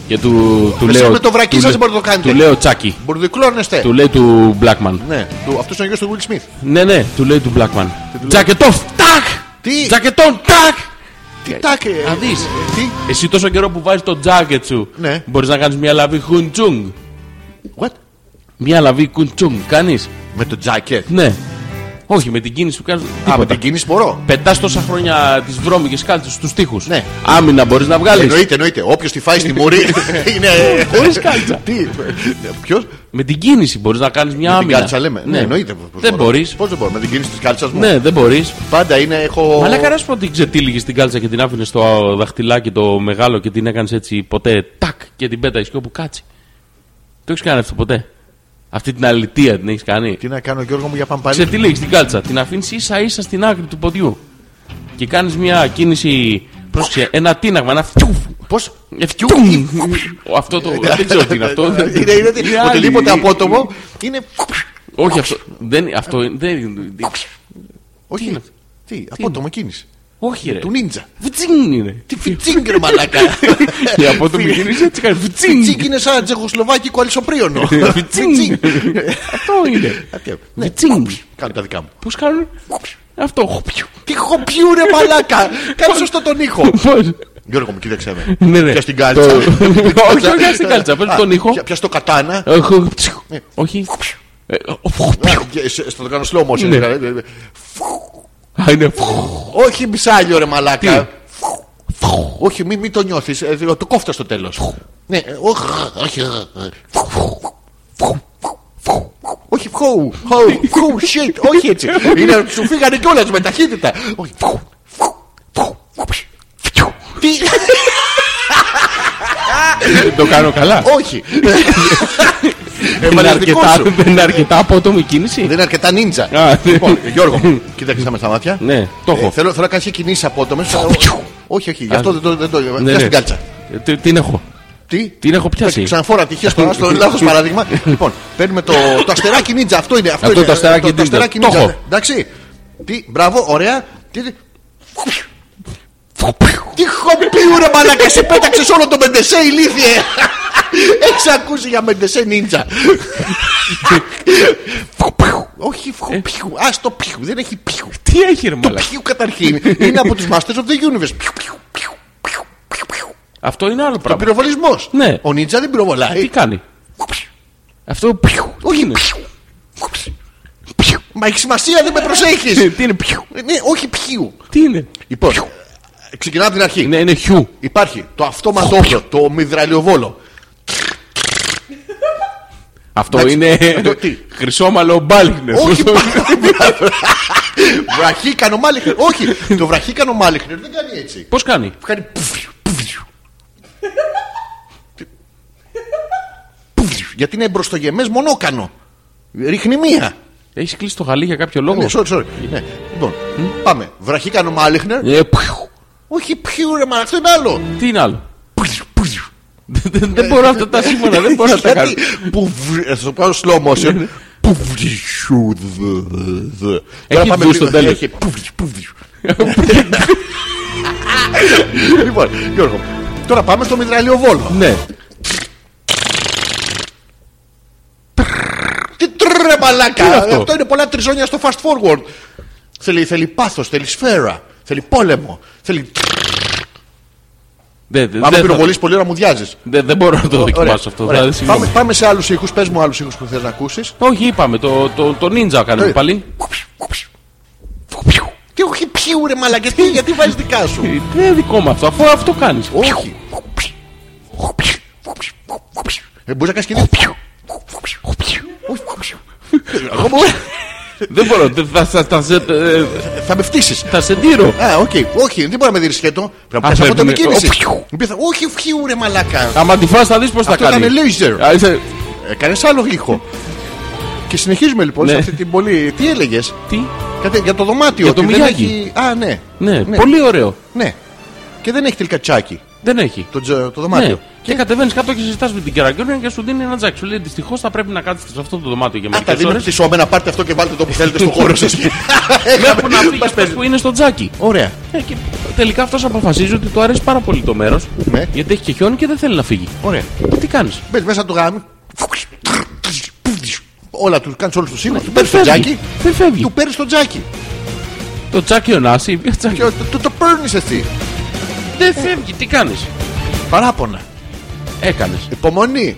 Και του, του Εσείς λέω. με το βρακί του σας λέ- μπορείτε να το κάνετε. Του λέω τσάκι. Μπουρδικλώνεστε. Του λέει του Blackman. Ναι, του- αυτός είναι ο γιος του Will Smith. Ναι, ναι, του λέει του Blackman. Τζακετόν, τάκ! Τι? Τζακετόν, τάκ! Τι τάκε. ε, Να δεις. Τι. Εσύ τόσο καιρό που βάζεις το τζάκετ σου, Ναι. μπορείς να κάνεις μια λαβή χουντσούγκ. What? Μια λαβή κουντσούγκ, κάνεις. Με το τζάκετ. Ναι. Όχι, με την κίνηση που κάνει. Α, με την κίνηση μπορώ. Πετάς τόσα χρόνια τις βρώμικες κάλτσες στους τοίχους. Ναι. Άμυνα μπορείς να βγάλεις. Εννοείται, εννοείται. Όποιος τη φάει στη μουρή είναι. ε, Χωρίς κάλτσα. Τι. Ποιος. Με την κίνηση μπορείς να κάνεις μια Την άμυνα. κάλτσα λέμε. Ναι, εννοείται. πως Δεν μπορώ. μπορείς. Πώς δεν μπορώ. Με την κίνηση της κάλτσας μου. Ναι, δεν μπορείς. Πάντα είναι. Έχω. Αλλά καρά που την ξετύλιγες την κάλτσα και την άφηνες στο δαχτυλάκι το μεγάλο και την έκανες έτσι ποτέ τάκ και την πέταγες και όπου κάτσει. Το έχεις κάνει αυτό ποτέ. Αυτή την αλητία την έχεις κάνει. Τι να κάνω, Γιώργο μου, για πάμε πάλι. Ξετύλιγε την κάλτσα, την αφήνεις ίσα ίσα στην άκρη του ποδιού. Και κάνεις μια κίνηση. Πρόσεξε, ένα τίναγμα, ένα φτιούφ. Πώς. Φτιούμ. Αυτό το. Δεν ξέρω τι είναι αυτό. Είναι, είναι, Είναι άλλη. οτιδήποτε απότομο Ε. είναι. Όχι αυτό. Δεν, αυτό είναι- δεν, Όχι. είναι. Τι, απότομο κίνηση. όχι ρε. Του νίντζα. Φτσίνγκ είναι. Τι φιτσίγκρ, μαλακά. Και από το μηχανή έτσι κάνει Φιτσίγκ φτσίνγκ. είναι σαν τσεχοσλοβάκικο αλυσοπρίωνο. Φτσίνγκ. Αυτό είναι. Κάτι- Ναι, Φτσίνγκ. κάνω τα δικά μου. Πώς κάνουν. Αυτό. Χουπιου. Τι χοπιού ρε μαλάκα! Κάνε σωστό τον ήχο. Πώς. Γιώργο μου, κοίταξε με. Ναι, ναι. Πιας την κάλτσα. Το- Όχι, όχι, πιάσε την κάλτσα. Παίρνει Α, τον ήχο. πια- Πιάσε το κατάνα. Αχ, χουπιου. Όχι. Ε, Α, και σ- Στο το κάνω slow motion. Ναι. Ε, ε, Α, είναι. Όχι μπισάλιο ρε μαλάκα. Όχι, μην μη το νιώθεις. Το κόφτα στο τέλος. Ναι, ε, οχ, όχι. ε, ε. Όχι, φου, φου, φου, shit, όχι έτσι. Είναι, σου φύγανε κιόλας με ταχύτητα. Όχι, φου, φου, φου, φιου. Τι, Δεν το κάνω καλά. όχι. Είναι Έβαλες δικό αρκετά, σου. δεν είναι αρκετά απότομη κίνηση. Δεν είναι αρκετά νίντζα. Α, ναι. Λοιπόν, Γιώργο, κοίταξε με στα μάτια. Ναι, το Ε, έχω. Θέλω, θέλω να κάνεις και κινήσεις απότομες. Όχι, όχι, γι' αυτό δεν το. Δεν το Ναι, πιάσε ναι. την κάλτσα. Ε, τι- Την έχω. Τι? Την έχω πιάσει. Ξαναφόρα τυχαία στο, στο λάθος παράδειγμα. λοιπόν, παίρνουμε το, το αστεράκι νίτσα. Αυτό είναι. Αυτό, Αυτό είναι, το αστεράκι το, το νίτσα. αστεράκι Το νίτσα. έχω. Εντάξει. Τι, μπράβο, ωραία. Τι. Τι χομπιού ρε μαλακά, σε πέταξες όλο το Μεντεσέ ηλίθιε Έχεις ακούσει για Μεντεσέ νίντζα Φουπιου. Όχι Ε. φουπιου, ας το πιου, δεν έχει πιου Τι έχει ρε μαλάκα. Πιου καταρχήν, είναι από τους Masters of the Universe Πιου, πιου, πιου, πιου, πιου, πιου. Αυτό είναι άλλο Ο πράγμα. πυροβολισμός Ναι. Ο νίντζα δεν πυροβολάει Τι κάνει. Αυτό πιου. όχι είναι. πιου. Πιου. Μα έχει σημασία, δεν με προσέχεις. Τι είναι πιου. Ναι, όχι πιου. Τι είναι. Ναι, Λοιπόν, ξεκινάω από την αρχή. Είναι, είναι χιου. Υπάρχει το αυτόματο όπλο, το μυδραλιοβόλο. Αυτό Εντάξει. είναι Το τι. χρυσόμαλο μπάλιχνες. Όχι, Βραχίκανο μάλιχνερ. Όχι, το βραχίκανο μάλιχνερ δεν κάνει έτσι. Πώς κάνει. Κάνει. πουφιου, πουφιου. Τι- πουφιου, Γιατί είναι μπροστογεμές μονόκανο. Ρίχνει μία. Έχεις κλείσει το χαλί για κάποιο λόγο. Ναι, sorry, sorry. Ναι, Λοιπόν, πάμε. Βραχίκανο μάλιχνερ. Ε, πιου. Όχι, πιου ρε, μα αυτό είναι άλλο. Τι είναι άλλο. Πουζ, πουζ. Δεν δεν μπορώ αυτά τα σύμφωνα. Δεν μπορώ να τα κάνω. Ε, Γιατί Ναι, που βρ- Θα το κάνω slow motion. Που βρισού, δ, δ, δ. Τώρα πάμε δου λίγο- στο τέλος. έχει που βρι- που βρι. Λοιπόν, Γιώργο, τώρα πάμε στο μητραλιοβόλο. Ναι. Τι τρε μαλάκα! αυτό? Αυτό είναι πολλά τριζόνια στο fast forward. Θέλει, θέλει πάθος, θέλει σφαίρα, θέλει πόλεμο. Θέλει... Δεν- δεν- Αν με δεν θα- πυροβολεί πολύ ώρα μου διάζεις. δεν- δεν μπορώ να το δοκιμάσω αυτό. θα- συγγνώμη. Πάμε, πάμε σε άλλους ήχους. Πες μου άλλους ήχους που θες να ακούσεις. Όχι, είπαμε. Το, το, το ninja κάνουμε Ε. πάλι. Τι όχι πιου ρε μαλάκα, τι, γιατί βάζεις δικά σου. Τι τι είναι Ε, δικό μου αυτό, αφού αυτό κάνεις. Όχι. Ε, μπορείς να κάνεις και δύο. Εγώ μπορώ. Δεν μπορώ, δεν- θα, θα, θα, σε- ε, Θα με φτύσεις. θα σε τύρω. Α, οκ. Όχι, δεν μπορεί να με δει σχέτο. Πρέπει να Α, ναι, πιάσει από την πρέπει να- κίνηση. Ο, Μου πείθα- Όχι, φιού ρε μαλάκα. Άμα τη φας θα δεις πώς θα Αυτό κάνει. ήταν laser. Α, είσαι- Έκανες άλλο ήχο. Και συνεχίζουμε λοιπόν Ναι. σε αυτή την πολύ. Τι έλεγες Τι. Κάτι για το δωμάτιο. Για το ότι δεν Μiyagi. έχει- Α, ναι. Ναι, πολύ ωραίο. Ναι. Και δεν έχει τελικά τσάκι Δεν έχει. το, τζο- το Ναι. δωμάτιο. Και κατεβαίνεις κάτω και συζητάς με την κερακιόνια και σου δίνει ένα τζάκι. Σου λέει δυστυχώς θα πρέπει να κάτσεις σε αυτό το δωμάτιο για Α, τα μερικές δίνουν ώρες. χτισόμενα, πάρτε αυτό και βάλτε το που θέλετε στο χώρο σας. Που να φύγεις πες που είναι στο τζάκι. Ωραία. Ε, και τελικά αυτός αποφασίζει ότι του αρέσει πάρα πολύ το μέρος Ναι. γιατί έχει και χιόνι και δεν θέλει να φύγει. Ωραία. Τι κάνεις. Μπες μέσα το γάμι. Όλα τους κάνεις όλους του σύμβουλου. Του Δεν παίρνει το φεύγει. τζάκι. Δεν φεύγει. Του παίρνεις το τζάκι. Το τζάκι ονάσει. Και ο- του το παίρνεις εσύ. Δεν φεύγει. Τι κάνεις. Παράπονα. Έκανες. Υπομονή.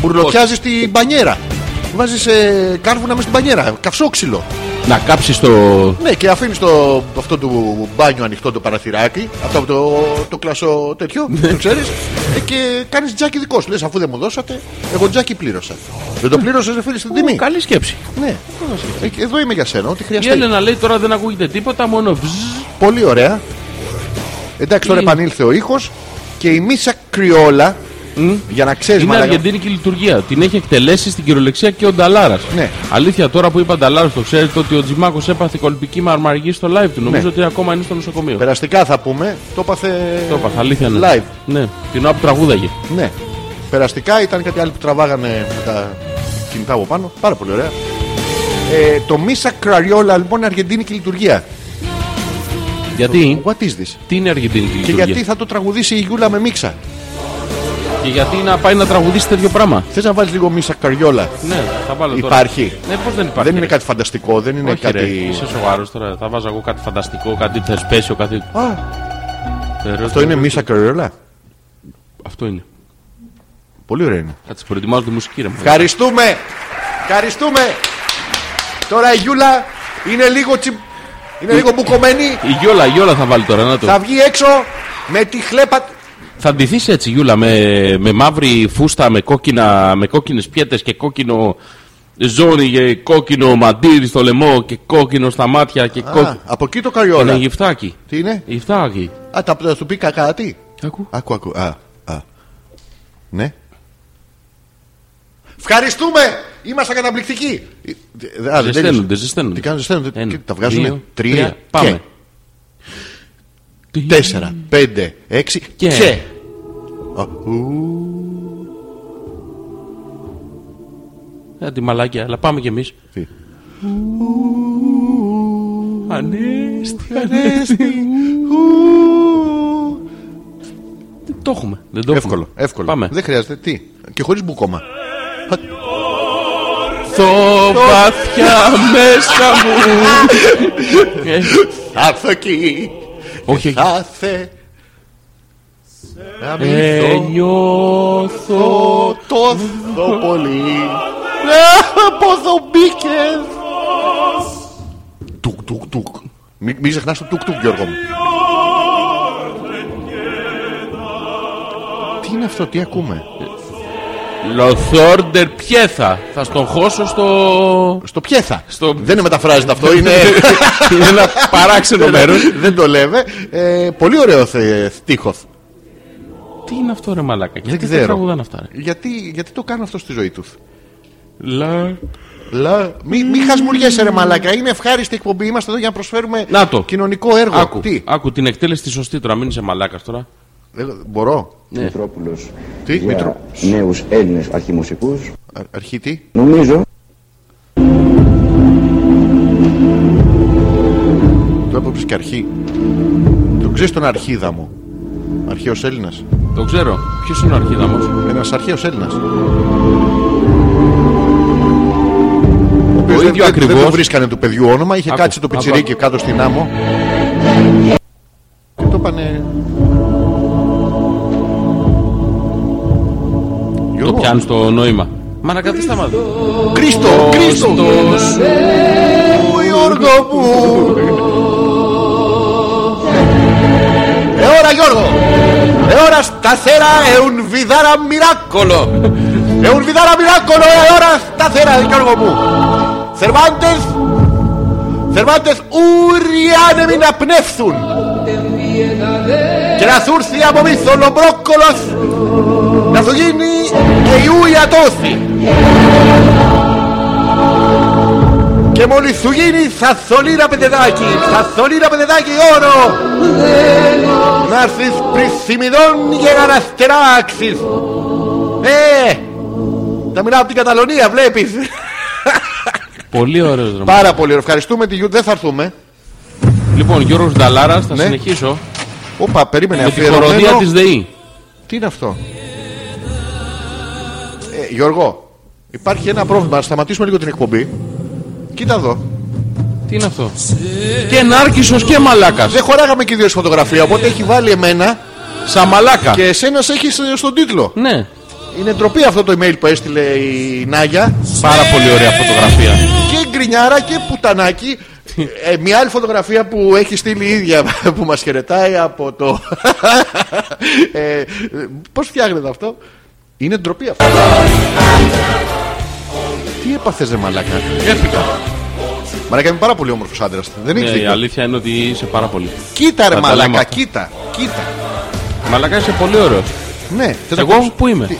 Μπουρλοκιάζει την μπανιέρα. Βάζεις ε, κάρβουνα μες στην μπανιέρα. Καυσόξυλο. Να κάψεις το, Ναι, και αφήνεις το, αυτό του μπάνιο ανοιχτό το παραθυράκι. Αυτό από το, το κλασό τέτοιο, Ναι. το ξέρεις. και κάνεις τζάκι δικό σου. Λες αφού δεν μου δώσατε, εγώ τζάκι πλήρωσα. Δεν το πλήρωσες, δεν φέρει την τιμή. Καλή σκέψη. Ναι. Ε, και Εδώ είμαι για σένα, ό,τι Η χρειαστεί. Έλενα λέει τώρα δεν ακούγεται τίποτα, μόνο βζζ. Πολύ ωραία. Εντάξει, τώρα Είναι. επανήλθε ο ήχος και η μίσα κρυόλα. Για να ξέρεις, Είναι αργεντίνικη λειτουργία. Την έχει εκτελέσει στην κυριολεξία και ο Νταλάρας. Ναι. Αλήθεια, τώρα που είπα Νταλάρας, το ξέρετε ότι ο Τζιμάκος έπαθε κολπική μαρμαργή στο live του. Νομίζω Ναι. ότι ακόμα είναι στο νοσοκομείο. Περαστικά θα πούμε, το πάθε. Το έπαθε, αλήθεια ναι. Live. Ναι, την ώρα που τραγούδαγε. Ναι. Περαστικά ήταν κάτι άλλο που τραβάγανε με τα κινητά από πάνω. Πάρα πολύ ωραία. Ε, το Μίσα Κραριόλα λοιπόν είναι αργεντίνικη λειτουργία. Γιατί, What is this? τι είναι αργεντίνικη Και λειτουργία. γιατί θα το τραγουδήσει η Γιούλα με μίξα. Και γιατί να πάει να τραγουδίσει τέτοιο πράγμα. Θες να βάλεις λίγο Μίσα Κραριόλα. Ναι, θα βάλω τώρα. Υπάρχει. Ναι, πώς δεν υπάρχει. Δεν είναι ρε. κάτι φανταστικό, δεν είναι Όχι, ρε, κάτι. είσαι σοβαρός τώρα. Θα βάζω εγώ κάτι φανταστικό, κάτι θεσπέσιο, κάτι. Α, αυτό είναι Μίσα Κραριόλα. Αυτό είναι. Πολύ ωραία είναι. Θα τις προετοιμάζω τη μουσική ρε. μαλάκα. Ευχαριστούμε! Ευχαριστούμε! Τώρα η Γιούλα είναι λίγο, τσι... είναι λίγο μπουκωμένη. Η Γιόλα, η Γιόλα θα βάλει τώρα, να το. Θα βγει έξω με τη χλέπα. Θα ντυθείς έτσι Γιούλα με, με μαύρη φούστα, με, κόκκινα, με κόκκινες πιέτες και κόκκινο ζόρι και κόκκινο μαντήρι στο λαιμό και κόκκινο στα μάτια και Α, κόκκινο. από εκεί το κάνει όλα. Ένα γυφτάκι. Τι είναι? Γυφτάκι. Α, τα θα σου πει κακά, τι. Ακού. Ακού, ακού. Α, α. Ναι. Ευχαριστούμε! Είμαστε καταπληκτικοί! Ε, α, δεν τέλειωσε. Ζεσταίνονται, ζεσταίνονται. Τι κάνουν, ζεσταίνονται. Ένα, Και τα βγάζουν δύο, τρία, Πάμε. και. Τέσσερα, πέντε, έξι και. Και. Α, ου, Ε, τη μαλάκια, αλλά πάμε κι εμείς. τι. Ανέστη, ανέστη. Ε, Το έχουμε. Δεν το έχουμε. Εύκολο, εύκολο. Πάμε. Δεν χρειάζεται. Τι. Και χωρίς μπουκόμα. Το βαθιά μέσα μου. Ε, Θα έρθω εκεί. Όχι, όχι. Θα θε. Να μην Ε, το- νιώθω. το θω πολύ. Ε, Να, Πόθο μπήκε. Τουκ, τουκ, τουκ. Μη- Μην ξεχνάς το τουκ, τουκ, Γιώργο μου. Τι είναι αυτό, τι ακούμε. Λοθόρντερ πιέθα. Θα στον χώσω στο. Ναι. Στο πιέθα. Στο- Δεν μεταφράζεται αυτό, είναι. Είναι ένα παράξενο μέρος. Δεν το λέμε. Ε, πολύ ωραίο θε- στίχος. Τι είναι αυτό ρε μαλάκα. Δεν Γιατί δεν τραγουδάνε ξέρω. αυτά ρε. Γιατί, γιατί το κάνω αυτό στη ζωή τους. Λα... Λα... Μη, μη χασμουριέσαι ρε μαλάκα. Είναι ευχάριστη εκπομπή. Είμαστε εδώ για να προσφέρουμε Να το. κοινωνικό έργο. Άκου, Τι, άκου την εκτέλεση τη σωστή τώρα, μην είσαι μαλάκας τώρα. δεν- μπορώ. Μητρόπουλος Τι, για Μήτρο. νέους Έλληνες αρχιμουσικούς. Α- Αρχή τι. Νομίζω Το έπαψες και αρχή. Το ξέρεις τον αρχίδα μου. Αρχαίος Έλληνας. Το ξέρω. Ποιος είναι ο αρχίδαμος. Ένας αρχαίος Έλληνας. Το Δεν ίδιο ακριβώς. το βρίσκανε του παιδιού όνομα. Είχε Άκου, κάτσει το άκου. πιτσιρίκι κάτω στην άμμο. Και το είπανε. Το Γιώργο. πιάνει το νόημα. Μα να κάτι σταματά. Κρίστο, Κρίστο. Χριστός. Ου, Γιώργο μου. Εώρα Γιώργο. Εώρα σταθερά εουν βιδάρα μυράκολο. Εουν βιδάρα μυράκολο. Εώρα σταθερά Γιώργο μου. Θερμάντες. Θερμάντες ουριάνε μην απνεύθουν. Και να σου έρθει από μύθολο μπρόκολος να σου γίνει και η ούια τόθη. Και μόλις σου γίνει θα θολεί ένα παιδεδάκι Θα θολεί ένα παιδεδάκι όρο Να έρθεις πρισιμιδών και να αναστεράξεις Ε, τα μιλάω από την Καταλωνία βλέπεις Πολύ ωραίος δρόμος. Πάρα πολύ ωραία. ευχαριστούμε τη Γιου, δεν θα έρθουμε Λοιπόν, Γιώργος Νταλάρας, θα Ναι. συνεχίσω Όπα, περίμενε με την χοροδία αφιερωμένο της ΔΕΗ. Τι είναι αυτό ε, Γιώργο, υπάρχει ένα πρόβλημα, να σταματήσουμε λίγο την εκπομπή Κοίτα εδώ Τι είναι αυτό. Και νάρκισο και μαλάκας. Δεν χωράγαμε και δύο στη φωτογραφία, οπότε έχει βάλει εμένα Σαν μαλάκα. και εσένα σε έχεις στο- στον τίτλο. Ναι. Είναι ντροπή αυτό το email που έστειλε η Νάγια. Πάρα πολύ ωραία φωτογραφία. Και γκρινιάρα και πουτανάκι. Ε, μια άλλη φωτογραφία που έχει στείλει η ίδια που μας χαιρετάει από το. ε, πώς φτιάχνετε αυτό, Είναι ντροπή αυτό. Τι έπαθες, ρε Μαλάκα. Έφυγα. Μαλάκα είμαι πάρα πολύ όμορφος άντρας. Δεν έχεις Ναι, η δίκιο. αλήθεια είναι ότι είσαι πάρα πολύ. Κοίτα, ρε τα λέμε Μαλάκα, αυτά. κοίτα. Κοίτα. Μαλάκα είσαι πολύ ωραίος. Ναι, θες να Εγώ πεις- πού είμαι. Τι-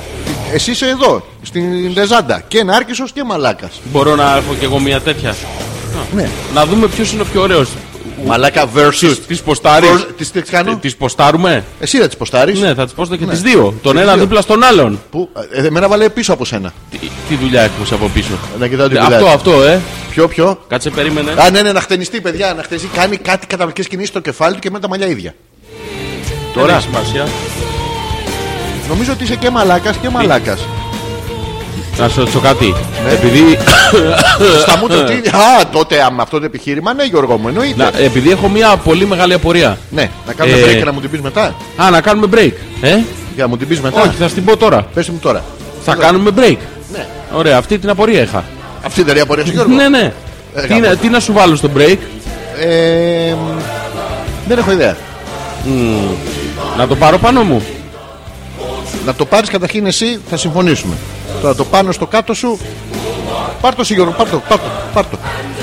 Εσύ είσαι εδώ, στην Λεζάντα. Και Νάρκισος και Μαλάκας. Μπορώ να έχω κι εγώ μια τέτοια. Ναι. Να δούμε ποιος είναι ο πιο ωραίος. Μαλάκα versus. Τη ποστάρει. Προς- τις- τις κάνω. Τη ποστάρουμε. Εσύ θα τις ποστάρεις. Ναι, θα τη πω και Ναι. τις δύο. Τον Τις ένα δύο. δίπλα στον άλλον. Που, ε, εμένα βάλε πίσω από σένα. Τι, τι δουλειά έχουμε σε από πίσω. Να κοιτάω την Αυτό, δουλειά. αυτό, ε. Ποιο, ποιο. Κάτσε, περίμενε. Α, ναι, ναι, να χτενιστεί, παιδιά. Να χτενιστεί. Κάνει κάτι καταπληκτικές κινήσεις στο κεφάλι του και με τα μαλλιά ίδια. Δεν Τώρα, έχει σημασία. νομίζω ότι είσαι και μαλάκας και μαλάκας. Να σου ρωτήσω κάτι. Ναι. Επειδή, Στα μου το τι. Α, τότε α, με αυτό το επιχείρημα, ναι, Γιώργο μου, εννοείται. να, επειδή έχω μια πολύ μεγάλη απορία. Ναι, να κάνουμε Ε, break και να μου την πεις μετά. Α, να κάνουμε break. Ε? Για μου την πεις μετά. Όχι, θα στην πω τώρα. Πες μου τώρα. Θα κάνουμε break. Ναι. Ωραία, αυτή την απορία είχα. Αυτή ήταν η απορία σου, Γιώργο. Ναι, ναι. Ε, Τι, να, γαμώτο. τι να σου βάλω στο break, Ε, μ, δεν έχω ιδέα. να το πάρω πάνω μου. Να το πάρεις καταρχήν εσύ, θα συμφωνήσουμε. Τώρα το πάνω στο κάτω σου. Πάρ το εσύ, Γιώργο, πάρ το, πάρ το, πάρ το.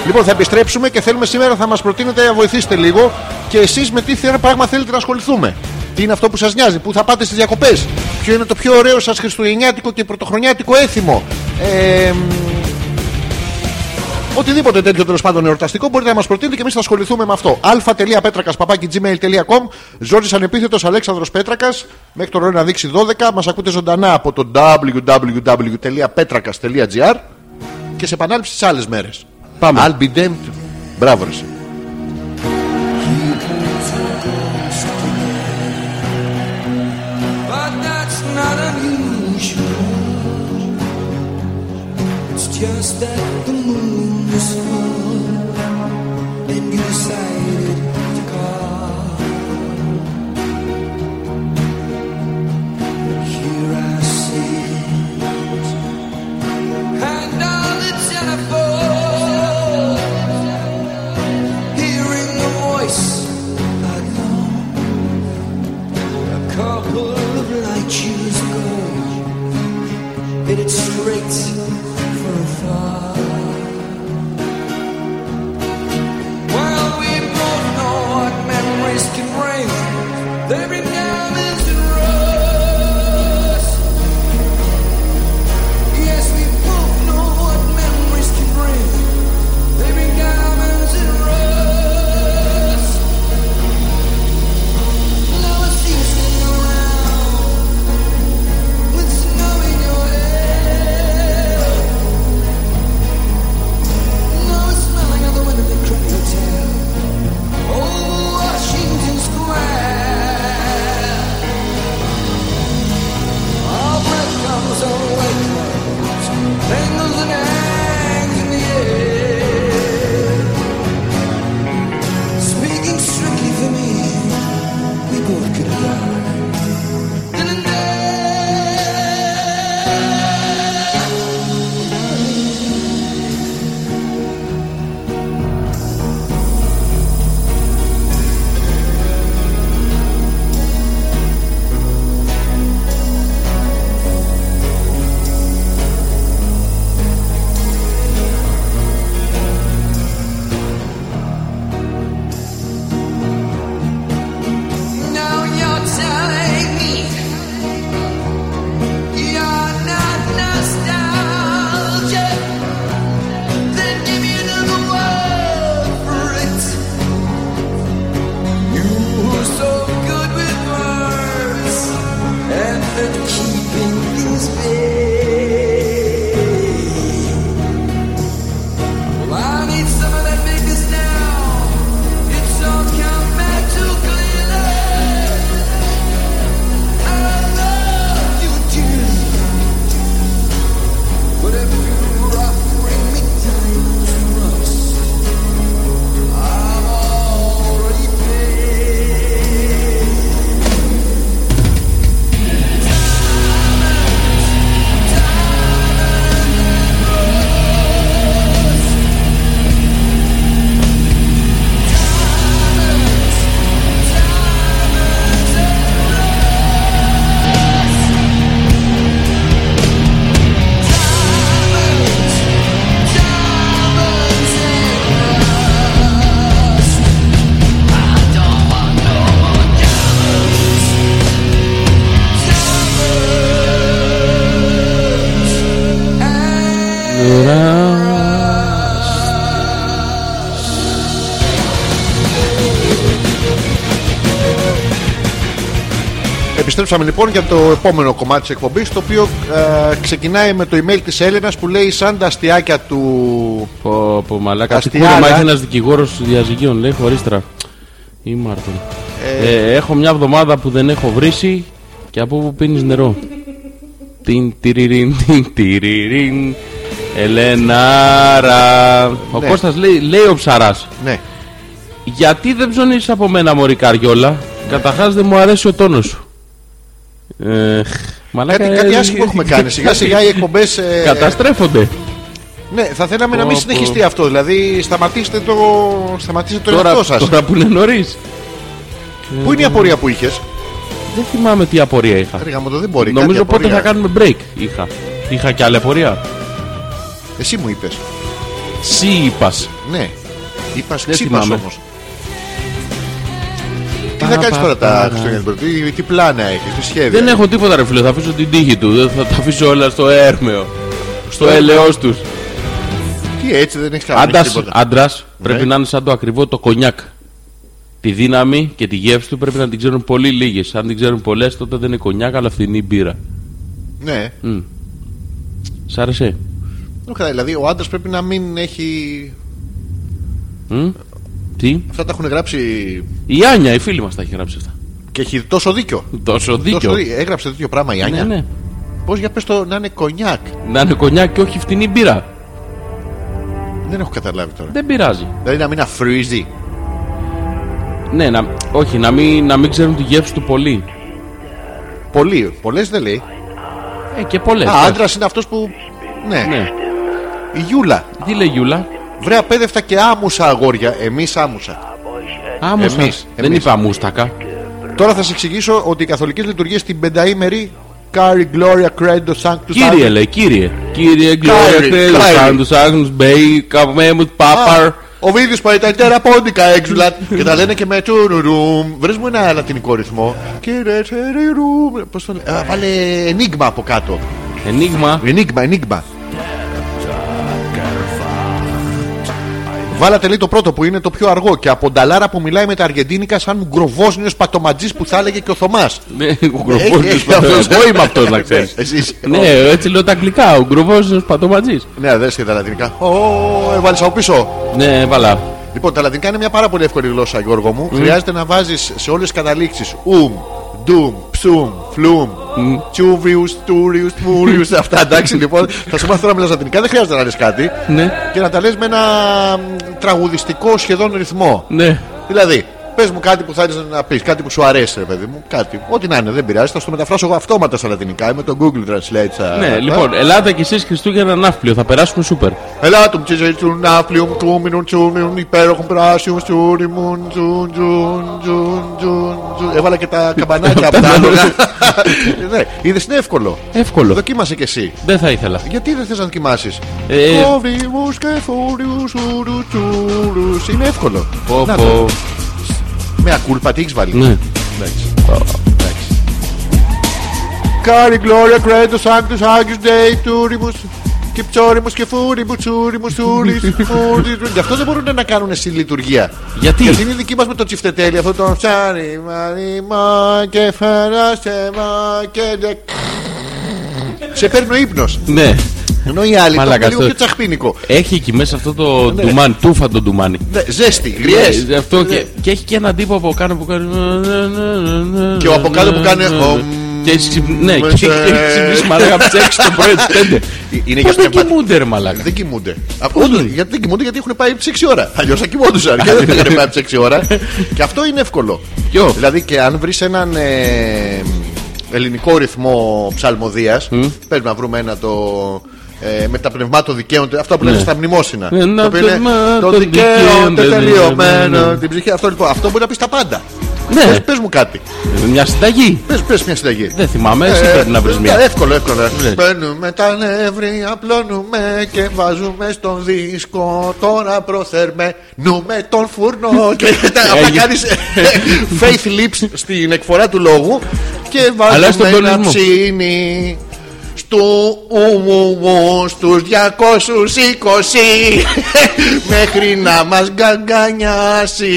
Λοιπόν, θα επιστρέψουμε και θέλουμε σήμερα θα μας προτείνετε να βοηθήσετε λίγο και εσείς με τι θε- πράγμα θέλετε να ασχοληθούμε. Τι είναι αυτό που σας νοιάζει, πού θα πάτε στις διακοπές, ποιο είναι το πιο ωραίο σας χριστουγεννιάτικο και πρωτοχρονιάτικο έθιμο. Ε, μ, Οτιδήποτε τέτοιο τέλος πάντων εορταστικό μπορείτε να μας προτείνετε και εμείς θα ασχοληθούμε με αυτό. α.πέτρακα.gmail.com Ζόρι ανεπίθετος Αλέξανδρος Πέτρακας. Μέχρι τώρα να δείξει 12. Μας ακούτε ζωντανά από το www.petrakas.gr και σε επανάληψη τις άλλες μέρες. Πάμε. I'll be damned. Μπράβο, ρε. εσύ. But that's not unusual. It's just that the moon is full and you decided to call. Here I sit, and on the telephone, hearing the voice I know. A couple of light years ago, it had straight for a fall. Well, we both know what memories can bring. They bring diamonds and rose. Yes, we both know what memories can bring. They bring diamonds and rose. Now it's easy around with snow in your hair. Now it's smelling of the wind of the Crooked Hotel. Oh, Washington Square. Our breath comes on white clouds, dangles and hangs in the air. Speaking strictly for me. We both could have died. In a Now you're telling me you're not nostalgic. Then give me another word for it. You were so good with words and at keeping things vague. Well, I need someone that makes this now. It's all come back to clearly. I love you dearly, but if you were offering me time to rust, I'm already paid. Επιστρέψαμε λοιπόν για το επόμενο κομμάτι της εκπομπής, το οποίο ε, ξεκινάει με το email της Έλενας που λέει σαν τα αστιάκια του. Πω, πω, μαλάκα. Τι Αστιάρα. κούρεμα έχεις ένας δικηγόρος διαζυγίων, λέει χωρίστρα. Ή Μάρτον. Ε, έχω μια εβδομάδα που δεν έχω βρήσει και από όπου πίνεις νερό. Τιν τυριρίν, τιν τυριρίν. Ελενάρα. Ο Ναι. Κώστας λέει, λέει ο ψαράς Ναι. Γιατί δεν ψωνίζεις από μένα μωρή καριόλα Καταρχάς δεν μου αρέσει ο τόνος σου Ε, μαλάκα, Κάτι, ε, κάτι άσχημο έχουμε κάνει. Σιγά σιγά ε, οι εκπομπές. Καταστρέφονται. Ναι, θα θέλαμε να Πω, μην πω. συνεχιστεί αυτό. Δηλαδή, σταματήστε το, σταματήστε το Τώρα, εαυτό σας. τώρα που είναι νωρίς. Πού είναι η απορία που είχες. Δεν θυμάμαι τι απορία είχα. Αργά μου το δεν μπορεί. Νομίζω κάτι πότε θα απορία. κάνουμε break είχα. Είχα και άλλη απορία. Εσύ μου είπες. Σι είπας. Ναι. Είπας Δεν ξύπνα θυμάμαι. όμως. Τι θα κάνει τώρα τα Χριστούγεννα, τι, τι πλάνα έχεις, τι σχέδια. Δεν έχω τίποτα ρε φίλε, θα αφήσω την τύχη του. Δεν θα τα αφήσω όλα στο έρμεο. Στο έλεος τους. Τι έτσι δεν έχεις κάνει Άντρας, τίποτα. Ναι. άντρας πρέπει να είναι σαν το ακριβό το κονιάκ. Τη δύναμη και τη γεύση του πρέπει να την ξέρουν πολύ λίγες. Αν την ξέρουν πολλές τότε δεν είναι κονιάκ αλλά φθηνή μπύρα. Ναι. Σ' άρεσε. Ωχα, Δηλαδή ο άντρας πρέπει να μην έχει. Μμ? Τι. Αυτά τα έχουν γράψει Η Άνια, η φίλη μας τα έχει γράψει αυτά. και έχει τόσο δίκιο. Τόσο δίκιο. Τόσο δί- Έγραψε τέτοιο πράγμα η Ναι, Άνια. ναι. Πώς για πες το να είναι κονιάκ. Να είναι κονιάκ και όχι φτηνή μπύρα. Δεν έχω καταλάβει τώρα. Δεν πειράζει. Δηλαδή να μην αφρίζει. Ναι, να, όχι, να μην, να μην ξέρουν τη γεύση του πολύ. Πολλοί, πολλές δεν λέει. Ε, και πολλές. Α, άντρας είναι αυτός που. Ναι. Ναι. Η Γιούλα. Τι λέει Γιούλα, Βρε απέδευτα και άμουσα αγόρια. Εμείς άμουσα. Άμουσα. Εμείς, Δεν εμείς. είπα μουστακα. Τώρα θα σα εξηγήσω ότι οι καθολικές λειτουργίες στην πενταήμερη. Κάρι Gloria Credo Sanctus Κύριε Ave. λέει, κύριε. Κύριε Γκλώρια, Κάρι, Κρέλο, Κάρι. Σάντου, Άγνου, Μπέι, Καβέμουτ, Πάπαρ. Α, Ο Βίδιος πάει τα τέρα πόντικα έξουλα και τα λένε και με τσουρουρούμ. Βρες μου ένα λατινικό ρυθμό. Κύριε τσουρουρούμ. Πώ το λένε. Α, Βάλε ενίγμα από κάτω. Ενίγμα. Ενίγμα, ενίγμα. Βάλατε λέει το πρώτο που είναι το πιο αργό και από νταλάρα που μιλάει με τα Αργεντίνικα σαν γκροβόσνιος πατοματζή που θα έλεγε και ο Θωμάς. Ναι, ο Γκροβόζιος έχει Πατωματζής. αυτός. Εγώ είμαι αυτός να ξέρεις. Εσείς. Ναι, έτσι λέω τα αγγλικά. Ο Γκροβόζιο Πατωματζής. Ναι, δεν είσαι τα λατινικά. Ω, έβαλες από πίσω. Ναι, βάλα. Λοιπόν, τα λατινικά είναι μια πάρα πολύ εύκολη γλώσσα, Γιώργο μου. Χρειάζεται να βάζεις σε όλες τις καταλήξεις. Ουμ, ντουμ, ψουμ, φλουμ, τσούβιου, τούριου, τμούριου. Αυτά εντάξει λοιπόν. Θα σου μάθω να μιλά λατινικά, δεν χρειάζεται να λες κάτι. Ναι, και να τα λες με ένα μ, τραγουδιστικό σχεδόν ρυθμό. ναι. Δηλαδή, πες μου κάτι που θέλει να πεις, κάτι που σου αρέσει, ρε παιδί μου. Κάτι. Ό,τι να είναι, δεν πειράζει. Θα στο μεταφράσω εγώ αυτόματα στα λατινικά. Με το Google Ε, Translate. θα- Ναι, θα- λοιπόν, ελάτε κι εσείς Χριστούγεννα ναύπλιο. Θα περάσουμε σούπερ. Ελά, του μτσίζε του ναύπλιου, κούμινου, τσούμινου, υπέροχου, πράσιου, τσούριμουν, τσούν, τσούν, τσούν, τσούν, τσούν. Έβαλα και τα καμπανάκια από τα άλογα. Ναι, είδες είναι εύκολο. Εύκολο. Δοκίμασε κι εσύ. Δεν θα ήθελα. Γιατί δεν θες να δοκιμάσεις Ε. Κόβριους και φούριους ούρου τσούρους Είναι εύκολο Πω, Να πω. το. Με ακούλπα τι έχεις βάλει Ναι. Εντάξει. Εντάξει. Κάρι Γκλώρια Κρέντος Άγκτος Άγιος Ντέι Τούριμους και ψώριμους και φούριμους τσούριμους τούρις φούρις Γι' αυτό δεν μπορούν να κάνουν συλλειτουργία Γιατί? Γιατί είναι η δική μας με το τσιφτετέλι Αυτό το ψάρι μαρι μα και φέρα σε μα και ντε. Σε παίρνει ο ύπνος Ναι. ενώ οι άλλοι το Μαλάκα, λίγο αυτό- πιο τσαχπίνικο. Έχει εκεί μέσα αυτό το ντουμάνι, τούφαντο ντουμάνι. Ναι, ζέστη, Ναι. Ε, γριές. Αυτό και, και έχει και έναν τύπο από κάτω που κάνει. Και ο από κάτω που κάνει, «Ομ, Και έχει ξυπ- ναι, και με έχει σε». ξυπνήσει μαλάκα από τι 6 το πρωί, τι 5. Είναι Πώ για δεν πνευματι- κοιμούνται, ρε μαλάκα. Δεν κοιμούνται. Από- όντως, γιατί δεν κοιμούνται, γιατί έχουν πάει 6 ώρα. Αλλιώς θα κοιμόντουσαν. Και δεν θα είχαν πάει 6 ώρα. Και αυτό είναι εύκολο. Ποιο? Δηλαδή και αν βρεις έναν ε, ελληνικό ρυθμό ψαλμοδίας, πρέπει να βρούμε ένα το. Ε, με τα πνευμάτων δικαίων, αυτό που λένε στα μνημόσυνα. Ε, να Το οποίο είναι πνευμάτων το δικαίων, το δικαίων, τελειωμένο, ναι. την ψυχή. Αυτό λοιπόν, αυτό μπορεί να πεις τα πάντα. Ναι. Πες- Πες μου κάτι. Μια συνταγή. Πες, πες μια συνταγή. Δεν θυμάμαι, εσύ Ε, πρέπει να Ναι. βρει ε, μια. Εύκολο, εύκολο. Παίρνουμε τα νεύρη, απλώνουμε και βάζουμε στον δίσκο. Τώρα προθερμαίνουμε τον φούρνο. και τα- Αυτά Έγινε. κάνεις ε, faith lips στην εκφορά του λόγου. Και βάζουμε στον ένα τονισμό. ψήνι. Στου ουμουμού στους 220 Μέχρι να μας γκαγκανιάσει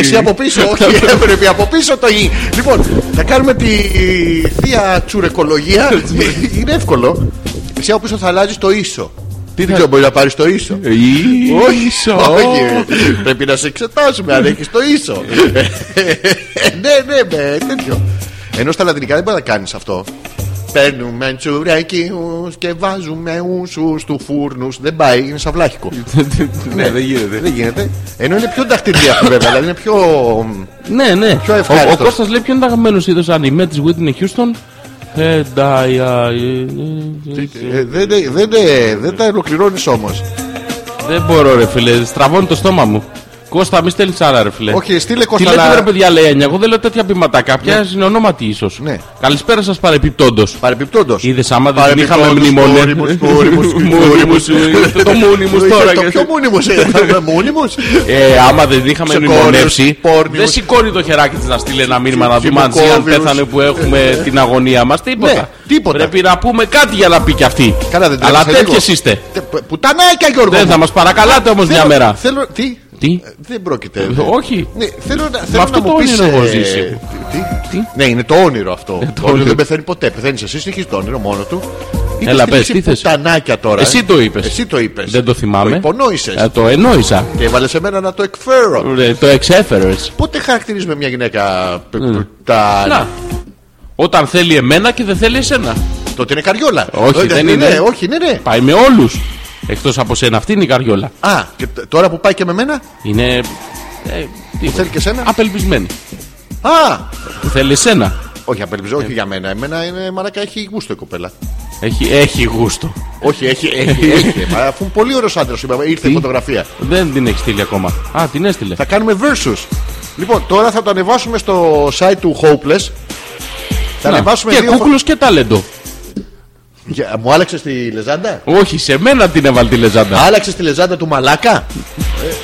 Εσύ από πίσω, όχι έπρεπε από πίσω το «η». Λοιπόν, να κάνουμε τη θεία τσουρεκολογία Είναι εύκολο Εσύ από πίσω θα αλλάζεις το ίσο Ναι. Τι δεν ξέρω, μπορεί να πάρεις το ίσο Ίσο. όχι. Πρέπει να σε εξετάσουμε αν έχεις το ίσο. ναι, ναι, ναι, τέτοιο. Ενώ στα λατινικά δεν μπορεί να κάνεις αυτό. Παίρνουμε τσουρέκιους και βάζουμε ούσους του φούρνους. Δεν πάει, είναι σαυλάχικο. Ναι, δεν γίνεται. Δεν γίνεται. Ενώ είναι πιο δαχτυλία αυτό βέβαια, δηλαδή είναι πιο. Ναι, ναι. Πιο Ο- ευχάριστος. Ο Κώστας λέει ποιο είναι το αγαπημένο είδος ανημέ της Whitney Houston. Ε, die, I- I- Ε, δεν- δεν- δεν- δεν- Δεν τα ολοκληρώνει όμω. Δεν μπορώ ρε φίλε, στραβώνει το στόμα μου. Κώστα, μη στέλνεις άλλα ρε φίλε. Όχι, στείλε Ε, Τι Κώστα. λέτε αλλά- ρε παιδιά λέει Ένια, εγώ δεν λέω τέτοια ποιηματά. Κάποια είναι ονόματι ίσως. Ναι. Καλησπέρα σας παρεπιπτόντως. Παρεπιπτόντως. Είδες άμα δεν την Παρεπιπτόντως, είχαμε μνημονέ. μόνιμος, μόνιμος, μόνιμος. Είστε Το μόνιμους Είστε τώρα. Το και- πιο μόνιμος, ε, θα είμαι μόνιμος. Ε, άμα δεν την είχαμε Ξεκόριος, μνημονεύσει, πόρνιος. δεν σηκώνει το χεράκι της να στείλει ένα μήνυμα να δούμε αν ζει, Τσιμουκόβιος. αν πέθανε που έχουμε την αγωνία μας. Ναι, Τίποτα. τίποτα. Πρέπει να πούμε κάτι για να πει κι αυτή. Καλά, δεν Αλλά τρέπεσαι λίγο. τέτοιε είστε. Τε- π- Πουτανάκια Γιώργο. Δεν μου. θα μας παρακαλάτε όμως μια Θέλω- μέρα. Θέλω. Τι. Τι. Ε, Δεν πρόκειται. Ε, όχι. Ναι, θέλω να, θέλω αυτό να το μου πεις... όνειρο έχω ε, ζήσει. Τι, Τι? Ε, Ναι, είναι το όνειρο αυτό. το όνειρο, όνειρο. δεν πεθαίνει ποτέ. Πεθαίνεις εσύ, συνεχίζει το όνειρο μόνο του. Είδες Έλα, τη πες, λέξη τι θες. Πουτανάκια τώρα. ε. Εσύ το είπες. Εσύ το είπες. Δεν το θυμάμαι. Το υπονόησε. Ε, το ενόησα. Και έβαλες σε μένα να το εκφέρω. Ρε, Το εξέφερες. Πότε χαρακτηρίζουμε μια γυναίκα. π- Ναι. π- τα- Να. Όταν θέλει εμένα και δεν θέλει εσένα. Τότε είναι καριόλα. Όχι, Ε, δεν ναι, είναι. ναι, όχι, ναι, ναι. Πάει με όλους. Εκτός από σένα. Αυτή είναι η καριόλα. Α, και τ- τώρα που πάει και με μένα, Είναι. ε, τι- θέλει και σένα. Απελπισμένη. Α, Που θέλει εσένα. όχι, απελπίζω, Ε. όχι για μένα. Εμένα είναι μαρακα, έχει γούστο η κοπέλα. Έχει, έχει γούστο. όχι, έχει, έχει, έχει. Μα Αφού είναι πολύ ωραίος άντρας, ήρθε η Τι? φωτογραφία. Δεν την έχεις στείλει ακόμα. Α, την έστειλε. Θα κάνουμε versus. Λοιπόν, τώρα θα το ανεβάσουμε στο site του Hopeless. Θα Να, ανεβάσουμε και δύο φω- κούκλος και τάλεντο. Για- Μου άλλαξες τη λεζάντα. Όχι, σε μένα την έβαλε τη λεζάντα. Άλλαξες τη λεζάντα του μαλάκα.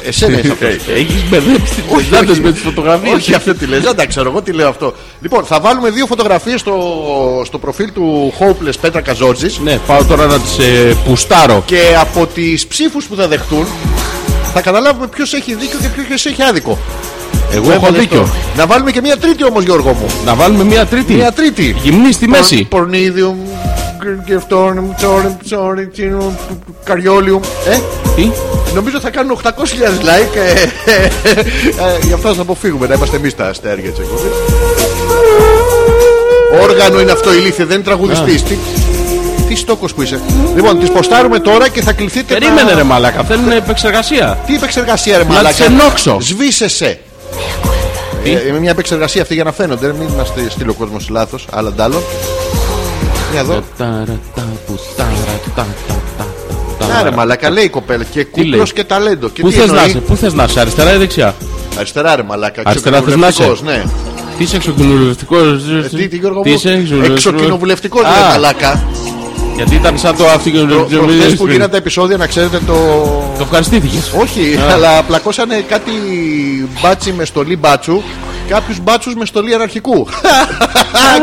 Ε, εσένα είσαι αυτός. Έχεις μπερδέψει τις Όχι, λεζάντε όχι. με τις φωτογραφίες. Όχι αυτή τη λεζάντα, ξέρω εγώ τι λέω αυτό. Λοιπόν, θα βάλουμε δύο φωτογραφίες στο, στο προφίλ του Hopeless Πέτρα Καζόρτζη. Ναι, πάω τώρα να τις ε, πουστάρω. Και από τις ψήφους που θα δεχτούν θα καταλάβουμε ποιος έχει δίκιο και ποιος έχει άδικο. Εγώ έχω Έβαλες δίκιο. το. Να βάλουμε και μία τρίτη όμως, Γιώργο μου. Να βάλουμε μία τρίτη. Μία τρίτη. Γυμνή στη μέση. Πορνίδιουμ, γκριφτόρνιμ, τσόρνιμ, τσόρνιμ, καριόλιουμ. Ε, Τι? νομίζω θα κάνουν 800.000 like. ε, ε, ε, Γι' αυτό θα το αποφύγουμε, να είμαστε εμείς τα αστέρια της εκπομπής. Όργανο είναι αυτό ηλίθιο, δεν είναι τραγουδιστή. Τι, τι στόχος που είσαι. Λοιπόν, τις ποστάρουμε τώρα και θα κληθείτε. να- Περίμενε ρε μαλάκα, θέλουν επεξεργασία. Τι επεξεργασία, ρε Να μαλάκα. τις ενόξω. Σβήσεσαι. Τι? Ε, Είναι μια επεξεργασία αυτή για να φαίνονται. Μην να στε- στείλει ο κόσμος λάθος, άλλα τ' άλλο. Για εδώ. Ταρα, τα, που, ταρα, τα, τα, τα, τα. Να ρε μαλάκα, λέει η κοπέλα. Και κούκλο ε, λέει? και ταλέντο. Και Πού τι θε να εννοεί? είσαι, πού θε να είσαι, αριστερά ή δεξιά. Αριστερά ρε μαλάκα. Αριστερά θες να είσαι? Εξοκοινοβουλευτικός, Ναι. Τι είσαι εξοκοινοβουλευτικό. Ε, Τι, τι Γιώργο Τι είσαι μου. Εξοκοινοβουλευτικό ρε Α, μαλάκα. Γιατί ήταν σαν το Προ- Προχθές που αυτοκινοβουλευτικό. γίνανε τα επεισόδια να ξέρετε το. Το ευχαριστήθηκε. Όχι, αλλά πλακώσανε κάτι μπάτσι με στολή μπάτσου. Κάποιους μπάτσους με στολή αναρχικού.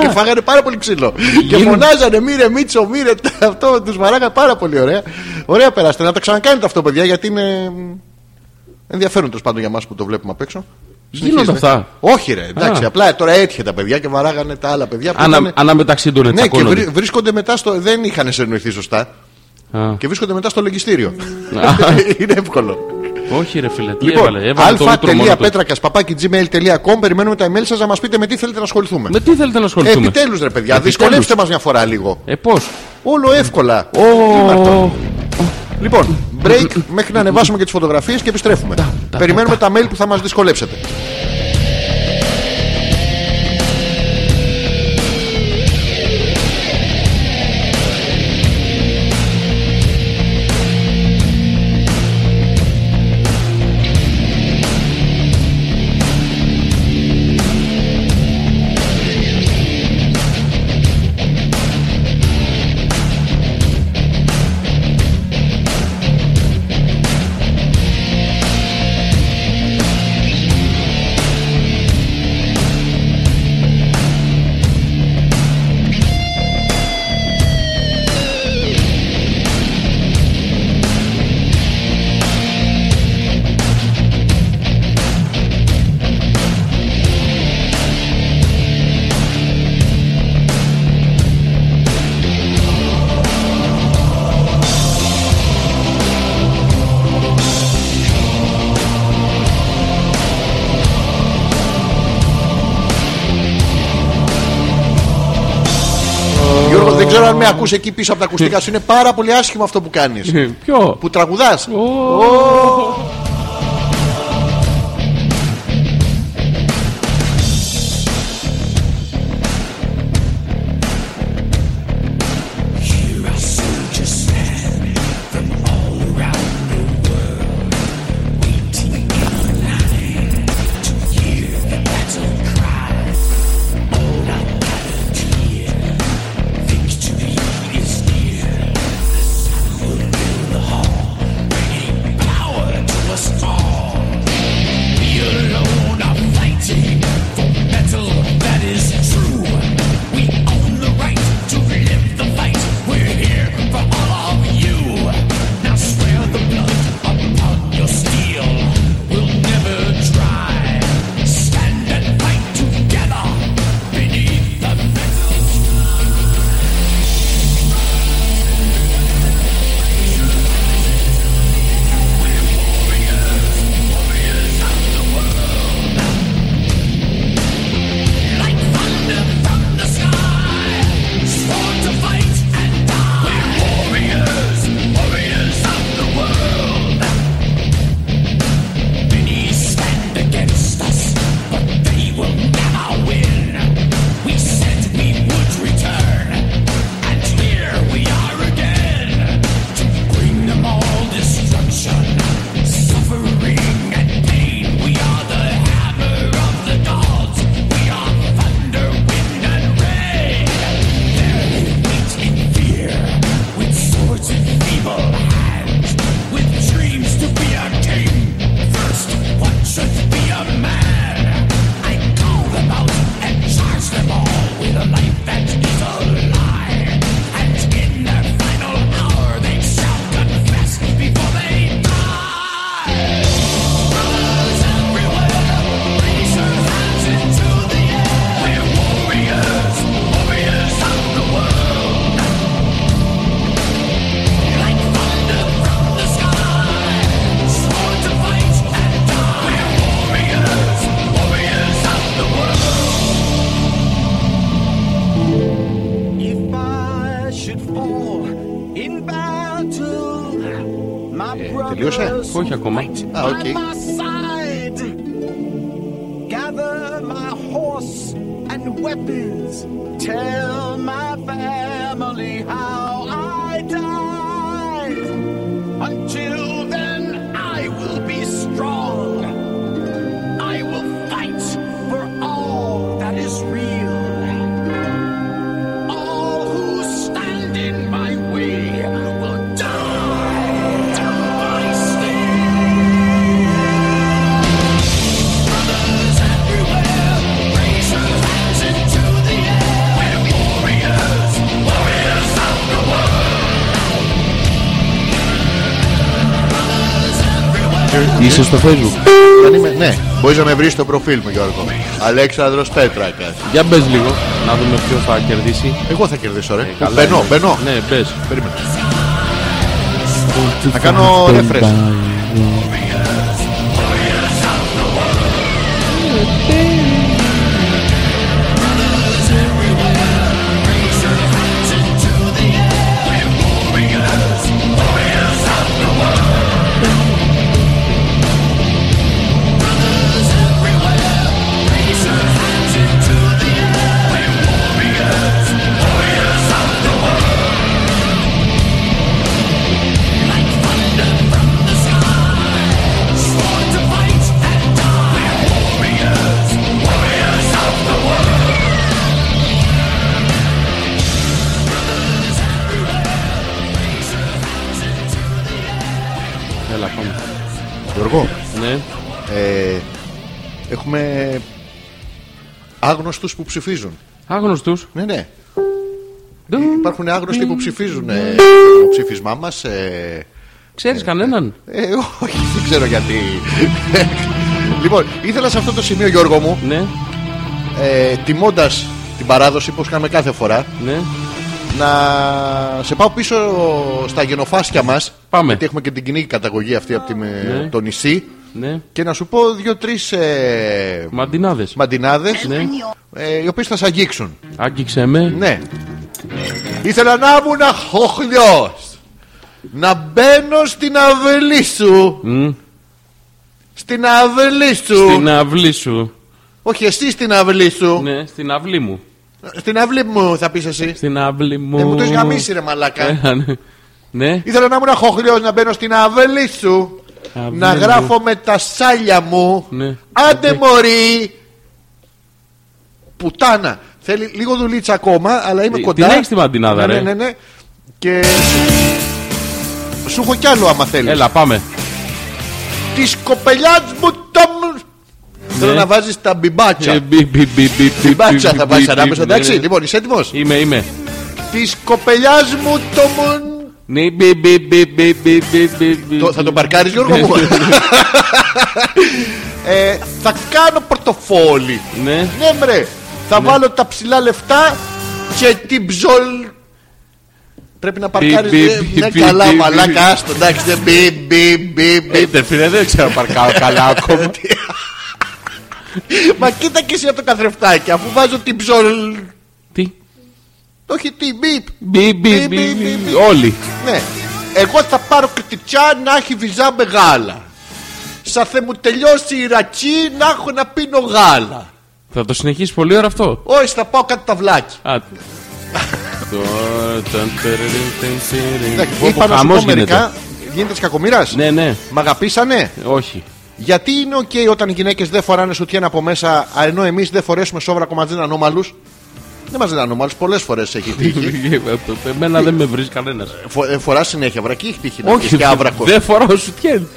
και φάγανε πάρα πολύ ξύλο. και φωνάζανε μύρε Μίτσο, μύρε τ- αυτό. Τους βαράγανε πάρα πολύ ωραία. Ωραία περάστε. Να τα ξανακάνετε αυτό, παιδιά, γιατί είναι. μ, Ενδιαφέρον τέλος πάντων για μας που το βλέπουμε απ' έξω. Συνεχίζετε. αυτά? Όχι, ρε. Εντάξει, Α. απλά τώρα έτυχε τα παιδιά και βαράγανε τα άλλα παιδιά. που Ανα, ήτανε- αναμεταξύ των ναι, και βρι- ετσακώνονται. βρίσκονται μετά στο. Δεν είχαν συνεννοηθεί σωστά. Α. Και βρίσκονται μετά στο λογιστήριο. είναι εύκολο. Όχι ρε φίλε, τι Λοιπόν, Ε, έβαλε, έβαλε το ούτρο μόνο του. αλφα.πέτρακα παπάκι gmail.com Περιμένουμε τα email σας να μας πείτε με τι θέλετε να ασχοληθούμε. Με τι θέλετε να ασχοληθούμε. Επιτέλους, ρε παιδιά, Επιτέλους. δυσκολεύστε μας μια φορά λίγο. Ε, πώς. Όλο εύκολα. Τι είναι αυτό. Ω, Λοιπόν, break μέχρι να ανεβάσουμε και τις φωτογραφίες και επιστρέφουμε. Περιμένουμε τα mail που θα μας δυσκολέψετε. Thank ξέρω αν με ακούς εκεί πίσω από τα ακουστικά σου. Είναι πάρα πολύ άσχημο αυτό που κάνεις. Ποιο. Που τραγουδάς. If I should fall in battle, my Ε, τελείωσε? brothers Όχι ακόμα. Α, οκ. by my side. Gather my horse and weapons. Tell my family how I died. Until then, I will be strong. I will fight for all that is real. All who stand in my way will die, die still. Brothers everywhere, raise your hands into the air. We're warriors, warriors of the world. Brothers everywhere. Είσαι στο facebook. Δεν είμαι- Ναι, μπορείς να με βρεις στο προφίλ μου Γιώργο. Αλέξανδρος Πέτρακας. Για μπες λίγο. Να δούμε ποιο θα κερδίσει. Εγώ θα κερδίσω ρε. Ε, Καλά Μπαινώ, είναι. μπαινώ. Ναι, μπες. Περίμενε. Θα κάνω refresh. Έλα, πάμε. Γιώργο, Ναι. ε, έχουμε άγνωστους που ψηφίζουν. Άγνωστους. Ναι, ναι. Ντου. Υπάρχουν άγνωστοι που ψηφίζουν ε, το ψήφισμά μας. Ε, Ξέρεις κανέναν. ε, όχι, δεν ξέρω γιατί. λοιπόν, ήθελα σε αυτό το σημείο Γιώργο μου, Ναι, ε, τιμώντας την παράδοση που κάνουμε κάθε φορά, ναι. να σε πάω πίσω στα γενοφάσκια μας. Πάμε. Γιατί έχουμε και την κοινή καταγωγή αυτή από την, ε, το νησί. Ναι. Και να σου πω δύο-τρεις ε, Μαντινάδες. μαντινάδες Ναι. ε, οι οποίες θα σ' αγγίξουν. Άγγιξε με. Ναι. Ήθελα να ήμουν χοχλιό. Να μπαίνω στην αυλή σου. Στην αυλή σου. Στην αυλή σου. Όχι, εσύ στην αυλή σου. Ναι, στην αυλή μου. Στην αυλή μου θα πεις εσύ. Στην αυλή μου. Δεν μου το έχεις γαμίσει, ρε μαλάκα. Ε, ναι. Ναι, Ήθελα να ήμουν χοχλιό να μπαίνω στην αυλή σου. Αυλή Να μου. γράφω με τα σάλια μου. Ναι. Άντε μωρή. Πουτάνα. Θέλει λίγο δουλίτσα ακόμα, αλλά είμαι Τι- κοντά. την έχεις τη μαντινάδα, ναι, ρε. Ναι, ναι, ναι. Και. Σου έχω κι άλλο άμα θέλεις. Έλα, πάμε. Της κοπελιάς μου το. Θέλω να βάζεις τα Ναι. Ε, μπιμπάτσα. μπι, μπι, μπι, μπι, μπι, Μπιμπάτσα μπι, θα μπι, βάζεις μπι, ανάμεσα, μπι, εντάξει. ναι. Λοιπόν, είσαι έτοιμος. Είμαι, είμαι. Της κοπελιάς μου το. μουν- Ναι, μπι, μπι, μπι, μπι, μπι, μπι, μπι, μπι. Το- Θα τον παρκάρεις, Γιώργο μου. Ε, Θα κάνω πορτοφόλι. Ναι. Ναι, μρε. Θα βάλω τα ψηλά λεφτά και την ψολ. Πρέπει να παρκάρεις Μπι, μπι, ε, μπι, Ναι μπι, καλά μπι, μπι. μαλάκα άστο εντάξει δεν μπι μπι μπι μπι Είτε φίλε, δεν ξέρω να παρκάω καλά ακόμα. Ε. Μα κοίτα και εσύ από το καθρεφτάκι αφού βάζω την ψολ Τι. Όχι τι μπιπ Μπι, μπι, Μπι, μπι, μπι, μπι, μπι. μπι. Όλοι. Ναι Εγώ θα πάρω κριτιτσά να έχει βυζά με γάλα Σα θε μου τελειώσει η ρατσή να έχω να πίνω γάλα Θα το συνεχίσει πολύ ώρα αυτό. Όχι θα πάω κάτι ταυλάκι Α, τι. Το- ταν, τερεριν, τεν, τιριν. Πω, πω, Είπα να σου χαμός πω μερικά Γίνεται της κακομήρας Ναι, ναι. Μ' αγαπήσανε Όχι. Γιατί είναι οκ όταν οι γυναίκες δεν φοράνε σουτιέν από μέσα, α, ενώ εμείς δεν φορέσουμε σόβρα κομματζίνα ανώμαλους. Δεν μας λένε ανώμαλους, πολλές φορές έχει τύχει. Ε, Εμένα δεν με βρει κανένα. Φο, ε, φορά συνέχεια βρακή, έχει τύχει. να έχεις Όχι, και άβρακος. δεν φοράω σουτιέν.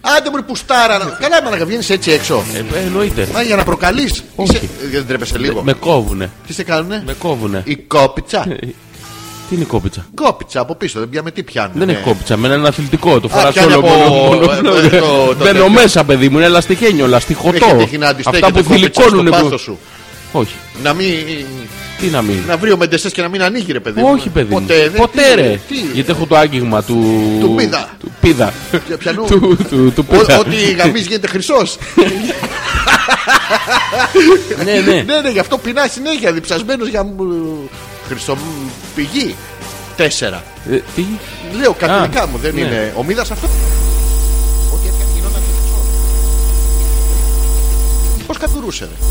Άντε μου πουστάρα. να- Καλά, μα να βγαίνεις έτσι έξω. Ε, ε, Εννοείται. Μα για να προκαλείς. Όχι. Ναι, Δεν τρέπεσαι λίγο. Με κόβουνε. Τι σε κάνουνε. Με Ναι. κόβουνε. Η κόπιτσα. Τι είναι η κόπιτσα. κόπιτσα από πίσω, δεν πιάμε τι πιάνουν. Ναι. Δεν είναι κόπιτσα, εμένα είναι αθλητικό. Το φορά πιάνει όλο από- μόνο. ε, μόνο- ε, το- το Μπαίνω τέτοιο. μέσα, παιδί μου, είναι λαστιχένιο, Έχει λαστιχωτό. τύχει να Αυτά αντιστέκεται που κόπιτσα στο θηλυκώνουν. πάθος σου. Όχι, Να μην. τι να μην. Να βρει ο Μεντεσές και να μην ανοίγει, ρε παιδί. μου. Όχι, παιδί μου. Ποτέ, δεν- Ποτέ, τι- ρε. τι- Γιατί έχω το άγγιγμα του. Του πίδα. Του πίδα. Πια- πιανού. Του- του- Του Ό- πίδα. Ό,τι γαμίζει γίνεται χρυσός. Ναι, ναι. Ναι, ναι, γι' αυτό πεινά συνέχεια διψασμένος για χρυσοπηγή. Τέσσερα. Ε, Τι. Λέω κανονικά Α, μου, δεν ναι. είναι. Ο Μίδα αυτό. Πώ κατουρούσε, ρε.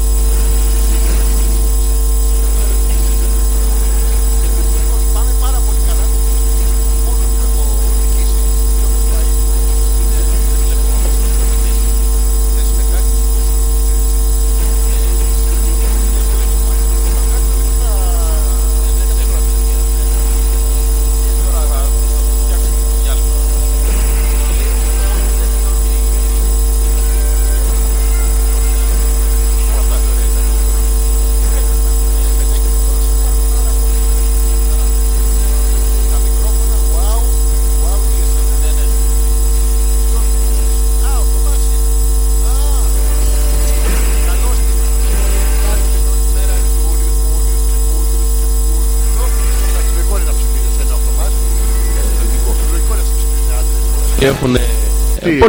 Και έχουν. Τι?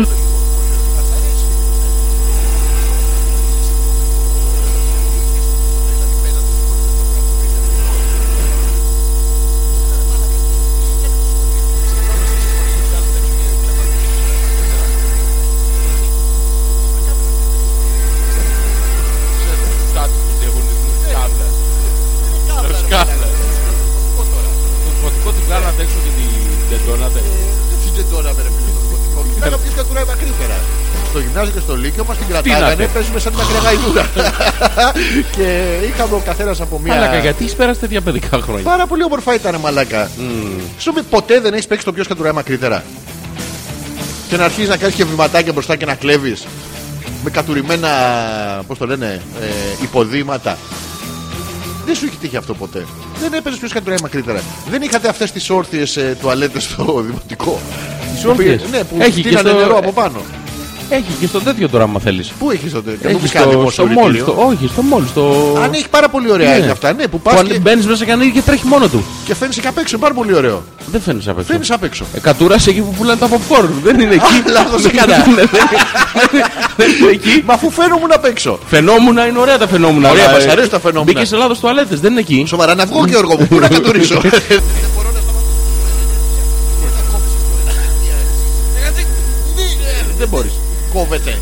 Τι τώρα, ρε παιδί μου, το φωτικό. Κοιτά κάποιο κατουράει μακρύτερα. Στο γυμνάσιο και στο Λύκειο μα την να κρατάγανε, πεις. παίζουμε σαν μακριά γαϊδούρα. και είχαμε ο καθένας από Μαλάκα, μία. γιατί έχεις πέρασει τέτοια παιδικά χρόνια. Πάρα πολύ όμορφα ήταν, μαλάκα. Mm. Σου πει ποτέ δεν έχεις παίξει το ποιος κατουράει μακρύτερα. Και να αρχίζεις να κάνεις και βηματάκια μπροστά και να κλέβεις. Με κατουρημένα, πώς το λένε, ε, υποδήματα. Δεν σου είχε τύχει αυτό ποτέ. Δεν έπαιζες ποιος κατουράει μακρύτερα. Δεν είχατε αυτές τις όρθιες ε, τουαλέτες στο δημοτικό. Τις όρθιες. Ναι, που Έχει και στείλανε στο- νερό από πάνω. Έχει και στο τέτοιο τώρα, άμα θέλεις. Πού έχει το τέτοιο. Έχει Έχει το στο, στο μόλι. Στο, όχι, στο μόλις. Στο... Αν έχει πάρα πολύ ωραία Ναι. είναι αυτά. Ναι, που Που πα και, μπαίνεις μέσα και ανοίγει και τρέχει μόνο του. και φαίνεσαι και απ' έξω. είναι Πάρα πολύ ωραίο. Δεν φαίνεται απ' έξω. Φαίνεσαι απ' έξω. Ε, κατούρασε εκεί που πουλάνε τα popcorn. Δεν είναι εκεί. Α, λάθος Δεν έκανα. είναι- Δεν είναι εκεί. Μα αφού φαίνομαι απ' έξω. Φαινόμουνα είναι ωραία τα φαινόμενα. Ωραία, αλλά, μας ε, αρέσουν τα φαινόμενα. Μπήκες σε λάθος τουαλέτες, δεν είναι εκεί. Σοβαρά να βγω, Γιώργο μου. Πού να κατουρίσω. Δεν μπορείς. Κόβεται.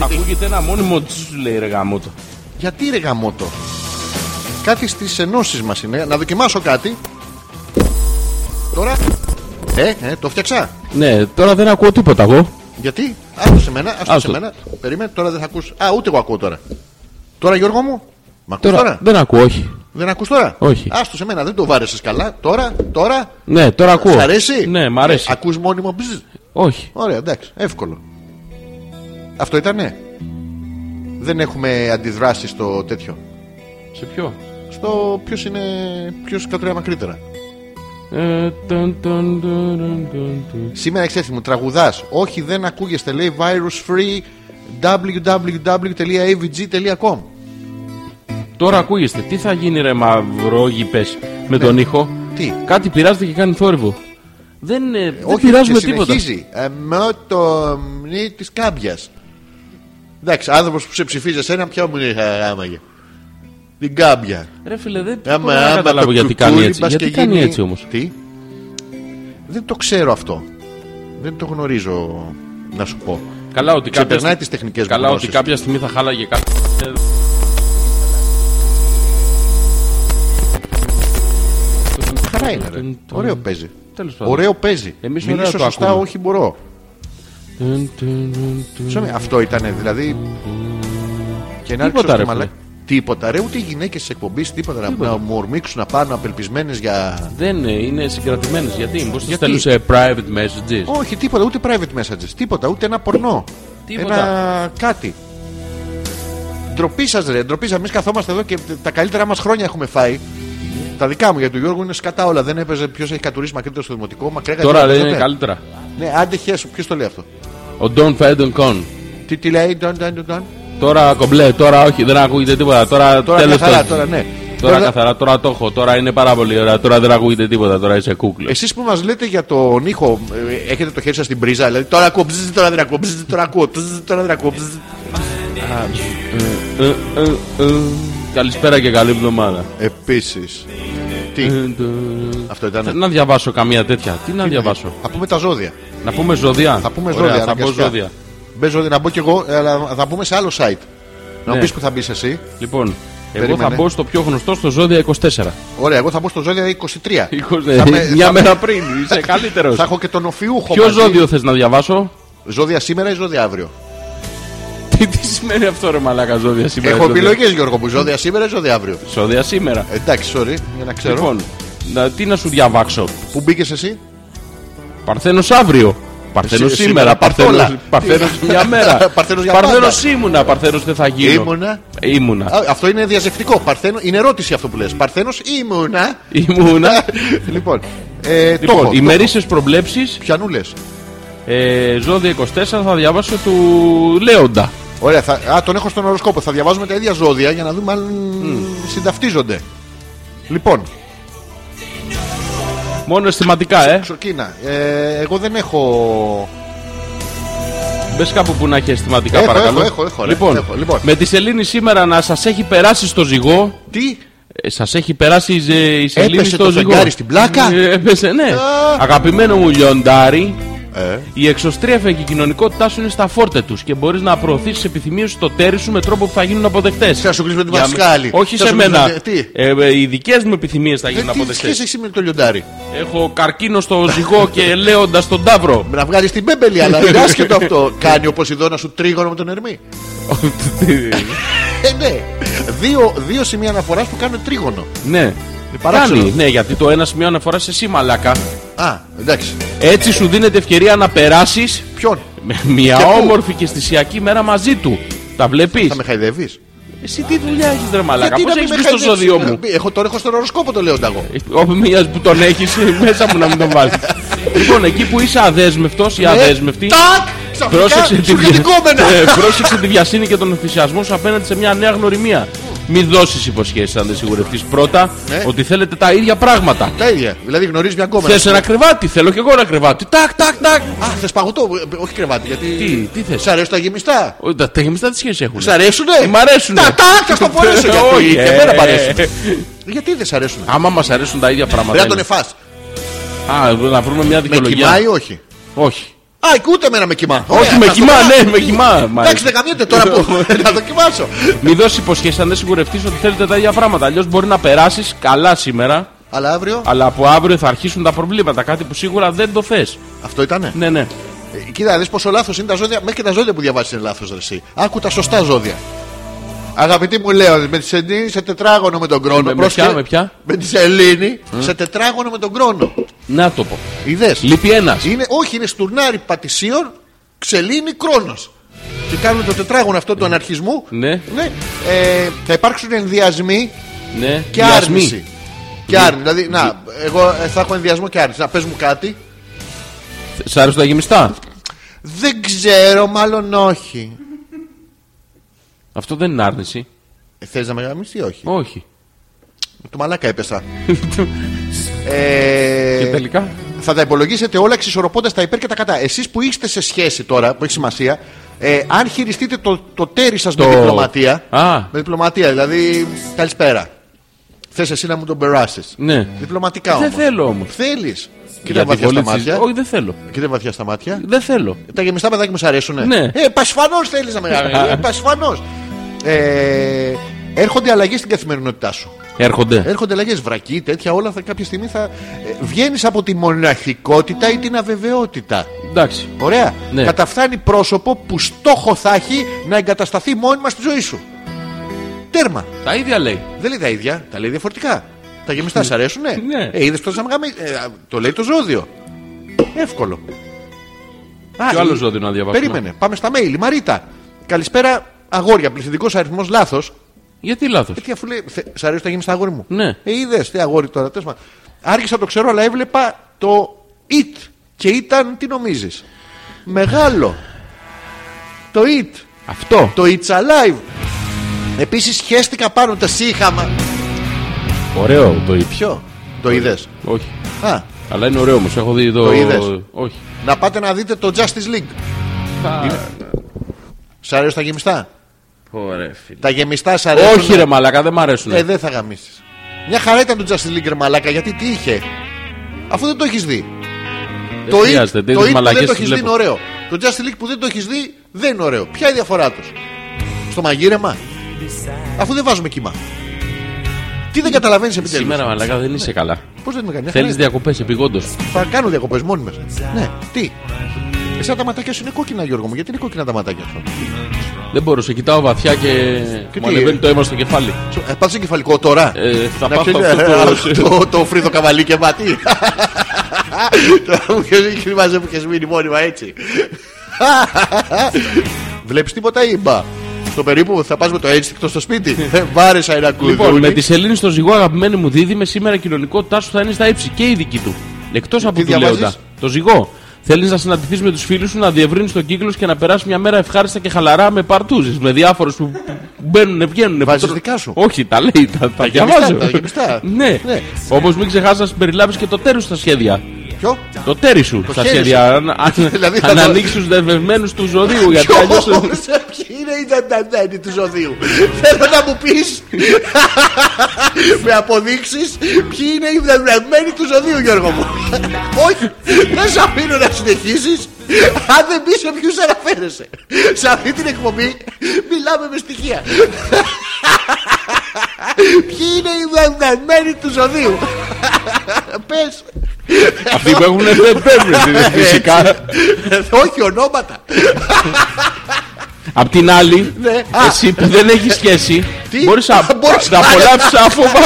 Ακούγεται ένα μόνιμο τσ, λέει ρε γάμο το. Γιατί ρε γαμότο. Κάτι στις ενώσεις μας είναι. Να δοκιμάσω κάτι. Τώρα. Ε, ε, το φτιάξα. Ναι, τώρα δεν ακούω τίποτα εγώ. Γιατί. Άστο σε μένα. Άστο σε Άστο. μένα. Περίμενε, τώρα δεν θα ακούς. Α, ούτε εγώ ακούω τώρα. Τώρα Γιώργο μου. Μα ακούς Τώρα, τώρα. δεν ακούω, όχι. Δεν ακούς τώρα. Όχι. Άστο σε μένα, δεν το βάρεσες καλά. Τώρα, τώρα. Ναι, τώρα ακούω. Σ' αρέσει. Ε, Ναι, μ' αρέσει. ακούς μόνιμο. μπζζ. Όχι. Ωραία, εντάξει, εύκολο. Αυτό ήτανε. Δεν έχουμε αντιδράσεις στο τέτοιο. Σε ποιο. Στο ποιος είναι. Ποιος κατουρά μακρύτερα. Ε, τεν, τεν, τεν, τεν, τεν, τεν. Σήμερα εξέφτη μου τραγουδάς. Όχι, δεν ακούγεστε. Λέει virus free www.avg.com. Τώρα ακούγεστε, τι θα γίνει ρε μαυρόγυπες με τον ήχο. Ναι. Τι? Κάτι πειράζεται και κάνει θόρυβο. Δεν, ε, δεν Όχι, πειράζουμε και τίποτα. συνεχίζει. Ε, με το μνή της κάμπιας. Εντάξει, άνθρωπος που σε ψηφίζει εσένα, ποια μου είναι άμαγε. Την κάμπια. Ρε φίλε, δεν Άμα- μπορώ να άμα καταλάβω το γιατί κουκούλι, κάνει έτσι. μπας Γιατί και κάνει γίνει- έτσι όμως. Τι. Δεν το ξέρω αυτό. Δεν το γνωρίζω να σου πω. Καλά ότι κάποια, Ξεπερνάει στι- τις τεχνικές μου καλά ότι γνώσεις. κάποια στιγμή θα χάλαγε κάτι. Ε, Χαρά είναι, ρε. Τον- τον- Ωραίο παίζει. Τέλος πάντων. Ωραίο παίζει. Εμείς Μιλήσω ωραία το σωστά, ακούμε. όχι μπορώ. τεν, τεν, τεν, τεν. Συγγνώμη, αυτό ήταν δηλαδή. Και να ρίξω Τίποτα, ρε, στη φίλε. μαλά. Τίποτα, ρε, ούτε οι γυναίκες τη εκπομπής, τίποτα. να- Να μου ορμήξουν να πάνε απελπισμένες για. Δεν ε, είναι συγκρατημένες. Γιατί, μήπως τι Γιατί? στέλνουν σε private messages. Όχι, τίποτα, ούτε private messages. Τίποτα, ούτε ένα πορνό. Τίποτα. Ένα κάτι. Ντροπή σας, ρε, ντροπή σας. Εμείς καθόμαστε εδώ και τα καλύτερα μας χρόνια έχουμε φάει. Τα δικά μου για τον Γιώργο είναι σκατά όλα. Δεν έπαιζε ποιος έχει κατουρίσει μακρύτερο στο δημοτικό. Μα κρέγα Τώρα τίποτα λέει είναι τότε. καλύτερα. Ναι, άντε χέσου, ποιος το λέει αυτό. Ο Don Fadon Con. Τι, τι λέει, Ντον, Ντον, Ντον, Ντον. Τώρα κομπλέ, τώρα όχι, δεν ακούγεται τίποτα. Τώρα, Τώρα τέλος καθαρά, το- τώρα ναι. Τώρα καθαρά, τώρα το έχω. Τώρα είναι πάρα πολύ ωραία. Τώρα δεν ακούγεται τίποτα. Τώρα είσαι κούκλος. Εσείς που μας λέτε για τον ήχο, ε, έχετε το χέρι σας στην πρίζα, δηλαδή τώρα ακούω, μπζζ, τώρα δεν ακούω, μπζζ, τώρα ακούω, μπζζ, τώρα δεν ακούω. μπζζ. Ε, ε, ε. Καλησπέρα και καλή εβδομάδα. Επίσης. Τι, Ε, το- αυτό Θε- ήταν. Να διαβάσω καμία τέτοια. Τι να διαβάσω. Θα πούμε τα ζώδια. Να πούμε ζώδια. Θα πούμε Ωραία, ζώδια. Θα πω αναγκαστικά. ζώδια. Μπες ζώδια να μπω κι εγώ, ε, αλλά θα πούμε σε άλλο site. Να μου Ναι. πεις που θα μπεις εσύ. Λοιπόν, εγώ θα Περίμενε. μπω στο πιο γνωστό στο ζώδια 24. Ωραία, εγώ θα μπω στο ζώδια 23. Είκοσι- Θα με- Μια θα- μέρα πριν, είσαι καλύτερος. Θα έχω και τον οφιούχο. Ποιο μαζί. ζώδιο θες να διαβάσω, Ζώδια σήμερα ή ζώδια αύριο. Τι, τι σημαίνει αυτό ρε μαλάκα ζώδια σήμερα. Έχω ζώδια- επιλογές, Γιώργο μου. Ζώδια σήμερα ή ζώδια αύριο. Ζώδια σήμερα. Εντάξει, sorry, για να Ε, ξέρω. Λοιπόν, να- τι να σου διαβάξω. Πού μπήκες εσύ, Παρθένος αύριο. Παρθένος Σή- σήμερα, σήμερα, Παρθένος, όλα. παρθένος Τι- μια μέρα. Παρθένος για Παρθένος ήμουνα, Παρθένος δεν θα γίνω. Ήμουνα. Ε, Ήμουνα. Α, αυτό είναι διαζευτικό. Παρθένο, είναι ερώτηση αυτό που λες. Παρθένος ήμουνα. Ήμουνα. λοιπόν, ε, το έχω, Λοιπόν, το έχω. ημερήσιες προβλέψεις, Πιανού λες. ε, ζώδια 24 θα διαβάσω του Λέοντα. Ωραία, θα, α, τον έχω στον οροσκόπο. Θα διαβάζουμε τα ίδια ζώδια για να δούμε αν συνταυτίζονται. Λοιπόν, Μόνο αισθηματικά, ε. ξοκίνα. Ε, εγώ δεν έχω. Μπες κάπου που να έχει αισθηματικά, Έχω, παρακαλώ. έχω, έχω, έχω, ρε. λοιπόν, Έχω, λοιπόν. με τη Σελήνη σήμερα να σας έχει περάσει στο ζυγό. Τι, Ε, Σας έχει περάσει η ζε- η σελήνη Έπεσε στο το ζυγό. φεγγάρι στην πλάκα. Ε, Έπεσε, ναι. Α. Αγαπημένο μου λιοντάρι, ε, η εξωστρέφεια και η κοινωνικότητά σου είναι στα φόρτε τους και μπορείς να προωθήσεις τις επιθυμίες σου στο τέρι σου με τρόπο που θα γίνουν αποδεκτές. Θα σου κλείσουμε τη Για μέ- μασκάλη. Όχι Θα σε σου κλείσουμε τη- μένα. τι? Ε, ε, οι δικές μου επιθυμίες θα ε, γίνουν τι αποδεκτές. σχέση έχει με το λιοντάρι. Έχω καρκίνο στο ζυγό και λέοντας στον τάβρο. Να βγάλεις την μπέμπελη, αλλά είναι άσχετο αυτό. Κάνει ο Ποσειδώνα σου τρίγωνο με τον Ερμή. Ε, ναι. Δύο, δύο σημεία αναφοράς που κάνουν τρίγωνο. ναι. Ε, παράξενο. Κάνει, ναι, γιατί το ένα σημείο αναφοράς σε εσύ, μαλάκα. Α, εντάξει. Έτσι σου δίνεται ευκαιρία να περάσεις Ποιον, μια Και πού? όμορφη και αισθησιακή μέρα μαζί του. Τα βλέπεις. θα με χαϊδεύεις. Εσύ τι δουλειά έχεις, ρε μαλάκα. Πώ έχει μπει στο ζώδιο μου. Ε, Έχω τον έχω στον οροσκόπο το λέω εγώ. Όπου μία που ε, Ναι. τον έχεις μέσα μου να μην τον βάλει. λοιπόν, εκεί που είσαι αδέσμευτος ή αδέσμευτη, Ε, Τάκ! Πρόσεξε τη, σου βγαίνει κόμενα. Ε, πρόσεξε τη βιασύνη και τον ενθουσιασμό σου απέναντι σε μια νέα γνωριμία. Μην δώσεις υποσχέσεις αν δεν σιγουρευτείς πρώτα Ναι. ότι θέλετε τα ίδια πράγματα. Τα ίδια. Δηλαδή γνωρίζει μια κόμμα. Θες ένα κρεβάτι, θέλω κι εγώ ένα κρεβάτι. Τάκ, τάκ, τάκ. Α, θες παγωτό. ε, Όχι κρεβάτι. Γιατί. Τι, τι θες. Σ' αρέσουν τα γεμιστά. Τα, τα γεμιστά τι σχέση έχουν. Σ' αρέσουνε. Ε, Μ' αρέσουνε. Τα τάκ, θα στο φορέσω. γιατί Όχι, και ε. εμένα μ' αρέσουν. Γιατί δεν σ' αρέσουν. Άμα μας αρέσουν τα ίδια πράγματα. Πρέπει να τον είναι. εφάς. Α, να βρούμε μια Με κοιμά ή δικαιολογία. όχι. Όχι. Α, και ούτε εμένα με κοιμά. Όχι, Ωραία, με θα στο κοιμά, κάνω. ναι, με κοιμά. μ' αρέσει. Εντάξει, δεν καμιέται τώρα που να δοκιμάσω. Μην δώσεις υποσχέσεις αν δεν σιγουρευτείς ότι θέλετε τα ίδια πράγματα. Αλλιώς μπορεί να περάσεις καλά σήμερα, Αλλά αύριο αλλά από αύριο θα αρχίσουν τα προβλήματα. Κάτι που σίγουρα δεν το θες. αυτό ήτανε. Ναι, ναι. Ε, Κοίτα, δει πόσο λάθος είναι τα ζώδια. Μέχρι και τα ζώδια που διαβάζεις είναι λάθος, εσύ. Άκου τα σωστά ζώδια. Αγαπητή μου, λέω με τη Σελήνη σε τετράγωνο με τον κρόνο. Ε, Με- με Πρόσεχε. ποια, με ποια? Ε. Με τη Σελήνη σε τετράγωνο με τον κρόνο. Να το πω. Είδες. Λείπει ένας. Είναι, όχι, είναι στουρνάρι πατησίων, ξελίνη, κρόνος. Και κάνουν το τετράγωνο αυτό του αναρχισμού. Ναι. Ε, θα υπάρξουν ενδιασμοί Ναι, και διασμοί. άρνηση. Και άρνηση. Ναι. Δηλαδή, να, εγώ ε, θα έχω ενδιασμό και άρνηση. Να πες μου κάτι. Σ' άρεσαν τα γεμιστά. Δεν ξέρω, μάλλον όχι. Αυτό δεν είναι άρνηση. Ε, Θες να με γαμίσει ή όχι. Όχι. Του μαλάκα έπεσα. Ε, Και τελικά. θα τα υπολογίσετε όλα εξισορροπώντας τα υπέρ και τα κατά. Εσείς που είστε σε σχέση τώρα, που έχει σημασία, ε, αν χειριστείτε το, το τέρι σας Το- με διπλωματία. Α. Με διπλωματία, δηλαδή. Καλησπέρα. Θες εσύ να μου τον περάσεις. Ναι. Διπλωματικά όμω. Δεν θέλω όμως. Θέλεις. Κοίτα βαθιά στα μάτια. Όχι, δεν θέλω. Κοίτα βαθιά στα μάτια. Δεν θέλω. Τα γεμιστά παιδάκια μου σ' αρέσουνε. Ναι. Ε, πασφανώς θέλεις να μεγάλει. ε, πασφανώς. Ε, έρχονται αλλαγές στην καθημερινότητά σου. Έρχονται. Έρχονται αλλαγές, βρακή, τέτοια όλα. Θα, κάποια στιγμή θα ε, βγαίνεις από τη μοναχικότητα ή την αβεβαιότητα. Εντάξει. Ωραία. Ναι. Καταφτάνει πρόσωπο που στόχο θα έχει να εγκατασταθεί μόνιμα στη ζωή σου. Τέρμα. Τα ίδια λέει. Δεν λέει τα ίδια, τα λέει διαφορετικά. Τα γεμιστά σ' αρέσουνε. Ναι. Ε, είδες που θες να με γαμί- ε, α, Το λέει το ζώδιο. Εύκολο. Α, Ποιο άλλο ζώδιο να διαβάσουμε. Περίμενε. Πάμε στα mail. Η Μαρίτα. Καλησπέρα, αγόρια. Πληθυντικός αριθμός λάθος. Γιατί λάθος. Γιατί Ε, αφού λέει, θε- σ' αρέσει να γίνει στα αγόρι μου. Ναι. Ε, είδες, τι αγόρι τώρα. Τες, μα. Άρχισα το ξέρω, αλλά έβλεπα το it. Και ήταν, τι νομίζεις. Μεγάλο. το it. Αυτό. Το it's alive. Επίσης, χέστηκα πάνω τα σύγχαμα. Ωραίο το ίδιο. Ποιο. Το είδες. Όχι. Α, Αλλά είναι ωραίο όμως. Έχω δει το. Το είδες? Όχι. να πάτε να δείτε το Justice League. Είναι- Σ' αρέσουν τα γεμιστά. Ωραία, φίλε. Τα γεμιστά σ' αρέσουν. Όχι, ρε Μαλάκα, δεν μ' αρέσουν. Ε, δεν θα γαμίσεις. Μια χαρά ήταν το Justice League, ρε μαλάκα, γιατί τι είχε. Αφού δεν το έχεις δει. το It, χρειάζεται, το τέτοιες It που μαλακές δεν το τις έχεις δει βλέπω. είναι ωραίο. Το Justice League που δεν το έχεις δει δεν είναι ωραίο. Ποια είναι η διαφορά τους. Στο μαγείρεμα. Αφού δεν βάζουμε κύμα. Τι δεν καταλαβαίνεις επιτέλους. Σήμερα, Μαλάκα, δεν είσαι καλά. Πώς δεν με κάνει. Θέλει διακοπέ επιγόντω. Θα κάνω διακοπές μόνιμε. Ναι, τι. Εσένα τα ματάκια σου είναι κόκκινα, Γιώργο μου. Γιατί είναι κόκκινα τα ματάκια σου. Δεν μπορώ, σε κοιτάω βαθιά και. Και Μου τι, ανεβαίνει ε? το αίμα στο κεφάλι. Σου- Ε, Πάτσε κεφαλικό τώρα. Ε, θα Να πάω ξέρεις, αυτό το- αχ, το, το φρύδο καβαλί και πατή. Τώρα μου είχες- είχες μαζεύει που είχες μείνει μόνιμα έτσι. Βλέπεις τίποτα ή μπα. Στο περίπου θα πας με το ένστικτο στο σπίτι. Ε, Βάρεσα ένα κουδούνι. Λοιπόν, με τη Σελήνη στο ζυγό, αγαπημένη μου δίδυμε, σήμερα η κοινωνικότητά σου θα είναι στα ύψη και η δική του. Εκτός από του διαβάζεις? Λέοντα. Το ζυγό. Θέλεις να συναντηθείς με τους φίλους σου, να διευρύνεις τον κύκλο σου και να περάσεις μια μέρα ευχάριστα και χαλαρά με παρτούζες. Με διάφορους που μπαίνουν, βγαίνουν. που Βάζεις τρώ- δικά σου. Όχι, τα λέει, τα, τα γεμιστά, διαβάζω. τα γεμιστά. ναι. Ναι. Όμω μην ξεχάσει να συμπεριλάβει και το τέρι σου στα σχέδια. Ποιο? Το τέρι σου στα χέρι σχέδια. Αν, αν, Δηλαδή θα αν το- ανοίξεις τους δεσμευμένους του ζωδίου. γιατί Ποιος? αλλιώς- Ποιοι είναι οι τανταντάνοι του ζωδίου. Θέλω να μου πεις με αποδείξεις ποιοι είναι οι δεσμευμένοι του ζωδίου, Γιώργο μου. Όχι, δεν σε αφήνω να συνεχίσεις αν δεν πεις σε ποιους αναφέρεσαι. Σε αυτή την εκπομπή μιλάμε με στοιχεία. Ποιοι είναι οι δεσμευμένοι του ζωδίου. Πες. Αυτοί που έχουν δεν παίρνουν φυσικά. Όχι ονόματα. Απ' την άλλη, Ναι. εσύ που δεν έχεις σχέση, Τι? μπορείς να, Μπορείς να να- Ναι, απολαύσεις άφοβα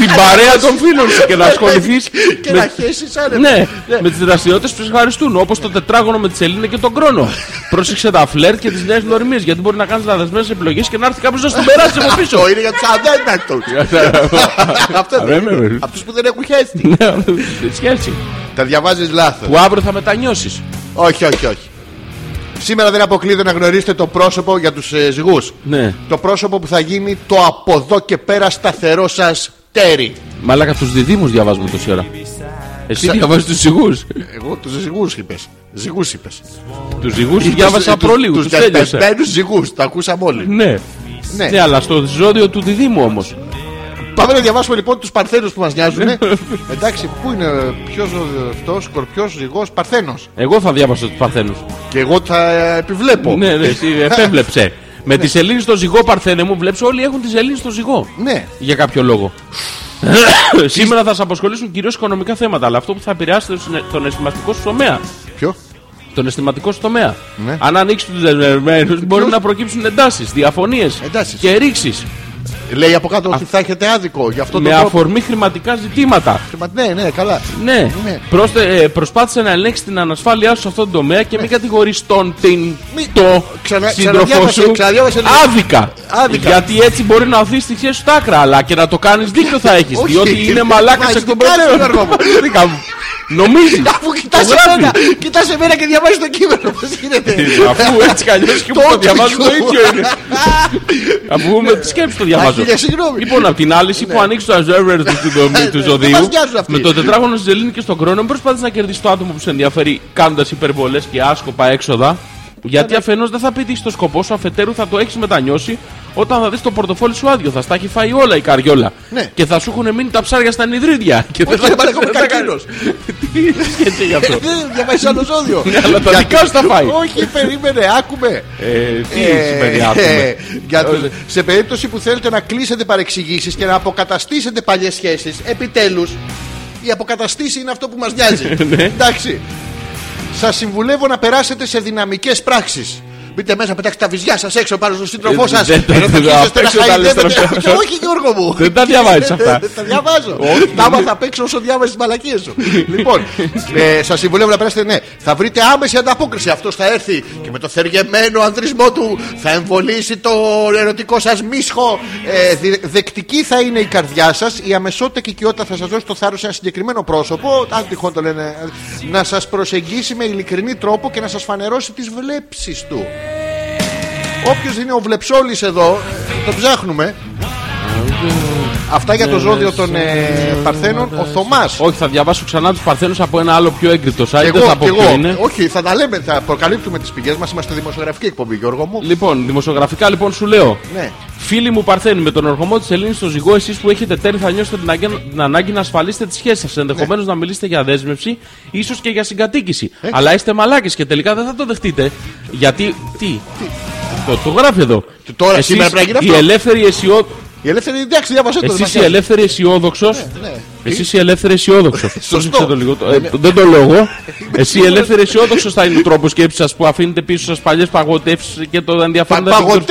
την παρέα των φίλων σου και να ασχοληθείς Και να με, χέσεις άνετα. ναι, με τις δραστηριότητες που σε ευχαριστούν, όπως το τετράγωνο με τη σελήνη και τον κρόνο. Πρόσεξε τα φλερτ και τις νέες γνωριμίες, γιατί μπορεί να κάνεις λανθασμένες επιλογές και να έρθει κάποιος να στον περάσει από πίσω. Αυτό είναι για τους αδέντακτου. Αυτό Ρε, ναι, ρε. είναι. Αυτούς που δεν έχουν χέστη. Ναι, σχέση. Τα διαβάζεις λάθος. Που αύριο θα μετανιώσεις. Όχι, όχι, όχι. Σήμερα δεν αποκλείεται να γνωρίσετε το πρόσωπο για τους ε, ζυγούς. Ναι. Το πρόσωπο που θα γίνει το από εδώ και πέρα σταθερό σας τέρι. Μαλάκα τους διδήμου διαβάζουμε τόση ώρα. Εσύ Ξα- διαβάζεις τους ζυγούς. Εγώ τους ζυγούς είπες. Ζυγούς είπες. Τους ζυγούς διάβασα πρόλίγου. Τους Τους τέλειωσα. κατασμένου ζυγούς. Τα ακούσαμε όλοι. Ναι. Ναι. Ναι, αλλά στο ζώδιο του διδήμου όμως. Πάμε να διαβάσουμε λοιπόν τους παρθένους που μας νοιάζουν. Εντάξει, πού είναι, ποιος αυτός, σκορπιός, ζυγός, παρθένος. Εγώ θα διάβασα τους Παρθένους. Και εγώ θα επιβλέπω. Ναι, ναι, εσύ επέβλεψε. Με τη σελήνη στο ζυγό, Παρθένε μου, βλέπεις όλοι έχουν τη σελήνη στο ζυγό. Ναι. Για κάποιο λόγο. Σήμερα θα σα απασχολήσουν κυρίως οικονομικά θέματα, αλλά αυτό που θα επηρεάσει τον συνε- τον αισθηματικό σου τομέα. Ποιο? Τον αισθηματικό σου τομέα. Ναι. Αν ανοίξεις τους δεσμευμένους, μπορεί να προκύψουν εντάσεις, διαφωνίες Εντάσεις. και ρήξεις. Λέει από κάτω ότι θα έχετε άδικο γι' αυτό Με το τρόπο. αφορμή χρηματικά ζητήματα. Μα- Ναι, ναι, καλά. Ναι. Ναι. Πρόστε- ε, προσπάθησε να ελέγξει την ανασφάλειά σου σε αυτόν τον τομέα και μην κατηγορείς τον, την, Μη- το Ξανα- σύντροφό ξαναδιάβασε- σου ξαναδιάβασε λίγο. άδικα. Άδικα. Γιατί έτσι μπορεί να οθεί τη σχέση σου στα άκρα, αλλά και να το κάνεις δίκιο θα έχεις. Όχι, διότι είναι μαλάκας εκ μαγικά, των προτέρων. Γιώργο μου. Άδικα μου. Νομίζεις. Αφού κοιτάς εμένα, κοιτάς εμένα και διαβάζεις το κείμενο, πώς γίνεται. Αφού έτσι κι αλλιώς και που το Το διαβάζω το ίδιο. ίδιο είναι. Αφού με τη σκέψη το διαβάζω. Α, χίλια συγγνώμη. Ναι. Λοιπόν, απ' την άλλη, εσύ που ανοίξεις το observer του- του- του Δεν ζωδίου ναι. μας νοιάζουν αυτοί. με το τετράγωνο στη Ζελήνη και στον χρόνο, προσπάθησε να κερδίσεις το άτομο που σε ενδιαφέρει κάνοντας υπερβολές και άσκοπα έξοδα. Ναι, Γιατί αφενός δεν θα πετύχει το σκοπό σου, αφετέρου θα το έχεις μετανιώσει όταν θα δεις το πορτοφόλι σου άδειο. Θα στα έχει φάει όλα η καριόλα. Ναι. Και θα σου έχουν μείνει τα ψάρια στα νιδρύδια. Και Όχι, θα- μαλάκα, είμαι θα- θα- κακίνος. Τι σκέφτεσαι γι' αυτό. Δεν διαβάζεις άλλο ζώδιο. Ναι, αλλά τα Γιατί- δικά σου τα φάει. Όχι, περίμενε, άκουμε. Ε, Τι Ε, σημαίνει ε, άτομο. για τους- σε περίπτωση που θέλετε να κλείσετε παρεξηγήσεις και να αποκαταστήσετε παλιές σχέσεις, επιτέλους, η αποκαταστήση είναι αυτό που μας νοιάζει. Ναι. Εντάξει. Σας συμβουλεύω να περάσετε σε δυναμικές πράξεις. Μπείτε μέσα, πετάξτε τα βυζιά σας έξω πάνω στον σύντροφό Ε, σας. δεν το- Ενώ θα απ' αρχίσετε να έξω τα λες χαϊδεύετε. τώρα. Και Όχι Γιώργο μου. Δεν τα διαβάζεις αυτά. Δεν τα διαβάζω. Τα άμα θα παίξω όσο διάβαζες τις μαλακίες σου. λοιπόν, ε, σας συμβουλεύω να περάσετε, ναι. Θα βρείτε άμεση ανταπόκριση. Αυτός θα έρθει και με το θεργεμένο ανδρισμό του θα εμβολήσει το ερωτικό σας μίσχο. Ε, δι- δεκτική θα είναι η καρδιά σας. Η αμεσότητα και η οικειότητα θα σας δώσει το θάρρος σε ένα συγκεκριμένο πρόσωπο. Αν τυχόν το λένε. ε, Να σας προσεγγίσει με ειλικρινή τρόπο και να σας φανερώσει τις βλέψεις του. Όποιος είναι ο βλεψόλης εδώ, ε, τον ψάχνουμε. Αυτά για Ναι, το ζώδιο των ε, Παρθένων. Ο Θωμάς. Όχι, θα διαβάσω ξανά τους Παρθένους από ένα άλλο πιο έγκριτο site. Και δεν θα εγώ, πω και ποιο εγώ. είναι. Όχι, θα τα λέμε, θα προκαλύπτουμε τις πηγές μας. Είμαστε δημοσιογραφική εκπομπή, Γιώργο μου. Λοιπόν, δημοσιογραφικά λοιπόν σου λέω. Ναι. Φίλοι μου Παρθένοι, με τον ερχομό της Ελλήνης στο ζυγό, εσείς που έχετε τέρι θα νιώσετε την αγκαίν- την ανάγκη να ασφαλίσετε τη σχέση Ναι. σα. Ενδεχομένως να μιλήσετε για δέσμευση, ίσως και για συγκατοίκηση. Αλλά είστε μαλάκες και τελικά δεν θα το δεχτείτε. Γιατί. Τι. Το, το γράφει εδώ. Τώρα, σήμερα πρέπει να γίνει η αυτό. ελεύθερη αισιό... Η ελεύθερη, εντάξει, διάβασέ το. δεν μας Εσείς η νοιάζει. ελεύθερη αισιόδοξος. ναι. Εσείς η ελεύθερη αισιόδοξο. Σωστό. το λίγο. το- ε, δεν το λέω εγώ. Εσύ η ελεύθερη αισιόδοξος θα είναι ο τρόπος σκέψης σας που αφήνετε πίσω σας παλιές παγωτεύσεις και το ενδιαφέρον. Πα- δεν επικεντρω-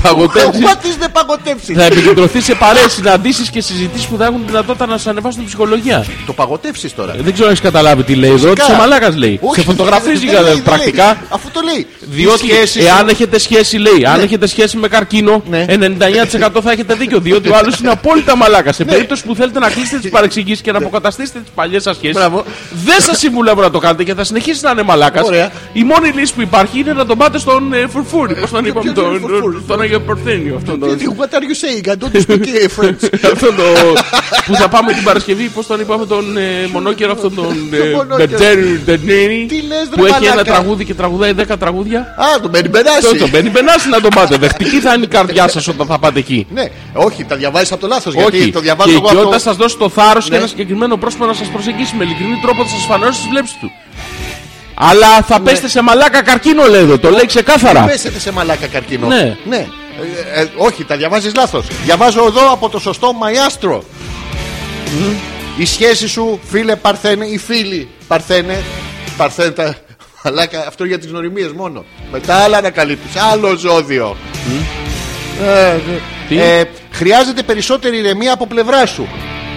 Παγωτεύσει. Παγωτεύσεις. What is the παγωτεύσει. Θα επικεντρωθείς σε παρέες συναντήσεις και συζητήσεις που θα έχουν δυνατότητα να σας ανεβάσουν την ψυχολογία. Το παγωτεύσεις τώρα. Ε, Δεν ξέρω αν έχεις καταλάβει τι λέει εδώ. Τι ο μαλάκας λέει. Όχι, σε φωτογραφίζει δεν λέει, δεν πρακτικά. λέει. Αφού το λέει. Διότι Οι σχέσεις εάν σου- έχετε σχέση, λέει, αν έχετε σχέση με καρκίνο, Ναι. 99% θα έχετε δίκιο. Διότι ο άλλος είναι απόλυτα μαλάκας. Ναι. Σε περίπτωση που θέλετε να κλείσετε τις παρεξηγήσει και να αποκαταστήσετε τις παλιές σας σχέσεις, Μπράβο. δεν σας συμβουλεύω να το κάνετε και θα συνεχίσει να είναι μαλάκας. Ωραία. Η μόνη λύση που υπάρχει είναι να τον πάτε στον ε, Φουρφούρη. Πώς τον ποιο- είπαμε, ποιο είναι τον- Φουρφούρη? τον Άγιο Παρθένιο. αυτόν τον- What are you saying? I don't speak eh, French. αυτό το. που θα πάμε την Παρασκευή, πώς τον είπαμε, τον ε, μονόκερο αυτόν τον. ε, μονόκερο. Μπετζέρι, Ντενίνι, Τι λες, ρε Που έχει ένα μαλάκα. τραγούδι και τραγουδάει 10 τραγούδια. Α, τον μπαίνει Αυτό περάσει. το μπαίνει, πενάσει να τον πάτε. Δεχτική θα είναι η καρδιά σας όταν θα πάτε εκεί. Ναι, όχι, τα διαβάζεις από το λάθος. Όχι, Γιατί το διαβάζω και η εγώ από οικειότητα το. σας δώσει το θάρρος και Ναι. ένα συγκεκριμένο πρόσωπο να σας προσεγγίσει με ειλικρινή τρόπο, θα σας φανερώσει τι βλέψεις του. Αλλά θα πέστε σε μαλάκα καρκίνο, λέει εδώ, το λέει ξεκάθαρα. Πέσετε Ναι. σε μαλάκα καρκίνο. Ναι. Ε, ε, όχι, τα διαβάζεις λάθος. Διαβάζω εδώ από το σωστό μαϊάστρο. Η σχέση σου, φίλε Παρθένε, ή φίλοι Παρθένε, Παρθέντα, μαλάκα, αυτό για τις γνωριμίες μόνο. Με τα άλλα ανακαλύπτεις. Άλλο ζώδιο. Ε, Τι? ε, χρειάζεται περισσότερη ηρεμία από πλευρά σου.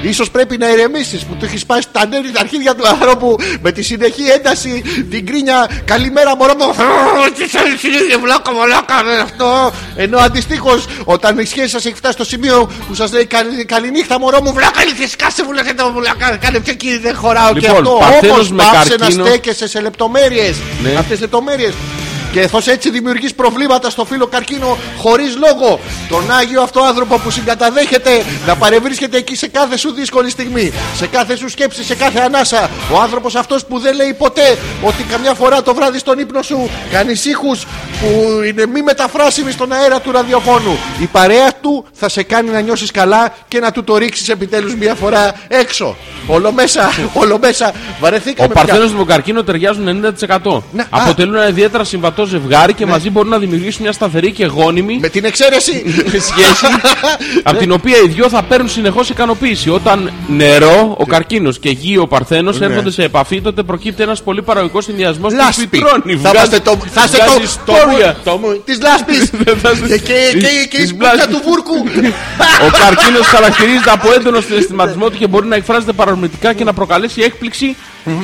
Ίσως πρέπει να ηρεμήσεις που του έχει σπάσει τα νεύρα τα αρχίδια του ανθρώπου με τη συνεχή ένταση, την κρίνια. Καλημέρα, μωρό μου. Τι σε αρχίδια, βλάκα, μολάκα, με αυτό. Ενώ αντιστοίχως, όταν η σχέση σας έχει φτάσει στο σημείο που σας λέει «Καλη- Καληνύχτα, μωρό μου, βλάκα, ήρθε, σκάσε μου, λέγε το βλάκα, κάνε πιο εκεί, δεν χωράω και Λοιπόν, αυτό. Παρθένος Όμως με πάψε να καρκίνο. στέκεσαι σε λεπτομέρειες. Ναι. Αυτές λεπτομέρειες. Και εθώ έτσι δημιουργείς προβλήματα στο φίλο καρκίνο χωρίς λόγο. Τον άγιο αυτό άνθρωπο που συγκαταδέχεται να παρευρίσκεται εκεί σε κάθε σου δύσκολη στιγμή, σε κάθε σου σκέψη, σε κάθε ανάσα. Ο άνθρωπος αυτός που δεν λέει ποτέ ότι καμιά φορά το βράδυ στον ύπνο σου κάνεις ήχους που είναι μη μεταφράσιμοι στον αέρα του ραδιοφώνου. Η παρέα του θα σε κάνει να νιώσεις καλά και να του το ρίξεις επιτέλους μια φορά έξω. Όλο μέσα, όλο μέσα. Ο Βαρεθήκαμε πια. παρθένος και το καρκίνο ταιριάζουν 90%. Ναι, Αποτελούν ένα ιδιαίτερα συμβατό ζευγάρι και μαζί μπορούν να δημιουργήσουν μια σταθερή και γόνιμη Με την εξαίρεση. σχέση από την οποία οι δυο θα παίρνουν συνεχώς ικανοποίηση. Όταν νερό, Ναι. ο καρκίνος και γη, ο παρθένος έρχονται σε επαφή, τότε προκύπτει ένας πολύ παραγωγικός συνδυασμός που Λάσπη. φυτρώνει. Θα είμαστε το- θα είσαι το- το- Της λάσπης. Δεν θα σου- και, και, και, και η της σπίτσα μπλάζης. του βούρκου. Ο καρκίνος χαρακτηρίζεται από έντονο συναισθηματισμό του και μπορεί να εκφράζεται παρορμητικά και να προκαλέσει έκπληξη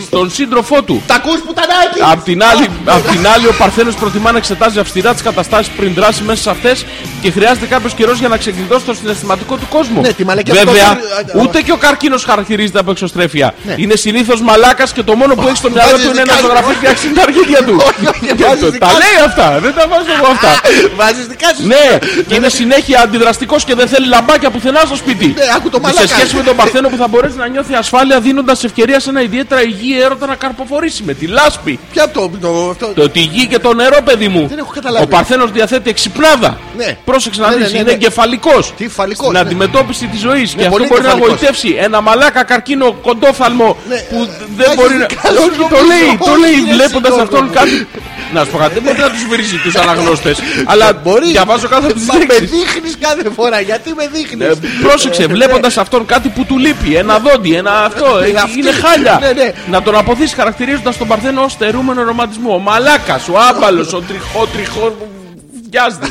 στον σύντροφό του. Τα ακούς που τα νάει. Απ' την, άλλη, απ' την άλλη, ο Παρθένος προτιμά να εξετάζει αυστηρά τις καταστάσεις πριν δράσει μέσα σε αυτές και χρειάζεται κάποιος καιρός για να ξεκλειδώσει τον συναισθηματικό του κόσμο. Ναι, τη μαλακιά του Βέβαια, κόσμου- ούτε και ο καρκίνο χαρακτηρίζεται από εξωστρέφεια. Ναι. Είναι συνήθως μαλάκας και το μόνο που έχει στο μυαλό βάζεις του είναι δικά να σου. ζωγραφίσει και αξίζει τα αρχίδια του. Όχι, όχι, Και βάζεις το- δικά Τα σου. λέει αυτά, δεν τα βάζω εγώ αυτά. Βάζεις δικά σου. Ναι, και είναι συνέχεια αντιδραστικός και δεν θέλει λαμπάκια πουθενά στο σπίτι. Ναι, άκου το μαλάκα. σε σχέση με τον Παρθένο που θα μπορέσει να νιώθει ασφάλεια δίνοντας ευκαιρία σε ένα ιδιαίτερα υγιή έρωτα να καρποφορήσει με τη λάσπη. Ποια το... το- αυτό- Το ότι η γη και το νερό, παιδί μου. Δεν έχω καταλάβει. Ο Παρθένος διαθέτει εξυπνάδα. Ναι. Πρόσεξε να Ναι, δεις, ναι, ναι, είναι ναι. εγκεφαλικός. Τι φαλικό, Στην ναι. αντιμετώπιση της ζωής. και αυτό πολύ μπορεί να εγκεφαλικός. Ναι, γοητεύσει ένα μαλάκα καρκίνο κοντόφθαλμο που δεν βάζεις μπορεί να. δικά σου, Όχι, Το νομίζω, λέει, το όχι, λέει ρε, βλέποντα Γιώργο αυτόν μου. κάτι. Να σου πω κάτι, δεν μπορεί να τους βρίζει τους αναγνώστες. Αλλά Μπορείς. διαβάζω κάθε Ναι. από τις Μα με δείχνεις κάθε φορά. Γιατί με δείχνεις. Ε, Πρόσεξε, βλέποντα αυτόν κάτι που του λείπει. Ένα δόντι, ένα αυτό. Ε, Ναι, ε, αυτή. Είναι χάλια. Ναι, ναι. Να τον αποθήσει χαρακτηρίζοντας τον Παρθένο ως θερούμενο ρομαντισμό. Ο μαλάκας, ο άμπαλο, ο τριχό, τριχό. Βιάζεται.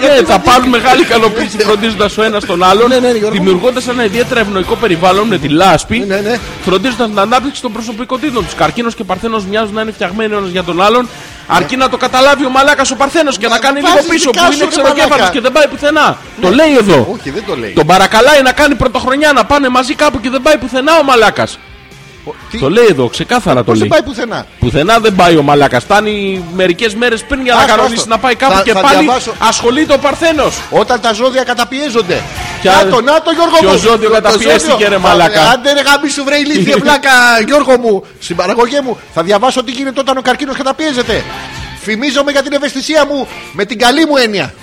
Ναι, θα πάρουν μεγάλη ικανοποίηση φροντίζοντας ο ένας τον άλλον, Ναι, ναι, Γιώργο. δημιουργώντας ένα ιδιαίτερα ευνοϊκό περιβάλλον με τη λάσπη, Ναι, ναι. φροντίζοντας την ανάπτυξη των προσωπικότητων τους. Καρκίνος και Παρθένος μοιάζουν να είναι φτιαγμένοι ένας για τον άλλον, αρκεί να το καταλάβει ο μαλάκας ο Παρθένος και να κάνει λίγο βάζεις πίσω Ε, δικά που σου, είναι ρε ξενοκέφαλο μαλάκα. Ναι. και δεν πάει πουθενά. Το λέει εδώ. Όχι, δεν το λέει. Τον παρακαλάει να κάνει πρωτοχρονιά να πάνε μαζί κάπου και δεν πάει πουθενά ο μαλάκας. Τι- Το λέει εδώ, ξεκάθαρα το Πώς δεν λέει. πάει πουθενά. Πουθενά δεν πάει ο μαλάκας. Φτάνει μερικές μέρες πριν για να Άστο, κανονίσει άστο. να πάει κάπου Θα- και θα πάλι διαβάσω. ασχολείται ο Παρθένος. Όταν τα ζώδια καταπιέζονται. Ποια- Να το, να το Γιώργο ποιο μου. ζώδιο Το- το καταπιέστηκε, ζώδιο. ρε μαλάκα. Α, Άντε ρε γάμι σου βρε ηλίθιε βλάκα Γιώργο μου. Συμπαραγωγέ μου. Θα διαβάσω τι γίνεται όταν ο καρκίνος καταπιέζεται. Φημίζομαι για την ευαισθησία μου με την καλή μου έννοια.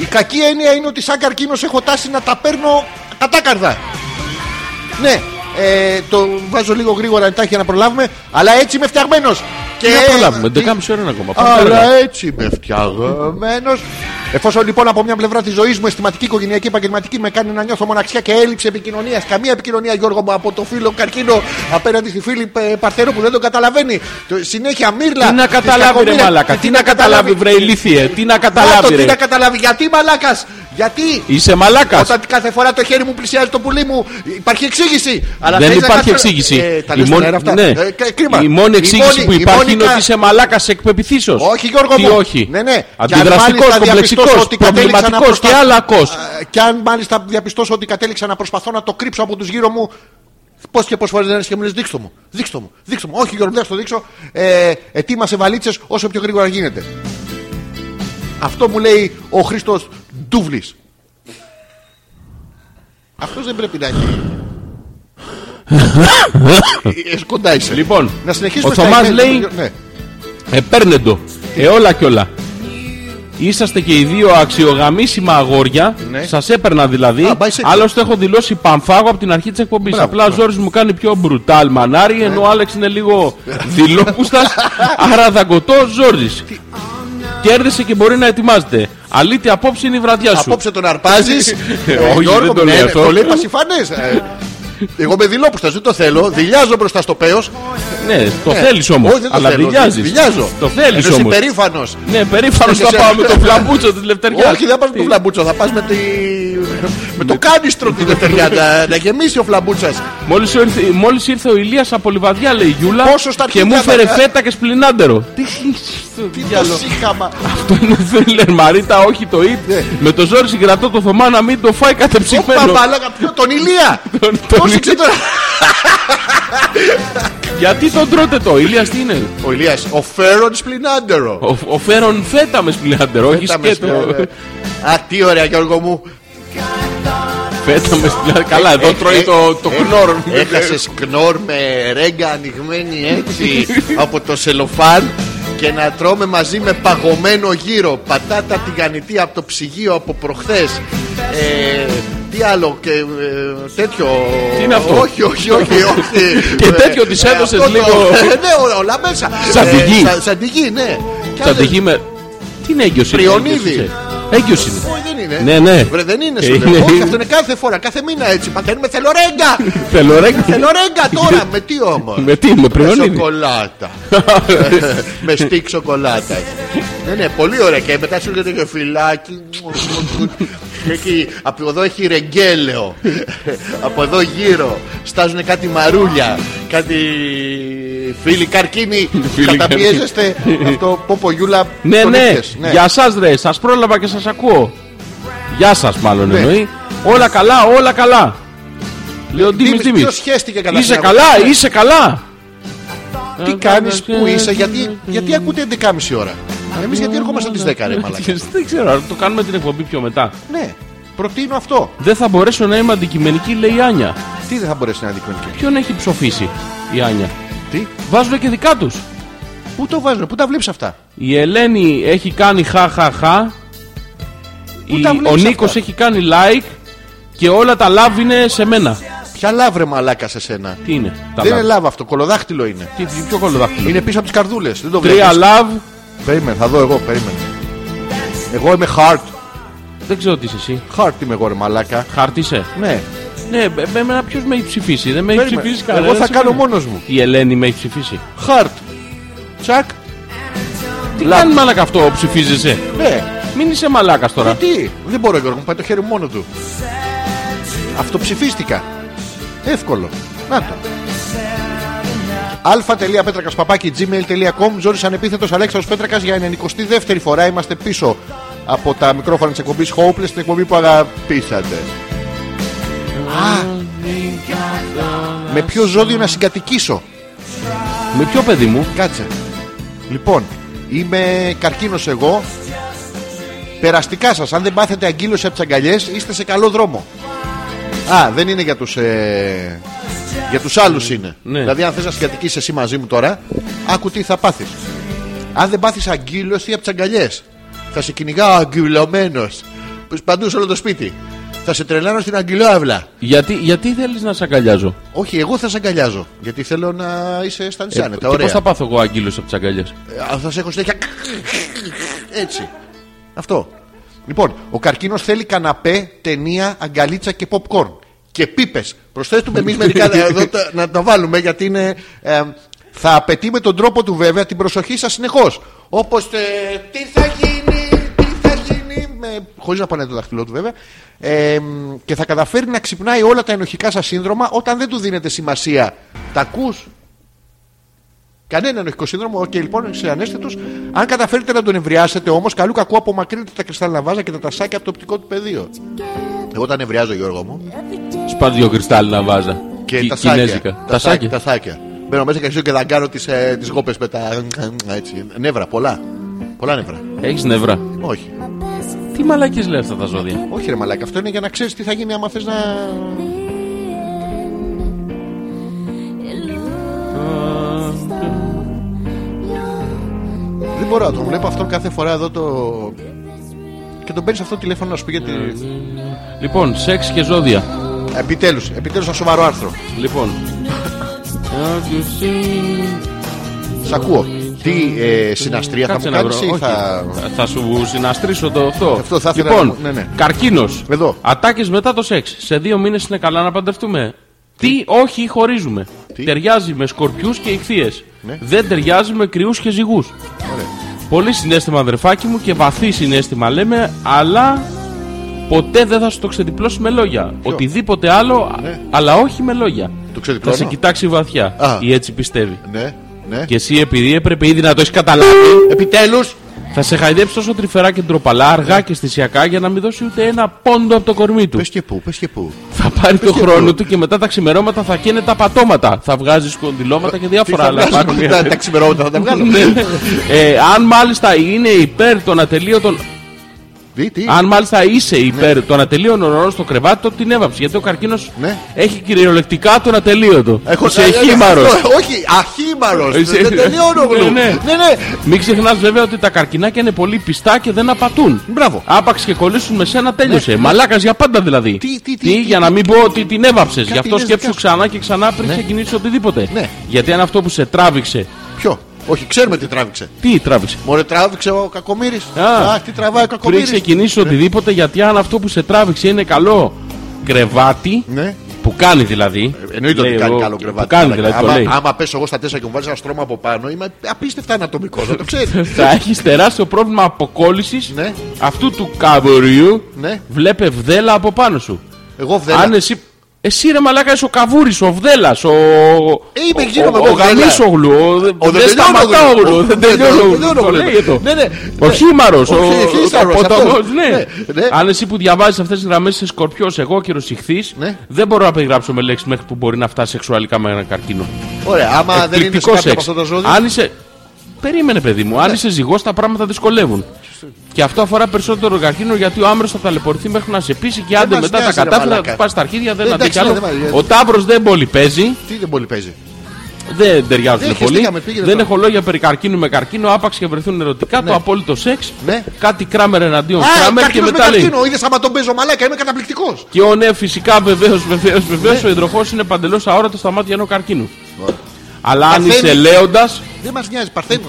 Η κακή έννοια είναι ότι σαν καρκίνος έχω τάση να τα παίρνω κατάκαρδα. Ναι, ε, το βάζω λίγο γρήγορα εντάχει για να προλάβουμε, αλλά έτσι είμαι φτιαγμένος. Και Τι να προλάβουμε, Ε, Τι- 11,5 ώρα είναι ακόμα. Πάμε παρακάτω. αλλά έτσι είμαι φτιαγμένος. Εφόσον λοιπόν από μια πλευρά της ζωής μου, αισθηματική, οικογενειακή, επαγγελματική, με κάνει να νιώθω μοναξιά και έλλειψη επικοινωνίας. Καμία επικοινωνία, Γιώργο μου, από το φίλο καρκίνο απέναντι στη φίλη ε, Παρθένο που δεν τον καταλαβαίνει. Το- Συνέχεια μύρλα. Τι να της καταλάβει ρε κακομοίρας. μάλακα, Και τι να καταλάβει βρε ηλίθιε, τι να Άτο, καταλάβει τι ρε. να καταλάβει. Γιατί μαλάκας, γιατί. Είσαι μαλάκας. Όταν κάθε φορά το χέρι μου πλησιάζει το πουλί μου, υπάρχει εξήγηση. Αλλά Δεν θέλεις να υπάρχει κάνεις- εξήγηση. Ε, τα Η λες στον μόνη- αέρα αυτά. ναι. Ε, κα- κρίμα. Η μόνη εξήγηση που η υπάρχει μόνη είναι ότι κα- είσαι μαλάκας εκπεπιθήσεως. όχι, Γιώργο Τι μου. όχι. Ναι, ναι. Αντιδραστικό, Και αν μάλιστα κομπλεξικός, διαπιστώσω ότι κατέληξα να προβληματικός και προσπα- άλλακο. Α, Ε, Και αν μάλιστα διαπιστώσω ότι κατέληξα να προσπαθώ να το κρύψω από τους γύρω μου. Πώς και πώς φορές δεν έρθεις και μου λες: Δείξτε μου, δείξτε μου, δείξτε μου. Όχι, Γιώργο, δεν θα το δείξω. Ε, ετοίμασε βαλίτσες όσο πιο γρήγορα γίνεται. Αυτό μου λέει ο Χρήστος Ντούβλης. Αυτός δεν πρέπει να έχει. Ε, ε, Κοντά είσαι. Λοιπόν, να συνεχίσουμε ο στα Θωμάς email, λέει- Γιώργο, ναι. Επέρνε το. Ε, όλα κι όλα. Είσαστε και οι δύο αξιογαμίσιμα αγόρια. Σας Σας έπαιρνα δηλαδή. Ναι. Α, bicycle. Άλλωστε, έχω δηλώσει πανφάγο από την αρχή της εκπομπής. Απλά ο Ζόρις μου κάνει πιο μπρουτάλ Ναι. μανάρι, ενώ ο Άλεξ είναι λίγο δηλόπουστας. άρα δαγκωτό Ζόρι. Κέρδισε και μπορεί να ετοιμάζεται. Αλήτη, απόψε είναι η βραδιά σου. Απόψε τον αρπάζεις. Όχι, δεν το λέει αυτό. Το λέει πασιφανές. Ε, Εγώ με δειλόπουστας, δεν το θέλω. Δηλιάζω μπροστά στο πέος Ναι, το Ναι. θέλεις όμως. Όχι, δεν το Αλλά θέλω. δηλιάζεις. Δηλιάζω. Το θέλεις Ενώ όμω. Είσαι περήφανο. Ναι, περήφανο θα Είσαι- πάω με το φλαμπούτσο της λευτεριάς. Όχι, δεν πας με το φλαμπούτσο, θα πας με, τη... με το κάνιστρο τη δευτεριά. να, να γεμίσει ο φλαμπούτσας. Μόλις ήρθε, μόλις ήρθε ο Ηλίας από Λιβαδιά λέει η Γιούλα Πόσο στα Και μου αρχίδια φέρε τα- φέτα και σπλινάντερο Τι Τι το σύγχαμα. αυτό είναι θρίλερ Μαρίτα όχι το ΙΤ Ναι. Με το ζόρι συγκρατώ το Θωμά να μην το φάει Όπα κατεψυγμένο μαλάκα, ποιο τον Ηλία. Τον- τον Πρόσεξε τώρα. Γιατί τον τρώτε το, Ηλίας τι είναι. Ο Ηλίας, ο Φέρον Σπλινάντερο. Ο, ο Φέρον φέτα με σπλιάντερο, όχι Πέταμε σκέτο. στο- Α, τι ωραία Γιώργο μου. Φέτα με σπλιάντερο. Καλά, εδώ τρώει το, το κνόρ. ε, Έχασες κνόρ με ρέγγα ανοιγμένη έτσι από το σελοφάν και να τρώμε μαζί με παγωμένο γύρο. Πατάτα τηγανιτή από το ψυγείο από προχθές. Ε, τι άλλο και ε, τέτοιο. Τι είναι αυτό? Όχι, όχι, όχι. όχι. Και τέτοιο της Ε, έδωσες αυτό το- λίγο. ναι, όλα- όλα μέσα. Σαν τη γη. Ε, σαν- Σαν τη γη, ναι. Κι Θα άλλες- τυχεί με. Τι είναι έγκυος είναι. Πριονίδη. έγκυος είσαι. Έγκυος είναι. Όχι, δεν είναι. Ναι, ναι. Βρε, δεν είναι. Ε, Σου λέω. είναι- Όχι, αυτό είναι κάθε φορά, κάθε μήνα έτσι. Παθαίνουμε θέλω ρέγγα. Θέλω ρε. Θέλω ρέγγα τώρα. με τι όμως. Με τι, με πριονίδι. σοκολάτα. Ε, με στίκ σοκολάτα. ναι, ναι, πολύ ωραία. Και μετά σου έρχεται και φυλάκι. Εκεί, από εδώ έχει ρεγγέλαιο. από εδώ γύρω. Στάζουν κάτι μαρούλια. Κάτι φίλοι καρκίνοι. Φίλοι Καταπιέζεστε. Αυτό πόπο γιούλα. Ναι, τον ναι. ήχες. Γεια σας, ρε. Σας πρόλαβα και σας ακούω. Γεια σας, μάλλον Ναι. εννοεί. Όλα καλά, όλα καλά. Λέω Ντίμη, Ντίμης, Ντίμη. ποιος χέστηκε καλά Είσαι στην καλά, αγορά. είσαι καλά. Ε, Τι κάνεις, πού είσαι, γιατί, γιατί ακούτε 11.30 ώρα. Εμείς γιατί ερχόμαστε τις 10 ρε μαλακά. ε, Δεν ξέρω, αλλά το κάνουμε την εκπομπή πιο μετά. Ναι, προτείνω αυτό. Δεν θα μπορέσω να είμαι αντικειμενική, λέει η Άνια. Τι δεν θα μπορέσει να αντικρίνει. Ποιον έχει ψοφήσει η Άνια. Τι, Βάζουν και δικά τους. πού το βάζουν, πού τα βλέπεις αυτά. Η Ελένη έχει κάνει χα χα χα. Η- τα Ο βλέπεις Νίκο αυτά? έχει κάνει like. Και όλα τα λάβ είναι σε μένα. Ποια λάβρε μαλάκα σε σένα. Τι είναι, τα δεν love? είναι λάβα αυτό, κολοδάχτυλο είναι. Τι, τι- ποιο κολοδάχτυλο. Είναι πίσω από τις καρδούλες. Δεν το Τρία βλέπεις. love. Περίμενε, θα δω εγώ, περίμενε. Εγώ είμαι hard. Δεν ξέρω τι είσαι εσύ. Hard είμαι εγώ, ρε μαλάκα. Χάρτη είσαι. Ναι, Ναι, με με εμένα ποιος με έχει ψηφίσει. Δεν με έχει περίμενε. ψηφίσει κανένα. Εγώ θα κάνω μόνος μου. Η Ελένη με έχει ψηφίσει. Hard. Τσακ, Τι κάνει μαλάκα αυτό, ψηφίζεσαι. ναι. Μην είσαι μαλάκας Ε, τώρα. Τι, δεν μπορώ, Γιώργο, μου πάει το χέρι μου μόνο του. Αυτοψηφίστηκα. Εύκολο. Να το. α.πέτρακα.gmail.com Ζόρις ανεπίθετος Αλέξανδρος Πέτρακας για 92η φορά είμαστε πίσω από τα μικρόφωνα της εκπομπής Hopeless την εκπομπή που αγαπήσατε. Α, με ποιο ζώδιο να συγκατοικήσω. Με ποιο παιδί μου. Κάτσε. Λοιπόν, είμαι καρκίνος εγώ. Περαστικά σας, αν δεν πάθετε αγκύλωση από τις αγκαλιές, είστε σε καλό δρόμο. Α, δεν είναι για τους... Ε... Για τους άλλους είναι. Ναι. Δηλαδή, αν θες να συγκατοικείς εσύ μαζί μου τώρα, άκου τι θα πάθεις. Αν δεν πάθεις αγκύλωση από τις αγκαλιές, θα σε κυνηγάω αγκυλωμένος. Παντού σε όλο το σπίτι. Θα σε τρελάνω στην αγκυλόαυλα. Γιατί, γιατί θέλεις να σε αγκαλιάζω. Όχι, εγώ θα σε αγκαλιάζω. Γιατί θέλω να είσαι στα Ε, νησάνετα. και ωραία. πώς θα πάθω εγώ αγκύλο από τις αγκαλιές. Ε, Α, θα σε έχω συνέχεια. Έτσι. Αυτό. Λοιπόν, ο καρκίνος θέλει καναπέ, ταινία, αγκαλίτσα και popcorn. Και πίπες. Προσθέτουμε εμείς μερικά να- εδώ, τα- να τα βάλουμε γιατί είναι. ε, θα απαιτεί με τον τρόπο του βέβαια την προσοχή σας συνεχώς. Όπως. ε, τι θα γίνει, τι θα γίνει. Με, χωρίς να πάνε το δαχτυλό του βέβαια. Ε, μ, και θα καταφέρει να ξυπνάει όλα τα ενοχικά σας σύνδρομα όταν δεν του δίνετε σημασία. Τα ακούς Κανένα ενοχικό σύνδρομο, οκ, λοιπόν, είσαι ανέστητος. Αν καταφέρετε να τον εμβριάσετε όμως, καλού κακού απομακρύνετε τα κρυστάλλινα βάζα και τα τασάκια από το οπτικό του πεδίο. Εγώ όταν εμβριάζω, Γιώργο μου, Σπα δύο κρυστάλλινα βάζα. και Κι- τα σάκια. κινέζικα. Τα σάκια. Τα σάκια. Μπαίνω μέσα και αρχίζω και δαγκάνω τις ε, τις γόπες με τα. Έτσι. Νεύρα, πολλά. Πολλά νεύρα. Έχεις νευρά. Όχι. Τι μαλακίε λέει αυτά τα ζώδια. Όχι, ρε Μαλάκα, αυτό είναι για να ξέρεις τι θα γίνει άμα θες να. Δεν μπορώ να τον βλέπω αυτόν κάθε φορά εδώ το. Και τον παίρνεις αυτό το τηλέφωνο να σου πει γιατί. Ναι, Λοιπόν, σεξ και ζώδια. Επιτέλους, επιτέλους ένα σοβαρό άρθρο. Λοιπόν. Σ' ακούω. Τι ε, συναστρία θα Κάτσε μου να βρω. κάνεις ή Όχι. θα. Θα- Θα σου συναστρίσω το αυτό. Αυτό θα ήθελα λοιπόν, να μου- ναι, ναι. καρκίνος. Εδώ. Ατάκες μετά το σεξ. Σε δύο μήνες είναι καλά να παντρευτούμε. Τι, όχι, χωρίζουμε. Τι? Ταιριάζει με σκορπιούς και ηχθείες. Ναι. Δεν ταιριάζει με κρυούς και ζυγούς. Πολύ συνέστημα, αδερφάκι μου, και βαθύ συνέστημα λέμε, αλλά ποτέ δεν θα σου το ξεδιπλώσει με λόγια. Οτιδήποτε άλλο, Ναι. αλλά όχι με λόγια. Το Θα ξεδιπλώνω. σε κοιτάξει βαθιά. Α. Ή έτσι πιστεύει. Ναι, ναι. Και εσύ επειδή έπρεπε ήδη να το έχεις καταλάβει. Επιτέλους, Θα σε χαϊδέψει τόσο τρυφερά και ντροπαλά, αργά και αισθησιακά για να μην δώσει ούτε ένα πόντο από το κορμί του. Πες και πού, πες και πού. Θα πάρει το και χρόνο πού. του και μετά τα ξημερώματα θα καίνε τα πατώματα. Θα βγάζεις σκοντιλώματα και διάφορα Θα άλλα. βγάζω Υπάρχουν τα- Τα ξημερώματα θα τα βγάλω. Ναι. ε, αν μάλιστα είναι υπέρ των ατελείωτων. Τι, τι. Αν μάλιστα είσαι υπέρ των ατελείων ορών στο κρεβάτι, τότε την έβαψε. Γιατί ο καρκίνος Ναι. έχει κυριολεκτικά τον ατελείωτο. Είσαι ε, ε, χήμαρος. αυτό, Όχι, αχήμαρο. Είσαι- Δεν τελειώνω Ναι, γλου. ναι. Ναι, ναι. Μην ξεχνάς βέβαια ότι τα καρκινάκια είναι πολύ πιστά και δεν απατούν. Μπράβο. Ναι, Άπαξ και κολλήσουν με σένα, τέλειωσε. Μαλάκας για πάντα δηλαδή. Τι, τι, τι, για να μην πω ότι την έβαψε. Γι' αυτό είναι σκέψου δικά ξανά και ξανά πριν ξεκινήσει οτιδήποτε. Ναι. Γιατί αν αυτό που σε τράβηξε. Ποιο. Όχι, ξέρουμε τι τράβηξε. Τι τράβηξε. Μωρέ, τράβηξε ο Κακομήρη. Α. Αχ, τι τραβάει ο Πριν Κακομήρη. ξεκινήσει οτιδήποτε, γιατί αν αυτό που σε τράβηξε είναι καλό κρεβάτι. Ναι. Ε, Που κάνει δηλαδή. Εννοείται ότι λέει κάνει εγώ, καλό κρεβάτι. Που κάνει Αλλά δηλαδή, το άμα, λέει. άμα πέσω εγώ στα τέσσερα και μου βάλεις ένα στρώμα από πάνω, είμαι απίστευτα ανατομικός. Δεν το ξέρεις. Θα έχεις τεράστιο πρόβλημα αποκόλλησης Ναι. αυτού του καβουριού. Ναι. Βλέπε βδέλα από πάνω σου. Εγώ βδέλα. Ε, Αν εσύ. Εσύ ρε μαλάκα είσαι ο Καβούρης, ο Βδέλας, ο... είμαι, ο- γίνομαι ο- εγώ ο Βδέλα. Γαμίσογλου, ο... Ο δεν σταματάω, Δεντελιώνογλου. δεν τελειώνω, Ο το Δεντελιώνογλου. λέγεται. Ναι, ναι. Ο Ναι. Χήμαρος, Ο ο, Χι- Χίσαρος, ο αυτός. Ποταμός, ναι. Ναι, ναι. Αν εσύ που διαβάζεις αυτές τις γραμμές είσαι σκορπιός, εγώ και ρωσιχθής, Ναι. δεν μπορώ να περιγράψω με λέξεις μέχρι που μπορεί να φτάσει σεξουαλικά με έναν καρκίνο. Ωραία, άμα δεν είναι σε Εκπληκτικός κάποιο από σεξ. αυτό το ζώδιο. Ναι. Αν είσαι. Περίμενε, παιδί μου. Αν είσαι ζυγός, τα πράγματα δυσκολεύουν. Και αυτό αφορά περισσότερο καρκίνο γιατί ο Άμρος θα ταλαιπωρηθεί μέχρι να σε πείσει και άντε μας μετά τα νοιάζει, ρε κατάφερα μαλάκα. θα πας στα αρχίδια, δεν Ε, αντέχει εντάξει, άλλο. ναι, δεν βάζει, Ο Ταύρο δεν πολύ παίζει, Τι δεν πολύ παίζει. δεν ταιριάζουν Δεν πολύ. χεστήκαμε, πήγαινε Δεν τώρα. έχω λόγια περί καρκίνου με καρκίνο, άπαξ και βρεθούν ερωτικά, το απόλυτο σεξ, Ναι. κάτι κράμερ εναντίον Α, κράμερ και καρκίνο με μετά λέει. καρκίνο. Είδες άμα τον παίζω μαλάκα, είμαι καταπληκτικός. Και ο ναι, φυσικά βεβαίως, βεβαίως, βεβαίως Ναι. ο υδροχός είναι παντελώς αόρατος στα μάτια ενός καρκίνου. Αλλά αν Παθαίνει. είσαι λέοντας, Δεν μας νοιάζει, Παρθένος.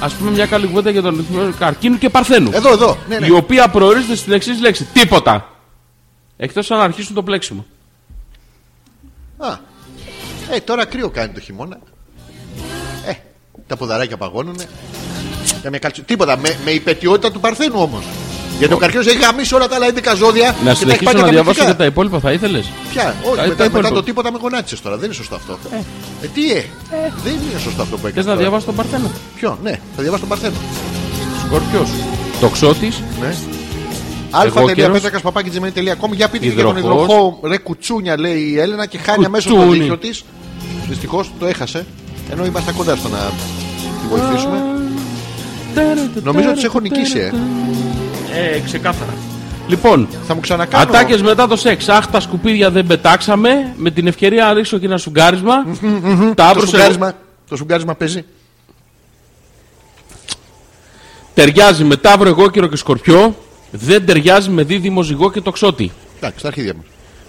ας πούμε μια καλή κουβέντα για τον ρυθμό καρκίνου και παρθένου. Εδώ, εδώ. Ναι, ναι. η οποία προορίζεται στην εξής λέξη: Τίποτα. Εκτός αν αρχίσουν το πλέξιμο. Α. Ε, τώρα κρύο κάνει το χειμώνα. Ε, τα ποδαράκια παγώνουνε. Για μια καλτσο- Τίποτα. Με, με υπετιότητα του Παρθένου όμως. Γιατί ο καρκίνος έχει γαμίσει όλα τα άλλα 11 ζώδια Να και τα έχει συνεχίσω πάει να διαβάσω και καταπληκτικά. τα υπόλοιπα, θα ήθελες. Ποια, όχι, τα μετά, μετά υπόλοιπα. το τίποτα με γονάτισες τώρα. Δεν είναι σωστό αυτό. Ε, τι ε, δεν είναι σωστό αυτό που Θες έκανες. να διαβάσω τον Παρθένα. Ποιο, ναι, θα διαβάσω τον Παρθένο. Σκορπιό. Τοξότης. Ναι. καιρός. αλφα.πέτρακα.gmail.com Για πείτε και για τον Υδροχόος. υδροχό ρε κουτσούνια λέει η Έλενα και χάνει αμέσως το Κουτσούνι. δίκτυο της. Δυστυχώς το έχασε. Ενώ ήμασταν κοντά στο να τη βοηθήσουμε. Νομίζω ότι σε έχω νικήσει, ε. Ε, ξεκάθαρα. Λοιπόν, Θα μου ξανακάνω. ατάκες μετά το σεξ. Αχ, τα σκουπίδια δεν πετάξαμε. Με την ευκαιρία να ρίξω και ένα σουγκάρισμα. Τα το άπρωσε- σουγκάρισμα. Το σουγκάρισμα παίζει. Ταιριάζει με τάβρο, εγώκυρο και σκορπιό. Δεν ταιριάζει με δίδυμο ζυγό και τοξότη. Εντάξει, στα αρχίδια μου.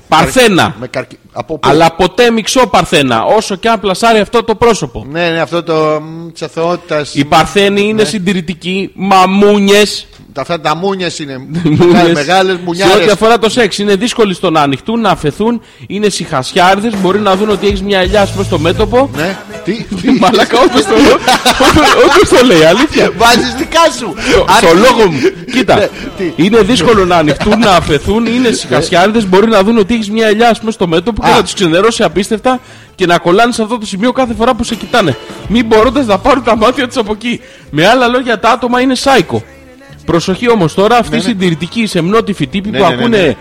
Παρθένα. Με καρκι... Από πού? Αλλά ποτέ μειξό Παρθένα, όσο και αν πλασάρει αυτό το πρόσωπο. Ναι, ναι, αυτό το της αθωότητας. Οι Παρθένοι είναι συντηρητικοί, μαμούνιες. Αυτά τα μούνια είναι. Μεγάλε Σε ό,τι μουνιάρε. αφορά το σεξ, είναι δύσκολοι στο να ανοιχτούν, να αφαιθούν, είναι συχασιάρδε, μπορεί να δουν ότι έχεις μια ελιά προ το μέτωπο. Ναι, τι, τι. Μαλάκα, όπω το λέω. Όπω το λέει, αλήθεια. Βάζεις δικά σου. Στο- Αν- Στο λόγο μου. Ναι, Κοίτα. τι. Ναι. Είναι δύσκολο να ανοιχτούν, να αφαιθούν. Είναι συχασιάριδε. Μπορεί να δουν ότι έχεις μια ελιά ας πούμε, στο μέτωπο και Α. να τους ξενερώσει απίστευτα και να κολλάνε σε αυτό το σημείο κάθε φορά που σε κοιτάνε. Μην μπορώντας να πάρουν τα μάτια τους από εκεί. Με άλλα λόγια, τα άτομα είναι σάικο. Προσοχή όμως τώρα, αυτοί οι συντηρητικοί σεμνότυφοι τύποι Ναι, που ναι, ναι, ναι. ακούνε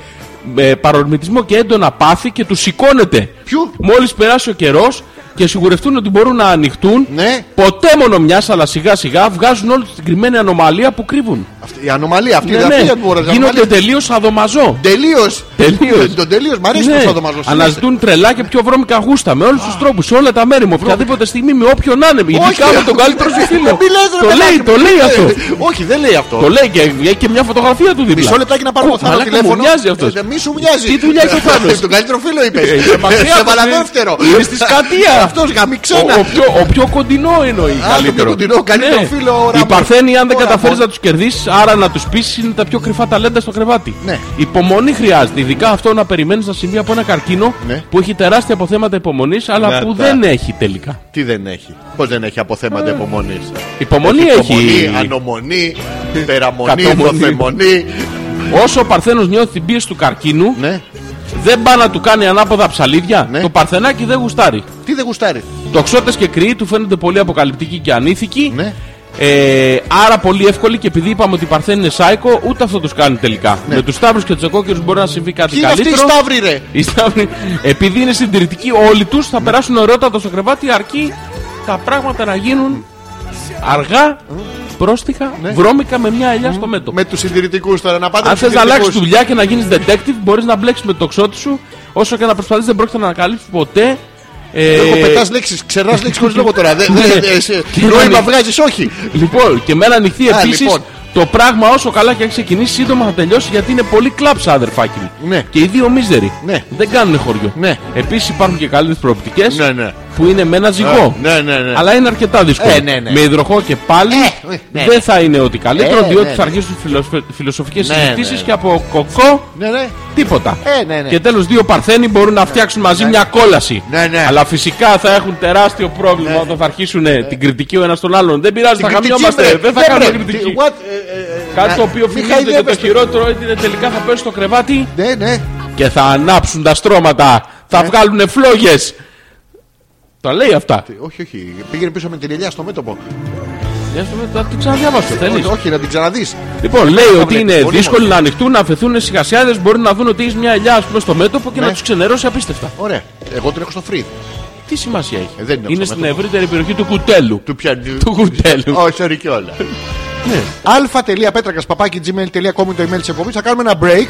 με παρορμητισμό και έντονα πάθη και τους σηκώνεται. Ποιου? Μόλις περάσει ο καιρός και σιγουρευτούν ότι μπορούν να ανοιχτούν, Ναι. ποτέ μόνο μιας, αλλά σιγά σιγά βγάζουν όλη την κρυμμένη ανομαλία που κρύβουν. Αυτή- Η ανομαλία αυτή Ναι, είναι ναι. αυτή που μπορεί να Γίνονται τελείως αδομαζό. Τελείως. Τελείως. Τον τελείως. Μ' αρέσει Ναι. που θα το μαζώσει. Αναζητούν τρελά και πιο βρώμικα γούστα με όλους τους τρόπους, σε όλα τα μέρη μου, οποιαδήποτε στιγμή, με όποιον να είναι. Ειδικά με τον καλύτερο σου φίλο. Μη ε, λες, ρε Το παιδάκι λέει, μου, το λέει ε, αυτό. Όχι, δεν λέει αυτό. Το λέει και έχει και μια φωτογραφία του δίπλα. Μισό λεπτάκι να πάρω Ω, το θάνατο μαλάκα, μου τηλέφωνο. μοιάζει αυτός. Ε, ε, Μη σου μοιάζει. Τι δουλειά έχει ο Θάνος. Τον καλύτερο φίλο είπες. Ε, είσαι μακριά Σε από την- παραδεύτερο. Είναι Ε, στη Σκατία. Αυτός γαμί ξένα. Ο, ο πιο, ο πιο κοντινό εννοεί. το καλύτερο. πιο κοντινό, καλύτερο φίλο, ο ναι. Οι Ραμόν. Παρθένοι, αν δεν Ο καταφέρει Ραμόν. να τους κερδίσεις, άρα να τους πείσει, είναι τα πιο κρυφά ταλέντα στο κρεβάτι. Ναι. Υπομονή χρειάζεται. Ειδικά αυτό να περιμένεις τα σημεία από ένα καρκίνο Ναι. που έχει τεράστια αποθέματα υπομονής, αλλά Να που τα. δεν έχει τελικά. Τι δεν έχει. Πώς δεν έχει αποθέματα υπομονής. Υπομονή Ε. έχει. ανομονή, περαμονή, Κατομονή. δοθεμονή. Όσο ο Παρθένος νιώθει την πίεση του καρκίνου, Ναι. δεν πάει να του κάνει ανάποδα ψαλίδια. Ναι. Το Παρθενάκι δεν γουστάρει. Ε, Τι δεν γουστάρει. Τοξότε και κρύοι του φαίνονται πολύ αποκαλυπτικοί και ανήθικοι. Ναι. Ε, άρα πολύ εύκολη και επειδή είπαμε ότι η Παρθένη είναι σάικο, ούτε αυτό τους κάνει τελικά. Με τους Σταύρους και τους Εκόκυρου μπορεί να συμβεί κάτι Τι Ναι. είναι αυτή η καλύτερο. Σταύρη, ρε! Οι Σταύροι, επειδή είναι συντηρητικοί όλοι τους, Ναι. θα περάσουν ωραιότατα στο κρεβάτι, αρκεί τα πράγματα να γίνουν αργά, πρόστιχα, Ναι. βρώμικα με μια ελιά στο μέτωπο. Με τους συντηρητικούς τώρα να πάτε. Αν τους θες να αλλάξει συντηρητικούς. δουλειά και να γίνεις detective, μπορείς να μπλέξεις με το τοξότη σου, όσο και να προσπαθείς δεν πρόκειται να ανακαλύψεις ποτέ. Ε, Εγώ πετάς λέξεις, ξερά λέξεις χωρίς λόγο τώρα. Δεν- δεν- Ναι. ε, σε- Και Νόημα ήταν- βγάζεις, όχι. Λοιπόν, και με ένα ανοιχτή Α, επίσης. λοιπόν. Το πράγμα όσο καλά και αν ξεκινήσει, σύντομα θα τελειώσει γιατί είναι πολύ κλάψα, αδερφάκι μου. Ναι. Και οι δύο μίζεροι. Ναι. Δεν κάνουν χωριό. Ναι. Επίσης υπάρχουν και καλύτερες προοπτικές Ναι, ναι. που είναι με ένα ζυγό. Ναι, ναι, ναι. Αλλά είναι αρκετά δύσκολο. Ε, ναι, ναι. Με υδροχό και πάλι Ε, ναι. δεν θα είναι ότι καλύτερο, Ε, διότι ναι, θα ναι. αρχίσουν φιλοσοφε... φιλοσοφικές Ναι, συζητήσεις ναι, ναι. και από κοκό Ναι, ναι. τίποτα. Ε, ναι, ναι. Και τέλος, δύο Παρθένοι μπορούν να φτιάξουν μαζί μια κόλαση. Ναι, ναι. Αλλά φυσικά θα έχουν τεράστιο πρόβλημα όταν θα αρχίσουν ε, την κριτική ο ένας τον άλλον. Δεν πειράζει, θα Κριτική, χαμιόμαστε. μπρε. Δεν θα Ναι, κάνουμε μπρε. κριτική. Τι- what, ε, ε, ε, Κάτι να- το οποίο μη φημίζεται και το χαϊδεύεστε. χειρότερο είναι τελικά θα πέσει στο κρεβάτι Ναι, ναι. και θα ανάψουν τα στρώματα. Θα βγάλουν φλόγες. Τα λέει αυτά. Όχι, όχι. Πήγαινε πίσω με την ελιά στο μέτωπο. Για στο μετά, την ξαναδιαβάσω. Θέλεις. Όχι, όχι, να την ξαναδείς. Λοιπόν, λέει ότι βλέπεις, είναι μονίμως. δύσκολο να ανοιχτούν, να αφαιθούν σιγασιάδες. Μπορεί να δουν ότι έχεις μια ελιά, ας πούμε, στο μέτωπο και Ναι. να τους ξενερώσει απίστευτα. Ωραία. Εγώ την έχω στο free. Τι σημασία έχει. Ε, δεν είναι είναι αυτό στην μέτωπο. ευρύτερη περιοχή του κουτέλου. Του πιάνει. Του κουτέλου. Ναι. Όχι, sorry κιόλα. αλφα.πέτρακα παπάκι gmail.com είναι το email της εκπομπής. Θα κάνουμε ένα break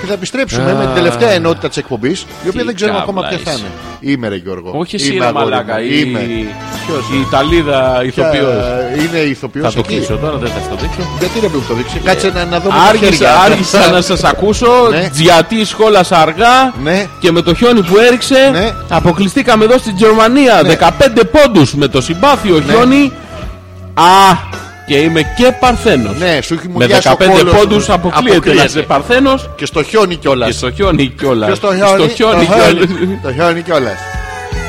και θα επιστρέψουμε με την τελευταία ενότητα της εκπομπής, η οποία τι δεν ξέρουμε ακόμα καύλα ποια θα είσαι. είναι. Είμαι, ρε Γιώργο. Όχι εσύ, Είμαι, ρε αγόρι μου. Μαλάκα. Η... Είμαι. Ποιος? η Ιταλίδα ηθοποιός. Ε, Είναι ηθοποιός. Θα το κλείσω τώρα, δεν θα στο δείξω. Γιατί να μην μου το δείξει. Κάτσε να, να δω με τα χέρια. Άργησα, άργησα να σας ακούσω. Ναι. Τζιατή σχόλασα αργά. Ναι. Και με το χιόνι που έριξε, Ναι. αποκλειστήκαμε εδώ στην Γερμανία. 15 πόντους με το συμπάθειο Ναι. χιόνι. Α, και είμαι και παρθένος. Ναι, σου έχει Με μουδιάσει ο 15 κόλος. πόντους αποκλείεται να είσαι παρθένος Και στο χιόνι κιόλας. και στο χιόνι κιόλας. Και στο χιόνι. κιόλας. Το χιόνι κιόλας.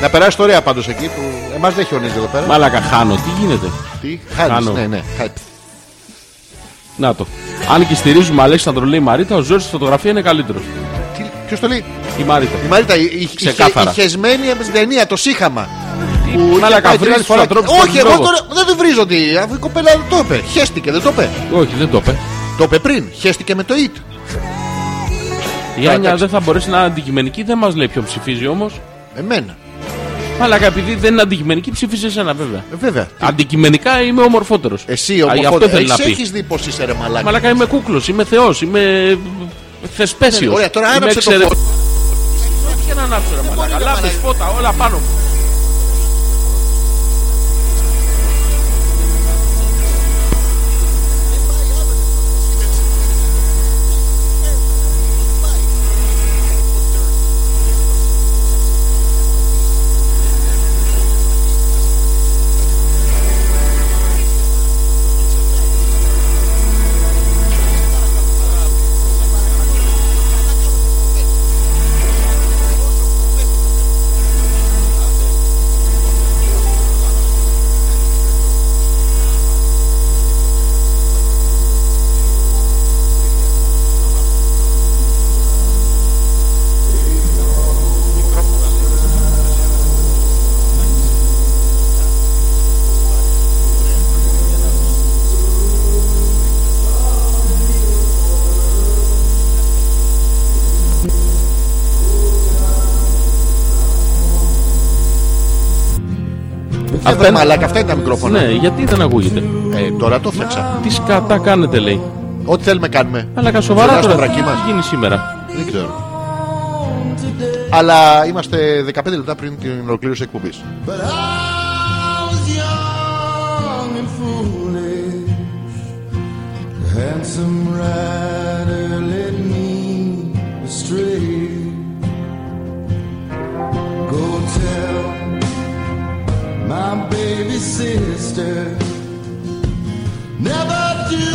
Να περάσει ωραία πάντως εκεί που εμάς δεν χιονίζει εδώ πέρα. Μαλάκα, χάνω. Τι γίνεται. Τι Χάνω. χάνει. Ναι, ναι. χα- Να το. Αν και στηρίζουμε Αλέξανδρο, λέει η Μαρίτα, ο Ζόρι στη φωτογραφίας είναι καλύτερος. Τι- Ποιος το λέει. Η Μαρίτα. Η Μαρίτα, η- η- η- Ξεκάθαρα. η χεσμένη από την ταινία, το σύχαμα. Που μαλάκα, είχε πάει την βρίζεις άλλη φορά τους ανθρώπους και- στον Όχι, εγώ δρόμο. τώρα δεν την βρίζω. τη- Αφού η κοπέλα δεν το είπε. Χέστηκε, δεν το είπε. Όχι, δεν το είπε. Το είπε πριν. Χέστηκε με το it. Η Άνια εντάξει. δεν θα μπορέσει να είναι αντικειμενική, δεν μας λέει ποιον ψηφίζει όμως. Εμένα. Μαλάκα, επειδή δεν είναι αντικειμενική, ψήφισε εσένα βέβαια. Ε, Βέβαια. Αντικειμενικά είμαι ομορφότερος. Εσύ Αυτό ομοφόδη. θέλει να Εσύ πει. έχεις δει πως είσαι ρε μαλάκα. Μαλάκα, είμαι κούκλος, είμαι θεός, είμαι θεσπέσιος. Ωραία, τώρα άναψε το φως. Όχι να ανάψω, ρε μαλάκα. Λάμπε, φώτα, όλα πάνω μου. Ε, βρε μαλάκα, αυτά είναι τα μικρόφωνα. Ναι, γιατί δεν ακούγεται. Ε, τώρα το φτιάξα. Τι σκατά κάνετε, λέει. Ό,τι θέλουμε κάνουμε. Μαλάκα, σοβαρά Ζωντανά στο τώρα. Τι βρακί μας. έχει γίνει σήμερα. Δεν ξέρω. Αλλά είμαστε 15 λεπτά πριν την ολοκλήρωση εκπομπή. But I was young and foolish. Handsome rider led me astray. Go tell my baby sister. Never do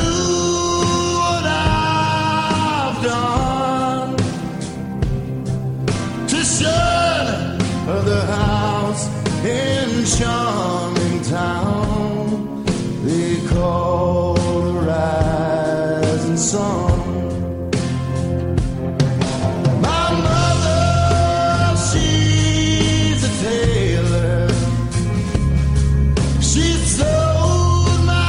what I've done to shun of the house in charming town they call the rising sun. My mother, she's a tailor. She sewed my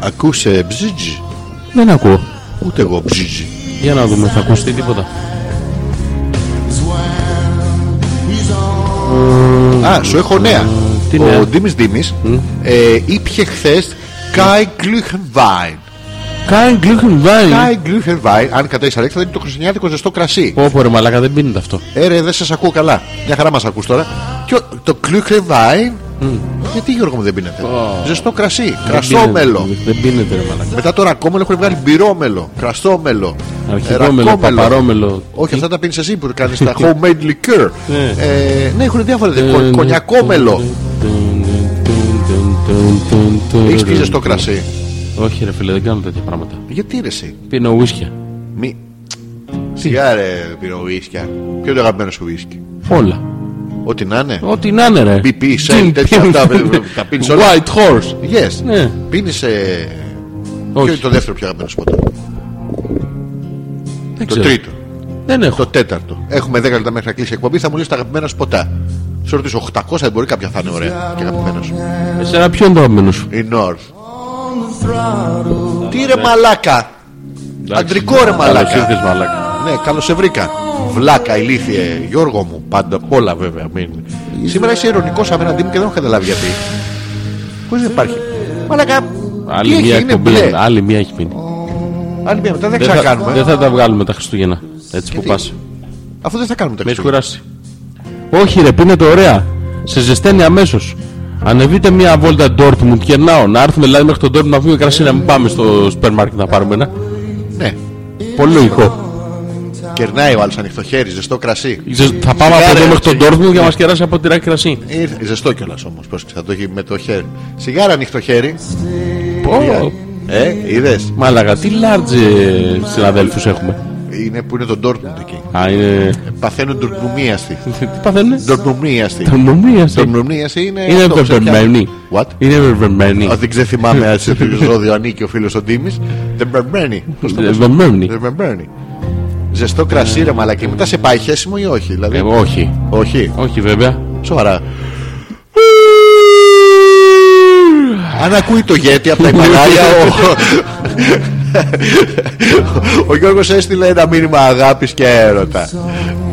Ακούσε μπζιτζ. Δεν ακούω. Ούτε εγώ μπζιτζ. Για να δούμε, θα ακουστεί τίποτα. Α, σου έχω νέα. Mm. τι νέα? Mm. Ο Ντίμης Ντίμης ε, ήπιε χθες Κάι Γκλουχενβάιν. Mm. Κάιν Γκλίχεν Βάιν. Κάι Γκλουχενβάιν, αν κατέβεις Αλέξη, θα είναι το χριστουγεννιάτικο ζεστό κρασί. Πω πω ρε μαλάκα δεν πίνεται αυτό. Ε, ρε, δεν σας ακούω καλά. Μια χαρά μας ακούς τώρα. Και ο- το Γκλουχενβάιν, γιατί Γιώργο μου δεν πίνεται. Ζεστό κρασί, κρασό Δεν πίνεται, μέλο. Δεν πίνεται ρε μαλάκα. Μετά το ρακόμελο έχουν βγάλει μπυρόμελο, κραστόμελο, ε, Αρχικόμελο, ρακόμελο. παπαρόμελο. Όχι, αυτά τα πίνεις εσύ που κάνεις τα homemade liqueur. Ε, ναι, έχουν διάφορα. δε- κο- Κονιακόμελο. Ναι. Έχεις Ναι. πει ζεστό κρασί. Όχι ρε φίλε δεν κάνω τέτοια πράγματα. Γιατί ρε εσύ. Πίνω ουίσκια. Μη... Σιγά ρε πίνω ουίσκια. Ποιο είναι το αγαπημένο σου ουίσκι. Όλα. Ό,τι να είναι. Ό,τι να είναι ρε. BP, Shell, Gin, τέτοια Pim, αυτά, Pim, ε, τα πίνεις όλα. White Horse. Yes. Ναι. Πίνεις... ε, Ποιο είναι Όχι. το δεύτερο πιο αγαπημένο σου ποτό. Δεν Το ξέρω. τρίτο. Δεν έχω. Το τέταρτο. Έχουμε 10 λεπτά μέχρι να κλείσει η εκπομπή. Θα μου λύσει τα αγαπημένα σου ποτά. Σε ρωτήσω 800, δεν μπορεί κάποια θα είναι ωραία και αγαπημένος σου. Εσένα ποιο είναι το αγαπημένο σου. Η North. Τι ρε μαλάκα. Αντρικό ρε Καλώς ήρθες, μαλάκα. μαλάκα. Ναι, καλώς σε βρήκα. Βλάκα, ηλίθιε, Γιώργο μου. Πάντα απ' όλα βέβαια. μην. Σήμερα είσαι ειρωνικός απέναντί μου και δεν έχω καταλάβει γιατί. Πώς δεν υπάρχει. Μαλάκα. Άλλη τι μία έχει, είναι εκπομπή. μπλε. είναι. Άλλη μία έχει μείνει. Άλλη μία μετά δεν Δεν θα, ξανακάνουμε. δεν θα τα βγάλουμε τα Χριστούγεννα. Έτσι που Γιατί? πας. Αφού δεν θα κάνουμε τα Μες έχει Χριστούγεννα. κουράσει. Όχι, ρε, πίνε το ωραία. Σε ζεσταίνει αμέσως. Ανεβείτε μία βόλτα Dortmund και να να έρθουμε δηλαδή μέχρι τον Dortmund να βγούμε κρασί να μην πάμε στο σούπερ μάρκετ να πάρουμε ένα. Ναι. Πολύ λογικό. Κερνάει ο άλλος ανοιχτοχέρι, ζεστό κρασί. Ζε- Θα πάμε Σιγά, από εδώ ρε, μέχρι τον έτσι. Dortmund για να μας κεράσει από τυράκι κρασί. Ήρθε, ζεστό κιόλας όμως. Πώς θα το έχει με το χέρι. Σιγάρα ανοιχτό χέρι. Πω, Ε, είδες. Μάλαγα, τι large συναδέλφους έχουμε. Είναι που είναι το Ντόρκμουντ εκεί. Ε, Α, είναι. Παθαίνουν ντορκμουμίαστοι. Τι παθαίνε. Ντορκμουμίαστοι. Τονομία. Ντορκμουμίαστοι είναι. Είναι αυτό, ξέρω ποια- βεβαιωμένη. What? Είναι βεβαιωμένη. Α, δεν ξεθυμάμαι σε ποιο ζώδιο ανήκει ο φίλος ο Ντίμης. Δεν μπερμπέρνει. Πώς το λες? Βεβαιωμένη. Δεν μπερμπέρνει. Ζεστό κρασί, ρε μαλακή. Μετά σε πάει χέσιμο ή όχι. Δηλαδή. Ε, Όχι. Όχι. Όχι, βέβαια. Σοβαρά. Αν ακούει το γέτη από τα υπαγάλια ο... ο Γιώργος έστειλε ένα μήνυμα αγάπης και έρωτα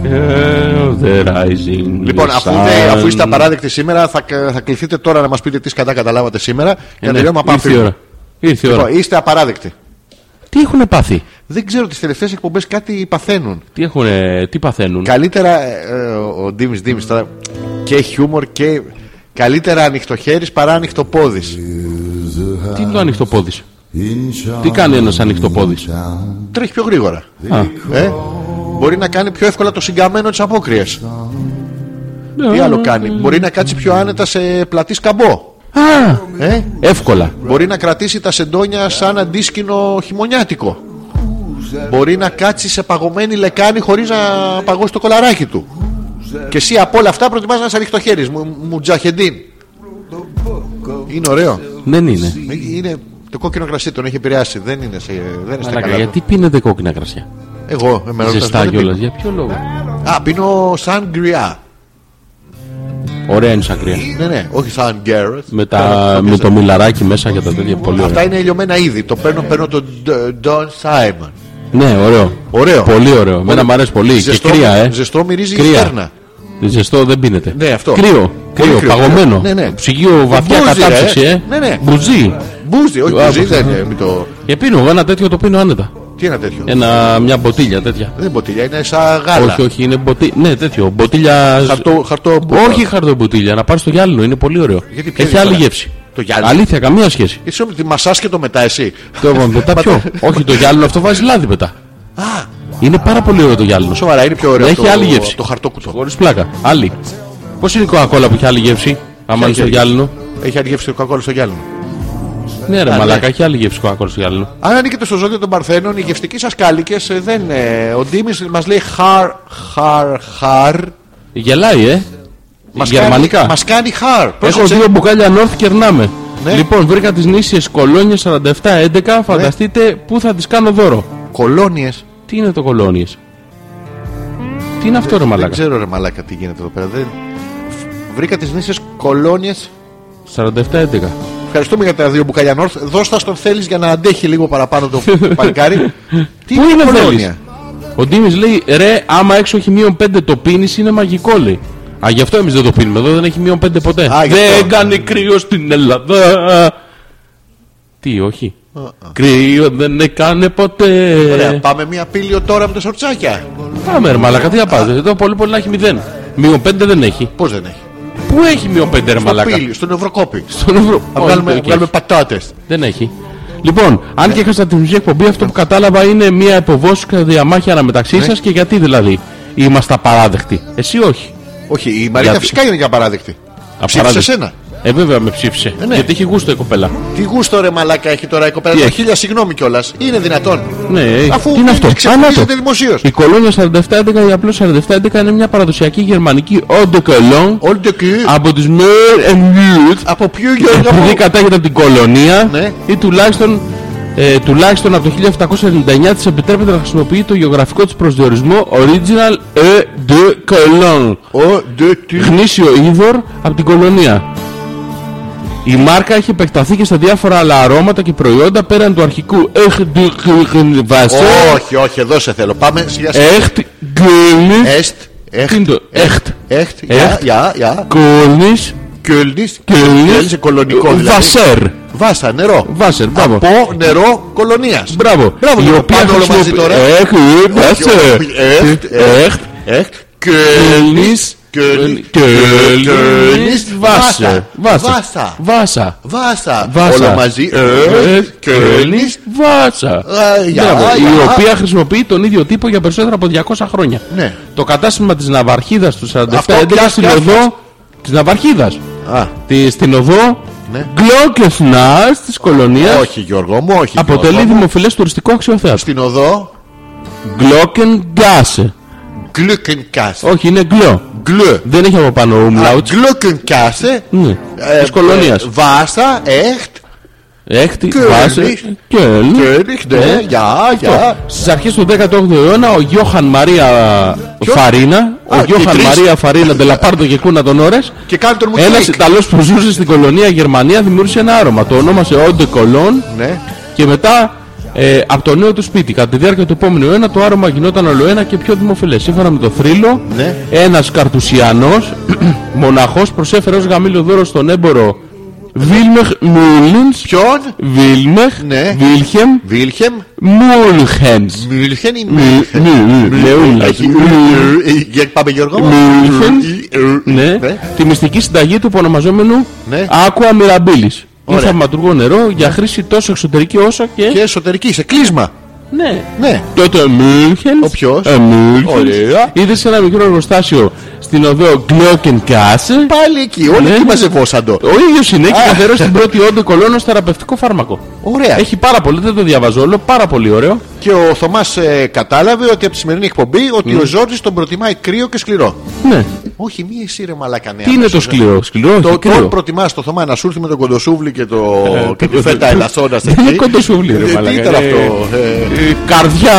Hell, the rising Λοιπόν, sun. αφού, δεν- αφού είστε απαράδεκτοι σήμερα, θα, κα- θα κληθείτε τώρα να μας πείτε τι σκατά καταλάβατε σήμερα Ε, και να ναι, τελειώνουμε απ' Ήρθε η ώρα. Ήρθε η ώρα. Είστε απαράδεκτοι. Τι έχουν πάθει, Δεν ξέρω, τις τελευταίες εκπομπές κάτι παθαίνουν. τι, έχουν, τι παθαίνουν. Καλύτερα ε, ε, ο Ντίμης Ντίμης τώρα και χιούμορ και καλύτερα ανοιχτοχέρης παρά ανοιχτοπόδης. Τι είναι το ανοιχτοπόδι. Τι κάνει ένας ανοιχτοπόδι. τρέχει πιο γρήγορα. Ε, μπορεί να κάνει πιο εύκολα το συγκαμμένο της απόκρυα. Ναι. Τι άλλο κάνει. Μπορεί να κάτσει πιο άνετα σε πλατή σκαμπό. Α, Ε, εύκολα. μπορεί να κρατήσει τα σεντόνια σαν αντίσκηνο χειμωνιάτικο. Μπορεί να κάτσει σε παγωμένη λεκάνη χωρίς να παγώσει το κολαράκι του. Και εσύ από όλα αυτά προτιμάς να είσαι ανοιχτοχέρι. Μου, μουτζαχεντίν. Είναι ωραίο. Δεν είναι. Ε, Είναι το κόκκινο κρασί τον έχει επηρεάσει. Δεν είναι, σε, δεν είστε Μαλάκα, καλά. γιατί πίνετε κόκκινα κρασιά. Εγώ, εμένα Ζεστά δεν κιόλας. Για ποιο λόγο. Α, πίνω σαν γκριά. Ωραία είναι η σακρία. Ναι, ναι, όχι σαν γκέρετ. Με, τα, με το μιλαράκι μέσα και τα τέτοια. Πολύ Αυτά ωραία. είναι ελιωμένα ήδη. Το παίρνω, παίρνω τον Don Simon. Ναι, ωραίο. Ωραίο. Πολύ ωραίο. Μένα μου αρέσει πολύ. Και κρύα, ε. Ζεστό μυρίζει η Κρύα. στέρνα. Ζεστό δεν πίνεται. Ναι, αυτό. Κρύο. Πολύ Κρύο, κρύο. παγωμένο. Ναι, ναι. Ψυγείο βαθιά Μπούζι, ρε. κατάψυξη, ε. Ναι, ναι. Μπουζί. Μπούζι, όχι Άπα. μπούζι, δεν είναι. μην το... Και πίνω εγώ ένα τέτοιο το πίνω άνετα. Τι είναι τέτοιο. Ένα, μια μποτίλια τέτοια. Δεν είναι ποτηλιά, είναι σαν γάλα. Όχι, όχι, είναι μποτίλια. Ναι, τέτοιο. Μποτίλια. Χαρτό, χαρτό Όχι χαρτομπουτίλια, να πάρεις το γυάλινο, είναι πολύ ωραίο. Γιατί πιάνεις Έχει άλλη τώρα. γεύση. Το γυάλινο. Αλήθεια, καμία σχέση. Εσύ όμως Ε, τη μασάς και το μετά εσύ. το μετά ποιο. Όχι, το γυάλινο αυτό βάζει λάδι μετά. Είναι πάρα πολύ ωραίο το γυάλινο. Σοβαρά, είναι πιο ωραίο. Ναι, Έχει το, άλλη γεύση. Το χαρτόκουτο. Χωρίς πλάκα. Άλλη. Πώς είναι η Coca-Cola που έχει άλλη γεύση, άμα είναι στο γεύση? γυάλινο. Έχει άλλη γεύση το κακόλο στο γυάλινο. Ναι, ρε, ναι. μαλάκα, έχει άλλη γεύση Coca-Cola στο γυάλινο. Αν ανήκετε στο ζώδιο των Παρθένων, οι γευστικοί σα κάλικε δεν. ε, Ο Ντίμης μας λέει χαρ, χαρ, χαρ. Γελάει, ε. Γερμανικά. Μας κάνει χαρ. Έχω Πρόσεξε. δύο μπουκάλια North και ερνάμε. Ναι. Λοιπόν, βρήκα τις νήσιες κολόνιες 47-11. Φανταστείτε πού θα τις κάνω δώρο. Κολόνιες. Τι είναι το κολόνιες. Τι είναι αυτό, ρε Δεν μαλάκα. ξέρω ρε μαλάκα τι γίνεται εδώ πέρα. Δεν... Βρήκα τις νήσες κολόνιες 47-11. Ευχαριστούμε για τα δύο μπουκαλιά North. Δώστα τον θέλει για να αντέχει λίγο παραπάνω το παλικάρι. Τι Πού είναι ο κολόνια? Θέλης? Ο Ντίμης λέει ρε, άμα έξω έχει μείον 5 το πίνεις είναι μαγικό λέει. Α, γι' αυτό εμείς δεν το πίνουμε εδώ, δεν έχει μείον 5 ποτέ. Α, γι' αυτό. δεν κάνει κρύο στην Ελλάδα. Τι, όχι. Κρύο δεν έκανε ποτέ. Ωραία, πάμε μία πύλιο τώρα με τα σορτσάκια. Πάμε, ρε μαλακά, τι να πας. Εδώ πολύ πολύ να έχει 0. Μείον 5 δεν έχει. Πώς δεν έχει. Πού έχει μείον 5 ρε Στο μαλακά. πύλιο, στον Ευρωκόπη. Στον Ευρω- Να Όχι, βγάλουμε, όχι, να βγάλουμε πατάτες. Δεν έχει. Λοιπόν, αν και έχασα την ουσία εκπομπή, αυτό που κατάλαβα είναι μια υποβόσικα διαμάχη αναμεταξύ Ναι. σας σα και γιατί δηλαδή είμαστε απαράδεκτοι. Εσύ όχι. Όχι, η Μαρίτα Γιατί? φυσικά είναι και απαράδεκτη. Ψήφισε Απαράδεκτοι. εσένα. Ε, βέβαια με ψήφισε. ναι. Γιατί έχει γούστο η κοπέλα. Τι γούστο ρε μαλάκα έχει τώρα η κοπέλα. Τι Το έχει? χίλια συγγνώμη κιόλας. Είναι δυνατόν. Ναι, ε, Αφού τι είναι Ε, αυτό. Α, να ξεχνίζεται το. δημοσίως. Η κολόνια 4711, η απλό 4711 είναι μια παραδοσιακή γερμανική όντε κολόν Όλο το κύ. από τις Mer and Youth Από ποιο Γιώργο. επειδή από- κατάγεται από την κολονία Ναι. ή τουλάχιστον, ε, τουλάχιστον από το 1799 της επιτρέπεται να χρησιμοποιεί το γεωγραφικό της προσδιορισμό Original E de Cologne Ο ντε τι. γνήσιο είδωρ από την κολονία. Η μάρκα έχει επεκταθεί και σε διάφορα άλλα αρώματα και προϊόντα πέραν του αρχικού Echt de Cologne Wasser, Όχι, όχι, εδώ σε θέλω. Πάμε σιγά σιγά. Echt Gölnisch, Εστ. Εχτ. Τι είναι το Echt Εχτ. Echt. Γεια, γεια. Gölnisch, Κιόλνη. Gölnisch, Κιόλνη σε κολονικό δηλαδή. Wasser, Βάσα, νερό. Wasser, μπράβο. Από νερό κολονίας. Μπράβο. Μπράβο, η το οποία πάμε όλο μαζί χρησιμοποιεί... τώρα. Εχ, όχι, είμαστε. όχι, εχτ, Εχτ. Εχτ. Κέλνης. Κέλνης. Κέλνης. Βάσα. Βάσα. Βάσα. Βάσα. Βάσα. Βάσα. Όλα μαζί. Εχτ, Κιόλνη. Κέλνης. Βάσα. Α, για, Μπράβο, α, Η για. οποία χρησιμοποιεί τον ίδιο τύπο για περισσότερα από 200 χρόνια. Ναι. Το κατάστημα της Ναυαρχίδας του 47 Αυτό, έντεκα πιάσ' στην πιάσ' οδό της Ναυαρχίδας. Α, Τη- Στην οδό Ναι. Γκλόκεφνας της κολονίας όχι Γιώργο μου, όχι. Ε, αποτελεί Γιώργο μου. δημοφιλές τουριστικό αξιοθέατο. Στην οδό Γκλόκενγκάσε. Γκλουκενκάσε. Όχι, είναι γκλό. Γκλου. Δεν έχει από πάνω umlaut. Γκλουκενκάσε. Ναι. Ε, Της κολονίας. Βάσα, Εχτ. ε, Έχτη, Κέλνης. Βάσε, Κέλν. Κιόλνη. Ναι, Ναι. γεια, Αυτό. γεια. Στις αρχές του 18ου αιώνα ο Γιώχαν Μαρία Φαρίνα, ο Α, και Γιώχαν τρεις. Μαρία Φαρίνα Ντελαπάρτο και Κούνα τον Ωρες, Και κάνει τον ένας Μουτσίκ. Ιταλός που ζούσε στην κολονία Γερμανία δημιούργησε ένα άρωμα. Το ονόμασε Όντε Κολόν Ναι. και μετά ε, από το νέο του σπίτι. Κατά τη διάρκεια του επόμενου αιώνα το άρωμα γινόταν ολοένα και πιο δημοφιλές. Σύμφωνα με το θρύλο, Ναι. ένας καρτουσιανός μοναχός προσέφερε ως γαμήλιο δώρο στον έμπορο Βίλμεχ Μούλινς Ποιον. Βίλμεχ, Ναι. Βίλχεμ, Βίλχεμ. Μούλχενς. Μίλχεν ή Μι- Μίλχεν. μι- μι- Λεούλα. Έχει- Ε, Πάμε Γιώργο. μου. Μίλχεν. Ε, Ναι. ναι. Τη μυστική συνταγή του υπονομαζόμενου Ναι. Άκουα Μυραμπίλης. Ή Ωραία. θαυματουργό νερό για χρήση τόσο εξωτερική όσο Και και... εσωτερική, σε κλείσμα. Ναι. Ναι. Τότε Μίλχενς. Ο ποιος? ε, Μίλχενς, Ωραία. Είδες σε ένα μικρό εργοστάσιο στην οδό Γκλόκενκάσε. Πάλι εκεί, όλοι Ναι. εκεί μαζευόσαντο. Ο ίδιος είναι και Α. καθιερώσει την πρώτη όντο κολόνο ως θεραπευτικό φάρμακο. Ωραία. Έχει πάρα πολύ, δεν το διαβάζω όλο, πάρα πολύ ωραίο. Και ο Θωμάς κατάλαβε ότι από τη σημερινή εκπομπή ότι ο Ζόρζη τον προτιμάει κρύο και σκληρό. Ναι. Όχι, μη εσύ ρε μαλάκα νέα. Τι είναι το σκληρό, σκληρό, Το όχι κρύο. Ε, τον προτιμάς το Θωμά να σου έρθει με τον κοντοσούβλι και, το... και τη το- φέτα ελασσόνας Δεν είναι κοντοσούβλι, ρε Τι μαλάκα, ήταν είναι- αυτό. ε, Ε, καρδιά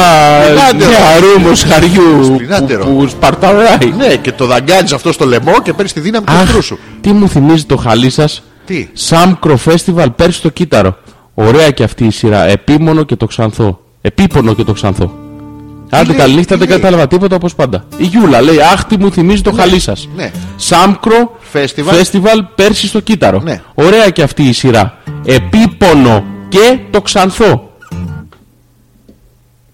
Σπινάτερο. νεαρού χαριού Σπινάτερο. που, που σπαρταράει. Ναι, και το δαγκάτζ αυτό στο λαιμό και παίρνει τη δύναμη του ε, Αχ, εχθρού σου. τι μου θυμίζει το χαλί σας. Τι? Σάμκρο Φέστιβαλ πέρσι στο Κύτταρο. Ωραία και αυτή η σειρά. Επίμονο και το ξανθό. Επίπονο και το ξανθό. Άντε λέει, καλή νύχτα, τι δεν λέει. κατάλαβα τίποτα όπως πάντα. Η Γιούλα λέει, αχ τι μου θυμίζει το χαλί σας. ναι. Σάμκρο Φέστιβαλ. Φέστιβαλ πέρσι στο Κύτταρο. Ναι. Ωραία και αυτή η σειρά. Επίπονο και το ξανθό.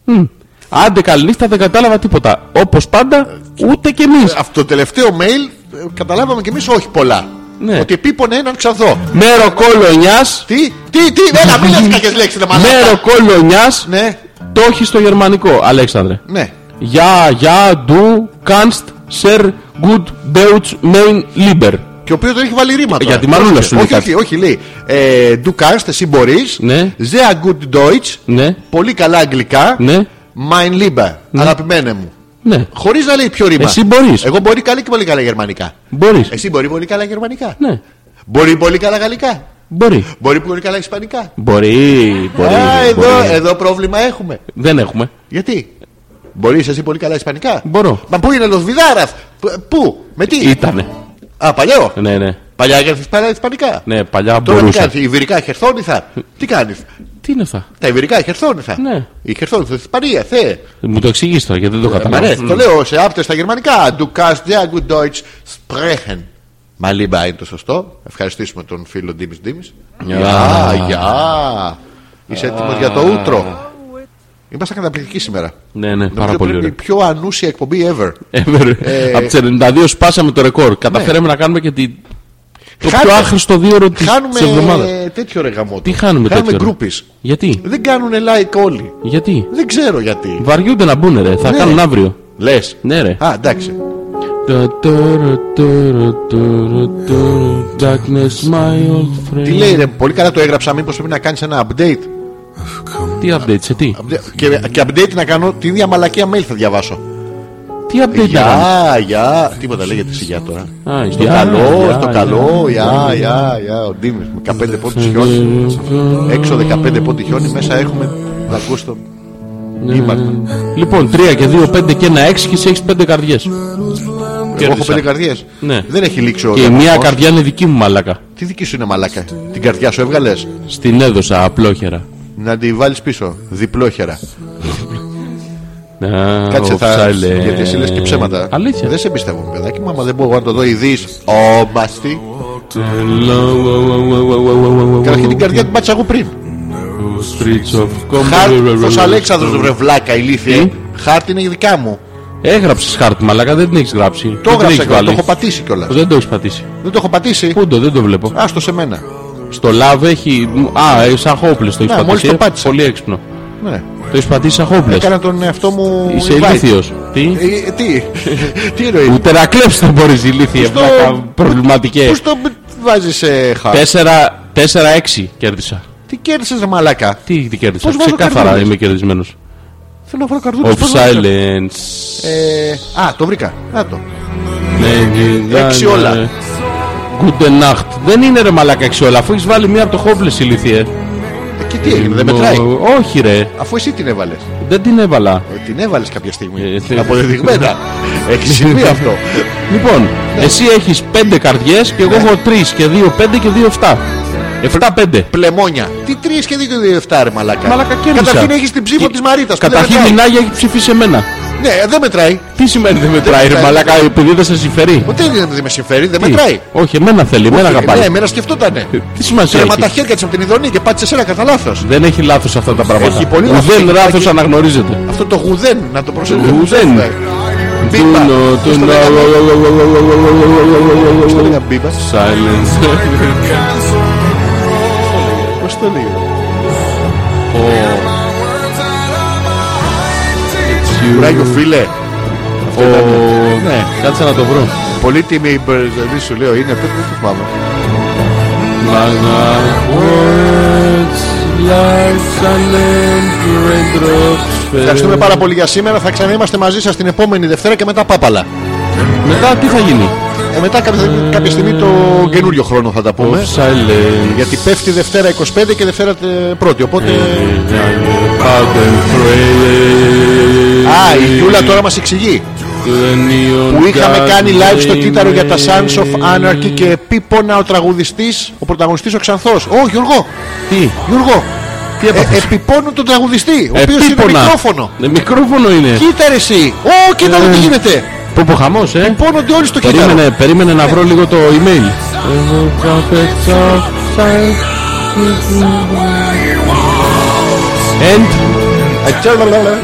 Μμ. Άντε καλή νύχτα, δεν κατάλαβα τίποτα. Όπως πάντα, ούτε κι εμείς. Αυτό το τελευταίο mail ε, καταλάβαμε κι εμείς όχι πολλά. Ναι. Ότι επίπονε έναν ξανθό. Μέρο κολονιάς Τι, τι, τι, έλα, μην λες κακές λέξεις, ρε μαλάκα. Μέρο κολονιά Ναι, το έχεις στο γερμανικό, Αλέξανδρε. ναι. Για, για, du, kannst, ser, gut, deutsch, mein, lieber. Και ο οποίος δεν έχει βάλει ρήμα τώρα. Για τη μαρούλα σου λέει Όχι, όχι, κάτι. όχι, λέει. Ε, du kannst, εσύ μπορείς. Ναι. Sehr gut Deutsch. Ναι, Πολύ καλά αγγλικά. ναι, Mein Lieber. Αγαπημένε μου. ναι. Χωρίς να λέει πιο ρήμα. Εσύ μπορείς. Εγώ μπορεί καλή και πολύ καλά γερμανικά. Μπορείς. Εσύ μπορεί πολύ καλά γερμανικά. Ναι, Μπορεί πολύ καλά γαλλικά. μπορεί. Μπορεί πολύ καλά ισπανικά. Μπορεί, μπορεί. Α, εδώ, μπορεί. εδώ πρόβλημα έχουμε. ε, Δεν έχουμε. Γιατί. Μπορείς εσύ πολύ καλά ισπανικά. Μπορώ. Μα πού είναι Λοσβιδάρα. Πού, με τι. Ήτανε. Α, παλιό. Ναι, ναι. Παλιά έγραφε παρά ισπανικά. Ναι, παλιά Τώρα τι μπορούσα. κάνεις, Ιβυρικά Χερσόνηθα. τι κάνεις. Τι είναι αυτά. Τα Ιβυρικά Χερσόνηθα. Ναι. Η Χερσόνηθα τη Ισπανία, θε. Μου το εξηγήσει τώρα γιατί δεν το Ε, Μ' αρέσει, κατάλαβα. το λέω σε άπτες στα γερμανικά. Du kannst sehr gut Deutsch sprechen. Μαλίμπα είναι το σωστό. Ευχαριστήσουμε τον φίλο Ντίμης Ντίμης. Γεια, γεια. Είσαι έτοιμος για το ούτρο. Είμαστε καταπληκτικοί σήμερα. Ναι, ναι, Νομίζω πάρα πολύ πρέπει ωραία. Η πιο ανούσια εκπομπή ever. Ε, ναι. Από τις 92 σπάσαμε το ρεκόρ. Καταφέραμε να κάνουμε και τη... το πιο άχρηστο δύο ώρο της της εβδομάδας. Χάνουμε τέτοιο ρε γαμότο. Τι χάνουμε Κάνουμε τέτοιο, ρε? groupies. Γιατί, Δεν κάνουν like όλοι. γιατί. Δεν ξέρω γιατί. Βαριούνται να μπουν, ρε. Θα Ναι. κάνουν αύριο. Λες. Ναι, ρε. Α, εντάξει. Τα τάρα, τάρα, τάρα, τάρα, Darkness, my old friend. Τι λέει ρε, πολύ καλά το έγραψα. Μήπως πρέπει να κάνεις ένα update. Τι update, σε τι. Update- Και, και update να κάνω την ίδια μαλακία mail θα διαβάσω. Τι update να κάνουμε. Γεια, γεια. Τίποτα λέγεται εσύ γεια τώρα. Α, Στο γεια, καλό, γεια, στο γεια. Ε, καλό. Γεια, γεια, γεια. Ο Ντίμης με 15 πόντου χιόνι. Έξω 15 πόντου χιόνι, μέσα έχουμε. Να ακούς το. Ναι, Ήμαρτα. Λοιπόν, 3 και 2, 5 και 1, 6 και εσύ έχει 5 καρδιές. Εγώ έχω Κέρδισα. 5 καρδιές Ναι. Δεν έχει λήξει ο Και η διαγωνισμός. μία καρδιά είναι δική μου μαλάκα. Τι δική σου είναι μαλάκα. Την καρδιά σου έβγαλες. Στην έδωσα απλόχερα. Να τη βάλεις πίσω. Διπλόχερα. Να, Κάτσε ο θα. ψάλε. Γιατί εσύ λες και ψέματα. Αλήθεια. Δεν σε εμπιστεύομαι, παιδάκι μου. Άμα δεν μπορώ να το δω, ειδεί. Ο μαστί. Καταρχήν την καρδιά την πάτησα εγώ πριν. Χάρτο Αλέξανδρος βρε βλάκα ηλίθιε. Χάρτη είναι η δικά μου. Έγραψες χάρτη, μαλάκα, δεν την έχεις γράψει. Δεν την Το έχεις έγραψα και βάλει. το έχω πατήσει κιόλας. Δεν το έχεις πατήσει. Δεν το έχω πατήσει. Πού το, δεν το βλέπω. Άστο σε μένα. Στο live έχει. Α, ε, σαν χόπλες το έχεις Να, Ναι, μόλις πατήσει. ε. το πάτησα. Πολύ έξυπνο. Ναι. Το έχεις πατήσει σαν χόπλες. Έκανα τον εαυτό μου. Είσαι invite. ηλίθιος. Τι. Ε, Τι, τι εννοείς. Ούτε να κλέψεις δεν μπορείς ηλίθιε. στο- βλάκα, Προβληματικές. Πώς το βάζεις σε Ε. χάρτη. 4-6 κέρδισα. Τι κέρδισες, μαλάκα. Τι τι κέρδισα. Πώς βάζω Ξεκάθαρα καρδούλες. είμαι κερδισμένος. Θέλω να βρω καρδούλα. Of silence. Ε, α, το βρήκα. Να το. Έξι Έξι όλα. Good night. ναι. Δεν είναι ρε μαλάκα έξι όλα. Αφού έχεις βάλει μία από το χόπλες ηλίθιε. Ε, Και τι έγινε, δεν μετράει. Όχι ρε. Αφού εσύ την έβαλες. Δεν την έβαλα. Την έβαλες κάποια στιγμή. Ε, θε- Αποδεδειγμένα. Έχει συμβεί αυτό. Λοιπόν, Ναι. εσύ έχεις 5 καρδιές και εγώ έχω 3 και 2 5 και 2 7. 7-5. Ναι, Πλεμόνια. Τι τρεις και δύο και δύο εφτά, ρε μαλάκα. Μαλάκα κέρδισα. Καταρχήν έχεις την ψήφο Και- της Μαρίτας. Καταρχήν η Νάγια έχει ψηφίσει εμένα. Ναι, δεν μετράει. Τι σημαίνει δεν μετράει, ρε μετράει. Μαλάκα, επειδή δεν σε συμφέρει. Ποτέ δεν δεν με συμφέρει, δεν Τι? μετράει. Όχι, εμένα θέλει, εμένα αγαπάει. Ε, Ναι, εμένα σκεφτότανε. Τι σημασία Τρέμα τα έχει. χέρια της από την Ιδονή και πάτησε σένα κατά λάθος. Δεν έχει λάθος αυτά τα πράγματα. Έχει πολύ λάθος. Δεν Έχει- λάθο αναγνωρίζεται. Αυτό το γουδέν, να το προσέχετε. Γουδέν. Ναι. Μπίμπα. Τούνο, Πώς το τούνο, λέγαμε, πώς το Silence. λέγαμε, μπίμπα. Πώς το λέγαμε. Κουράγιο, φίλε. Ο- Ναι, κάτσε να το βρω. Πολύτιμη η Μπερζελή σου λέω είναι, δεν το θυμάμαι. Ευχαριστούμε πάρα πολύ για σήμερα. Θα ξαναείμαστε μαζί σας την επόμενη Δευτέρα και μετά πάπαλα. Μετά τι θα γίνει. Ε, μετά κάποια, κάποια στιγμή το καινούριο χρόνο θα τα πούμε. Silence. Γιατί πέφτει Δευτέρα 25 και Δευτέρα ε, πρώτη. Οπότε. Ε, Α, η Γιούλα τώρα μας εξηγεί. Που είχαμε ε, κάνει live στο κύτταρο για τα Sons of Anarchy και επίπονα ο τραγουδιστής, ο πρωταγωνιστής ο Ξανθός. Ω, Γιώργο! Τι, Γιώργο! τι έπαθες. Ε, επίπονο τον τραγουδιστή, ο οποίος είναι Επίπονα. μικρόφωνο. Ναι, Ε, μικρόφωνο είναι. Κοίτα ρε εσύ! Ω, κοίτα εδώ τι γίνεται! Πω πω χαμός, ε. Πόνονται όλοι στο κύτταρο. Περίμενε, περίμενε να βρω λίγο το email. And Ε, ξέρω, λα, λα, λα.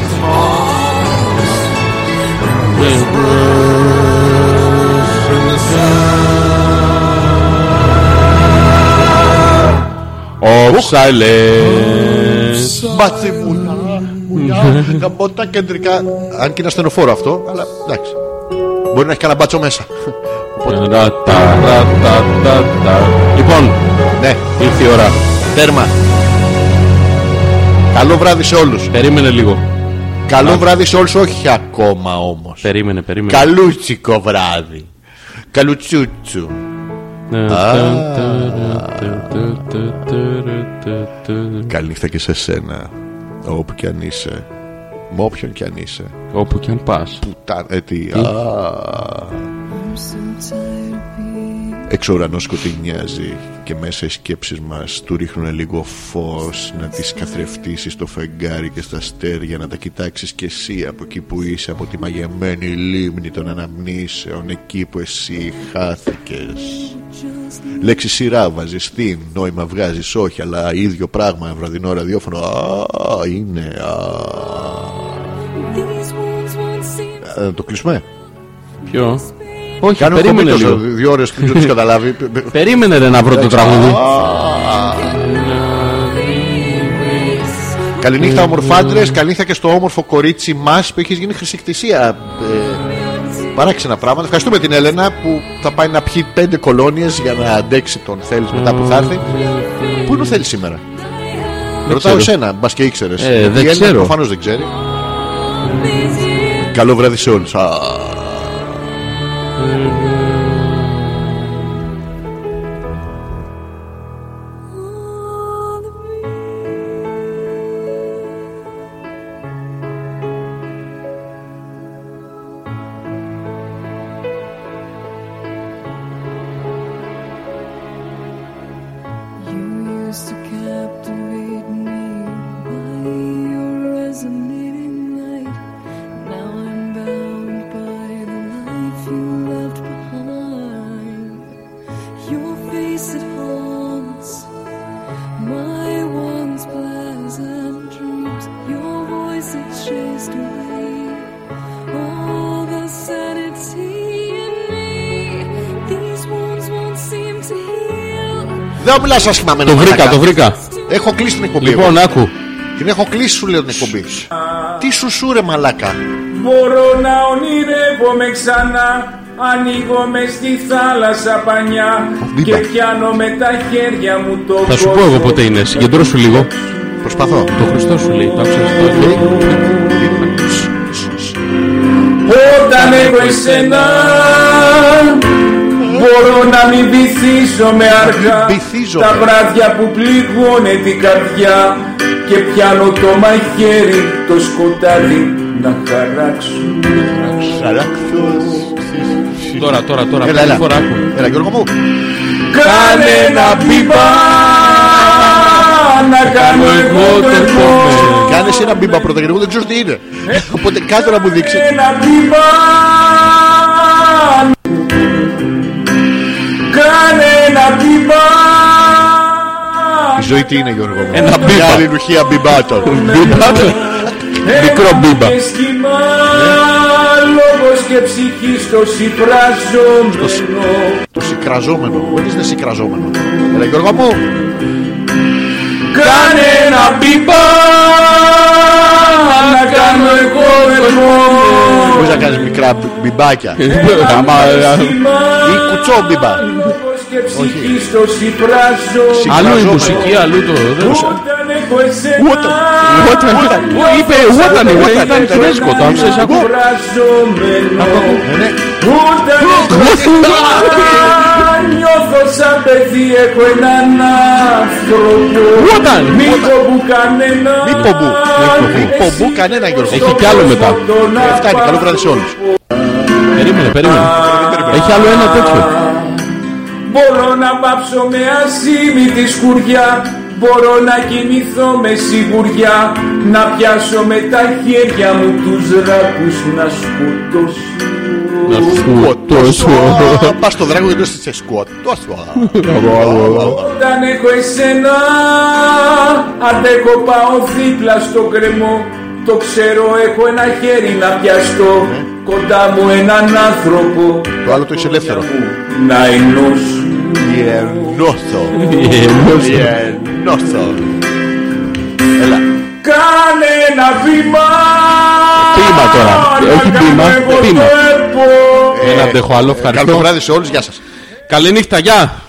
of silence. Μπάτσι μουνιά, μουνιά, γαμπότα κεντρικά. Αν και είναι ασθενοφόρο αυτό, αλλά εντάξει. Μπορεί να έχει κανένα μπάτσο μέσα. Ρα, τα, ρα, τα, τα, τα. Λοιπόν, Ναι, ήρθε η ώρα. τέρμα. Καλό βράδυ σε όλους. Περίμενε λίγο. Καλό βράδυ σε όλους, όχι ακόμα όμως. Περίμενε, περίμενε. Καλούτσικο βράδυ. Καλουτσούτσου. Καληνύχτα και σε σένα. Όπου κι αν είσαι. Με όποιον κι αν είσαι. Όπου και αν πας. Πουτάν, ε, τι, α. Έξω ο ουρανός σκοτεινιάζει και μέσα οι σκέψεις μας του ρίχνουν λίγο φως να τις καθρεφτήσει στο φεγγάρι και στα αστέρια να τα κοιτάξεις κι εσύ από εκεί που είσαι από τη μαγεμένη λίμνη των αναμνήσεων εκεί που εσύ χάθηκες Λέξη σειρά βάζεις την, νόημα βγάζεις όχι, αλλά ίδιο πράγμα βραδινό ραδιόφωνο. Α, είναι. Α. Ε, Να το κλείσουμε. Ποιο. Όχι, Κάνω περίμενε κομπίτος, λίγο. δύο ώρες πριν δεν τις καταλάβει. Περίμενε ρε, να βρω το τραγούδι. Ε, Καληνύχτα ομορφάντρες, καληνύχτα και στο όμορφο κορίτσι μας που έχεις γίνει χρησικτησία. Ε, παράξενα πράγματα. Ευχαριστούμε την Έλενα που θα πάει να πιει πέντε κολόνιες για να αντέξει τον Θέλης μετά που θα έρθει. Πού είναι ο Θέλης σήμερα. Ρωτάω ξέρω. εσένα, μπας και ήξερες. Ε, δεν Η Έλενα ξέρω. Προφανώς δεν ξέρει. Καλό βράδυ σε όλους. Α, You used to captivate me by your resonating light. Now I'm bound by the life you left behind. Your face it haunts my once pleasant dreams. Your voice it chased away all the sanity in me. These wounds won't seem to heal. Δεν μιλάς σας θυμάμαι. Το ρε βρήκα, μαλάκα. το βρήκα. Έχω κλείσει την εκπομπή. εγώ. Λοιπόν, άκου. Την έχω κλείσει σου λέω την εκπομπή. Τι σου σου ρε μαλάκα. Μπορώ να ονειρεύομαι ξανά Ανοίγομαι στη θάλασσα πανιά Μην Και πάει. πιάνω με τα χέρια μου το Θα σου πω εγώ ποτέ είναι. Συγκεντρώσου λίγο. Προσπαθώ. Το Χριστό σου λέει. Το άκουσες αυτό. Όταν έχω εσένα Μπορώ να μην βυθίζομαι αργά μην βυθίζομαι. Τα βράδια που πληγώνε την καρδιά Και πιάνω το μαχαίρι Το σκοτάδι να χαράξω Τώρα, τώρα, τώρα. Έλα, Πρώτη έλα. φορά άκου. Έλα, Γιώργο μου. Κάνε ένα μπιμπά Να κάνω εγώ το εγώ Κάνε εσύ ένα μπίμπα πρώτα, Γιώργο, δεν ξέρω τι είναι. Οπότε κάτω να μου δείξεις. Ένα μπιμπά Κάνε ένα μπιμπά Η ζωή τι είναι, Γιώργο μου. Ένα Ναι. μπίμπα. Μια αλληλουχία μπιμπάτο. Μπίμπα. Μικρό μπίμπα. Σχήμα Λόγος και ψυχή στο συμπράζομενο Το σικραζόμενο. What is the σικραζόμενο. Έλα, Γιώργο μου. Κάνε ένα μπιμπά Να κάνω εγώ το εγώ Πώς να κάνεις μικρά μπι- μπιμπάκια. Άμα, ε, Ή κουτσό μπιμπά. Όχι. στο συμπράζω Αλλού η Σικραζόμενο. μουσική, αλλού το. δεν- Όταν έχω εσένα Όταν- Είπε όταν εγώ ήταν κινέζικο, το άκουσες Όταν ακούω. βραζωμένο Ναι. Όταν έχω εσένα Νιώθω σαν παιδί έχω έναν άνθρωπο Όταν. Μήπω που κανένα Μη πομπού. Μη πομπού κανένα, Γιώργο. Έχει κι άλλο μετά. Ε, Φτάνει, καλό βράδυ σε όλους. Περίμενε, περίμενε. Έχει άλλο ένα τέτοιο. Μπορώ να πάψω με ασήμιτη σκουριά Μπορώ να κοιμηθώ με σιγουριά Να πιάσω με τα χέρια μου τους ράκους να σκοτώσω Σκοτώσου. Α, Πας στο δράγο και το σε σκοτώσω. Όταν έχω εσένα Αντέχω πάω δίπλα στο κρεμό Το ξέρω έχω ένα χέρι να πιαστώ Κοντά μου έναν άνθρωπο Το άλλο το έχεις ελεύθερο. Να ενώσω Γεννώθω. Ε, μόνος του. Γεννώθω. Έλα. Κάνε ένα βήμα Ποίημα τώρα. Να Όχι κάνω ποίημα, εγώ το ποίημα. έπο. Δεν αντέχω άλλο, ευχαριστώ. Καλό βράδυ σε όλους, γεια σας. Καληνύχτα, γεια.